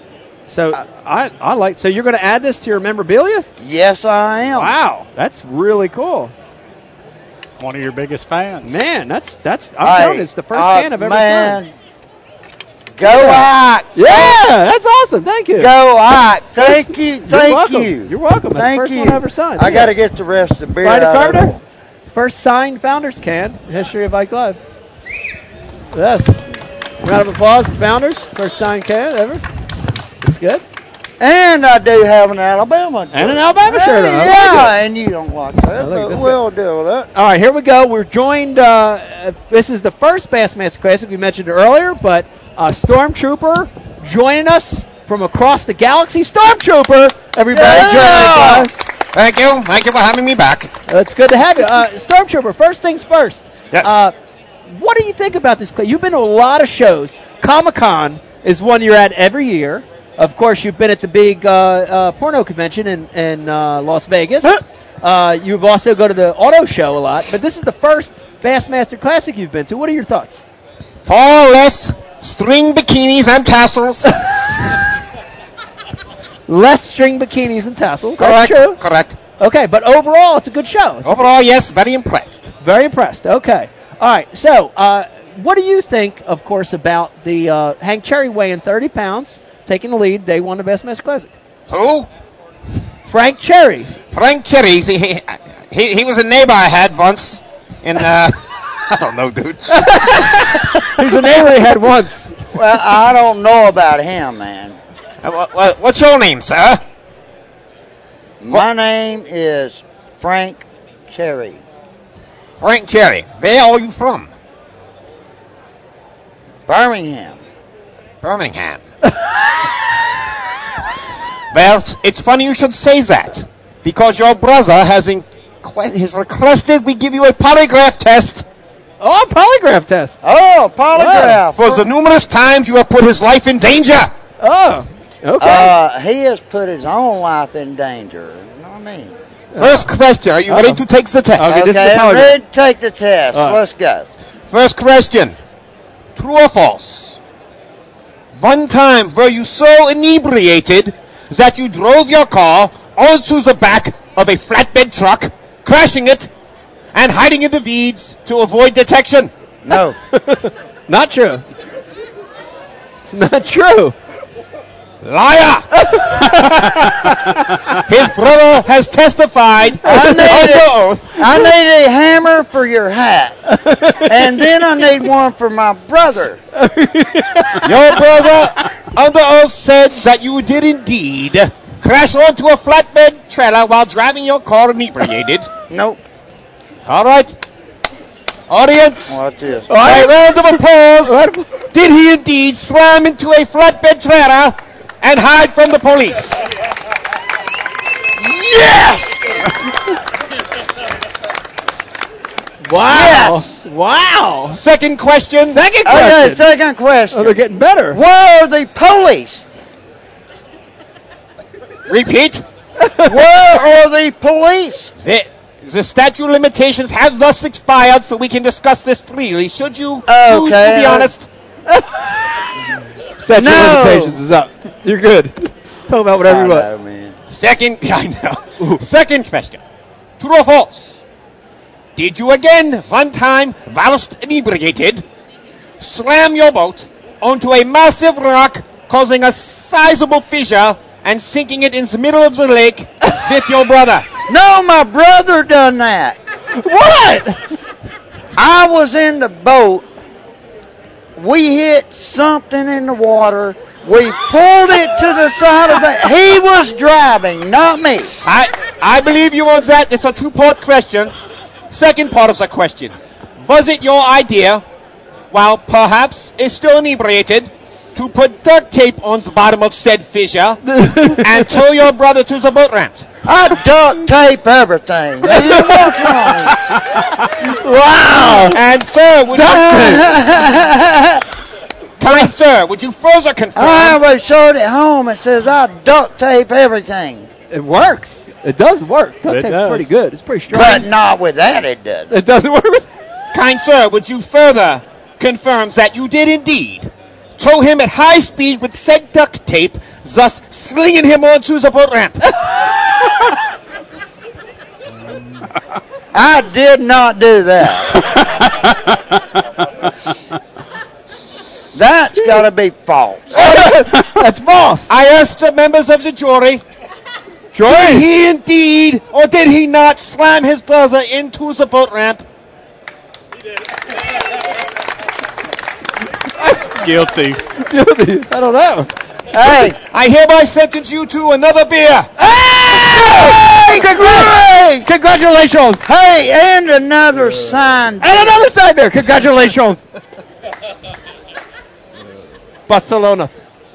D: So I, I like. So you're going to add this to your memorabilia?
L: Yes, I am.
D: Wow, that's really cool,
F: One of your biggest fans.
D: man. That's that's. I'm
L: Hey,
D: telling you, it's the first
L: uh,
D: can I've ever
L: man,
D: signed.
L: Go out.
D: Yeah, that's awesome. Thank you.
L: Go out. Thank you.
D: You're
L: Thank
D: welcome.
L: you.
D: You're welcome. That's the
L: Thank
D: first
L: you.
D: one I ever signed.
L: I
D: Yeah.
L: got to get the rest of the beer
D: Friday
L: out of there.
D: Carter, first signed Founders can in the history of Ike Live. Yes. Round of applause for Founders, first signed can ever. It's good.
L: And I do have an Alabama shirt.
D: And an Alabama shirt on. I like
L: yeah,
D: it.
L: and you don't like that,
D: I like it.
L: but
D: That's
L: we'll deal with that.
D: All right, here we go. We're joined. Uh, uh, this is the first Bassmaster Classic we mentioned earlier, but uh, Stormtrooper joining us from across the galaxy. Stormtrooper, everybody, join
L: Yeah!
D: us, uh,
C: Thank you. Thank you for having me back.
D: Uh, It's good to have you. Uh, Stormtrooper, first things first.
C: Yes.
D: Uh, what do you think about this? Clay? You've been to a lot of shows. Comic Con is one you're at every year. Of course, you've been at the big uh, uh, porno convention in, in uh, Las Vegas. Uh, you've also go to the auto show a lot, but this is the first Bassmaster Classic you've been to. What are your thoughts?
C: Far less string bikinis and tassels.
D: Less string bikinis and tassels.
C: correct.
D: That's true.
C: Correct.
D: Okay, but overall, it's a good show. It's
C: Overall, yes, very impressed.
D: Very impressed. Okay. All right. So, uh, what do you think, of course, about the uh, Hank Cherry weighing 30 pounds, taking the lead, day one of the Best Master Classic?
C: Who?
D: Frank Cherry.
C: Frank Cherry. He, he, he, he was a neighbor I had once. And, uh, I don't know, dude.
D: He's a neighbor he had once.
L: Well, I don't know about him, man.
C: Uh, wha- wha- What's your name, sir?
L: My name is Frank Cherry,
C: Frank Cherry. Where are you from?
L: Birmingham.
C: Birmingham. well, it's funny you should say that, because your brother has, in- has requested we give you a polygraph test
D: Oh, polygraph test.
L: Oh, polygraph.
C: for the numerous times you have put his life in danger.
D: Oh. Okay.
L: Uh, he has put his own life in danger. You know what I mean?
C: First question, are you ready to take the test?
D: Okay, this is the
L: I'm
D: polygraph.
L: ready to take the test.
D: All right.
L: Let's go.
C: First question, true or false? One time were you so inebriated that you drove your car onto the back of a flatbed truck, crashing it, and hiding in the weeds to avoid detection?
L: No.
D: not true. It's not true.
C: Liar! His brother has testified under oath.
L: I need a hammer for your hat, and then I need one for my brother.
C: Your brother under oath said that you did indeed crash onto a flatbed trailer while driving your car inebriated?
L: Nope.
C: All right. Audience,
L: Watch this.
C: a round of applause. Did he indeed slam into a flatbed trailer and hide from the police? Yes!
D: Wow. Wow.
C: Second question. Oh,
D: Second
L: Okay,
D: question.
L: second question.
D: getting better.
L: Were the police?
C: Repeat.
L: Where are the police?
C: The, the statute of limitations has thus expired, so we can discuss this freely. Should you choose to
L: Okay,
C: be
L: uh,
C: honest?
D: Statute
L: No.
D: of limitations is up. You're good. Talk about whatever you
L: I know,
D: want.
L: man.
C: Second, I know. Second question. True or false? Did you again, one time, whilst inebriated, slam your boat onto a massive rock, causing a sizable fissure and sinking it in the middle of the lake with your brother?
L: No, my brother done that.
C: What?
L: I was in the boat. We hit something in the water. We pulled it to the side of the. He was driving, not me.
C: I, I believe you on that. It's a two-part question. Second part of the question. Was it your idea, while perhaps it's still inebriated, to put duct tape on the bottom of said fissure and tow your brother to the boat ramp?
L: I duct tape everything. Man, what's wrong?
C: Wow! And sir, would you, kind sir, would you further confirm?
L: I was showed at home and says I duct tape everything,
D: It works. It does work. Duct
N: It
D: tape's
N: does.
D: pretty good. It's pretty strong.
L: but not with that. It does.
D: It doesn't work.
C: Kind sir, would you further confirm that you did indeed tow him at high speed with said duct tape, thus slinging him onto the boat ramp?
L: I did not do that. That's got to be false.
D: That's boss.
C: I asked the members of the jury, did he indeed or did he not slam his brother into the boat ramp?
F: Guilty.
D: I don't know.
L: Hey,
C: I hereby sentence you to another beer.
L: hey, great!
D: Congratulations.
L: Hey, and another sign.
D: And another side there. Congratulations. Barcelona.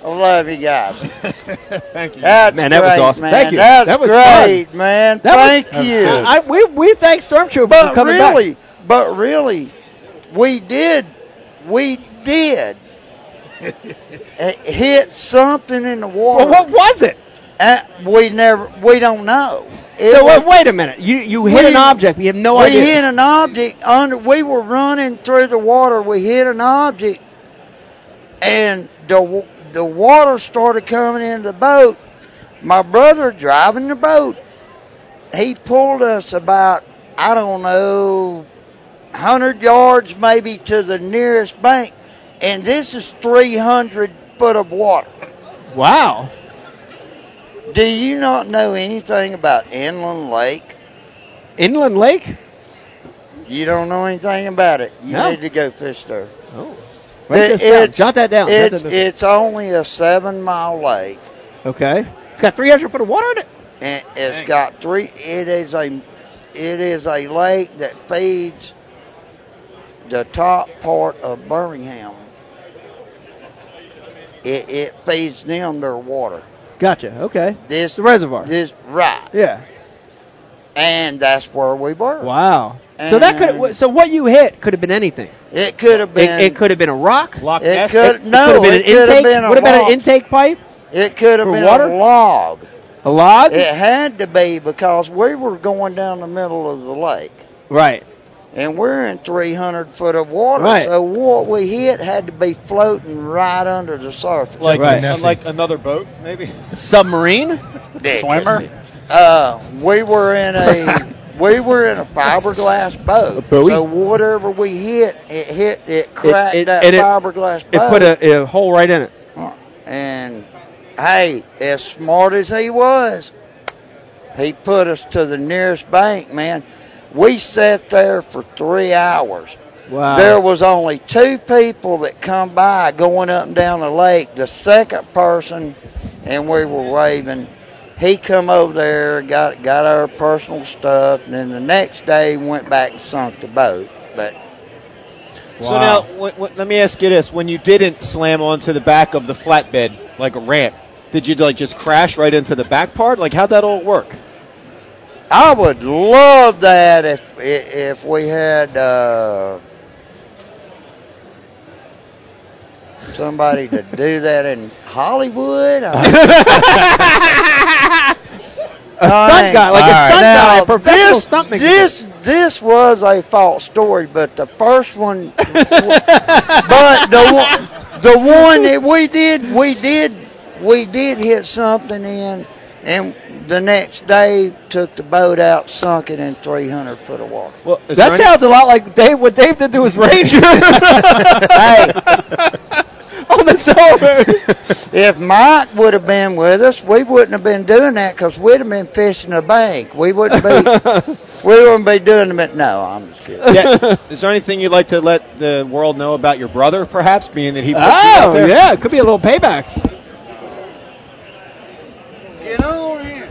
L: I love you guys.
O: Thank you.
L: That's
D: Man, that was
L: great,
D: awesome.
L: Man.
D: Thank you.
L: That's
D: That was
L: great, man.
D: That was-
L: Thank you.
D: I, we, we thank Stormtrooper for
L: but
D: coming back.
L: really, but really, we did, we did uh, hit something in the water.
D: Well, what was it?
L: Uh, we never, we don't know. It
D: So
L: was-
D: wait, wait a minute. You you hit
L: We-
D: an object. We have no
L: we
D: idea.
L: hit an object under. We were running through the water. We hit an object, and the w- the water started coming in the boat. My brother driving the boat, he pulled us about I don't know, hundred yards maybe to the nearest bank, and this is three hundred foot of water.
D: wow.
L: Do you not know anything about inland lake?
D: Inland Lake.
L: You don't know anything about it. You
D: No.
L: need to go fish there.
D: Oh. Write
L: It-
D: this down.
L: it-
D: Jot that down. Jot
L: It's,
D: that down.
L: it's only a seven mile lake,
D: okay. It's got 300 foot of water in it.
L: and it's got three. It is a it is a lake that feeds the top part of Birmingham. It, it feeds them their water.
D: Gotcha. Okay.
L: This
D: It's the reservoir.
L: This right,
D: Yeah.
L: and that's where we were.
D: Wow. So that could
L: And-
D: so what you hit could have been anything.
L: It could have
D: It,
L: been.
D: it could have been a rock.
C: Lock
L: It
C: S.
L: could no.
D: could have been
L: it
D: an
L: could have
D: intake.
L: been a
D: what about
L: log.
D: an intake pipe?
L: It could have
D: for
L: been
D: water?
L: a log.
D: A log?
L: It had to be because we were going down the middle of the lake.
D: Right.
L: and we're in 300 foot of water.
D: Right.
L: So what we hit had to be floating right under the surface.
C: Like,
D: Right.
C: like another boat, maybe?
D: Submarine?
F: Swimmer.
L: Uh, we were in a we were in a fiberglass boat.
D: buoy?
L: So whatever we hit, it hit it cracked
D: it-
L: that
D: and it-
L: fiberglass
D: It
L: boat.
D: put a, a hole right in it.
L: and hey, as smart as he was, he put us to the nearest bank. Man, we sat there for three hours.
D: Wow.
L: There was only two people that come by going up and down the lake. The second person, and we were waving. He come over there, got got our personal stuff, and then the next day went back and sunk the boat. But
E: So now, w- w- let me ask you this: When you didn't slam onto the back of the flatbed like a ramp, did you like just crash right into the back part? Like how'd that all work?
L: I would love that if i- if we had uh, somebody to do that in Hollywood. uh.
D: A stunt guy, like a stunt guy, a professional
L: this,
D: stuntman.
L: this, this was a false story, but the first one, but the one, the one that we did, we did, we did hit something in, and the next day took the boat out, sunk it in 300 foot of water.
E: Well, is there
D: that
E: any-
D: sounds a lot like Dave. What Dave did to his ranger. On the shoulder.
L: If Mike would have been with us, we wouldn't have been doing that because we'd have been fishing the bank. We wouldn't be, we wouldn't be doing it. No, I'm just kidding.
E: yeah, is there anything you'd like to let the world know about your brother, perhaps, being that he put you out
D: Oh
E: there?
D: yeah, it could be a little paybacks.
L: Get on here.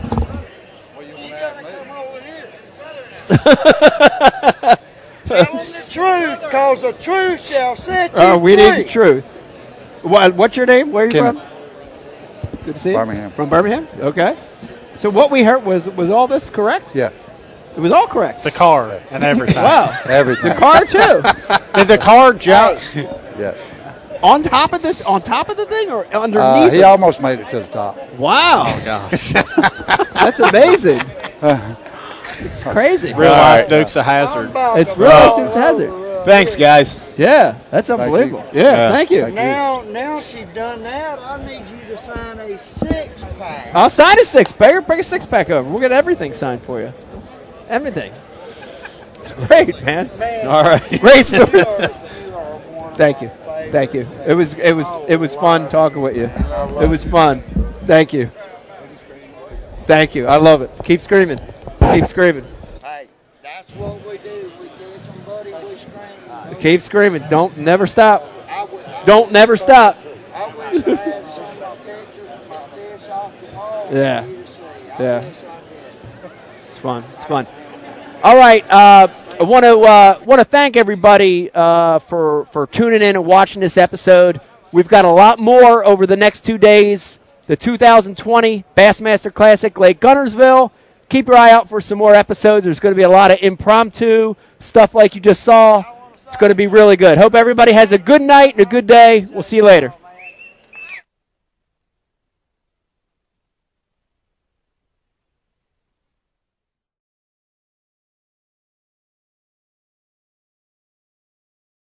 L: Tell them the truth, because the truth shall set you
D: Uh, we
L: free.
D: need the truth. What, what's your name? Where are you
H: Kenneth.
D: from? Good to see you.
H: Birmingham.
D: From Birmingham? Okay. So what we heard was was all this correct?
H: Yeah,
D: It was all correct.
F: The car and everything.
D: Wow.
H: everything.
D: The car too.
F: Did the car jump?
H: Yeah.
D: on top of the on top of the thing or
H: Uh,
D: underneath?
H: he
D: it?
H: almost made it to the top. Oh,
D: wow. gosh. That's amazing. Uh-huh. It's crazy.
F: Real
H: Right.
F: life Dukes of Hazard.
L: About
D: It's
L: the
D: real
L: ball
D: Dukes of Hazzard.
L: over, uh,
E: Thanks, guys.
D: Yeah, that's unbelievable. Yeah, thank you.
H: Thank
L: Now, now she's done that. I need you to sign a six pack.
D: I'll Uh, sign a six pack. Bring a six pack over. We'll get everything signed for you. Everything. It's great, man.
E: All right.
D: Great story.
L: You are one of
D: Thank you.
L: my favorite
D: Thank you. It was it was it was fun talking with you. It was fun. Thank you. Thank you. I love it. Keep screaming. Keep screaming.
L: Hey, that's what we do. We get somebody, we scream.
D: Keep screaming. Don't never stop.
L: I would- I
D: Uh, Don't
L: would-
D: never stop.
L: I would grab some of my pictures of my fish off the wall for
D: Yeah.
L: you to see. I
D: Yeah.
L: wish I did.
D: It's fun. It's fun. All right. Uh, I want to uh, want to thank everybody uh, for for tuning in and watching this episode. We've got a lot more over the next two days. The 2020 Bassmaster Classic Lake Gunnersville. Keep your eye out for some more episodes. There's going to be a lot of impromptu stuff like you just saw. It's going to be really good. Hope everybody has a good night and a good day. We'll see you later.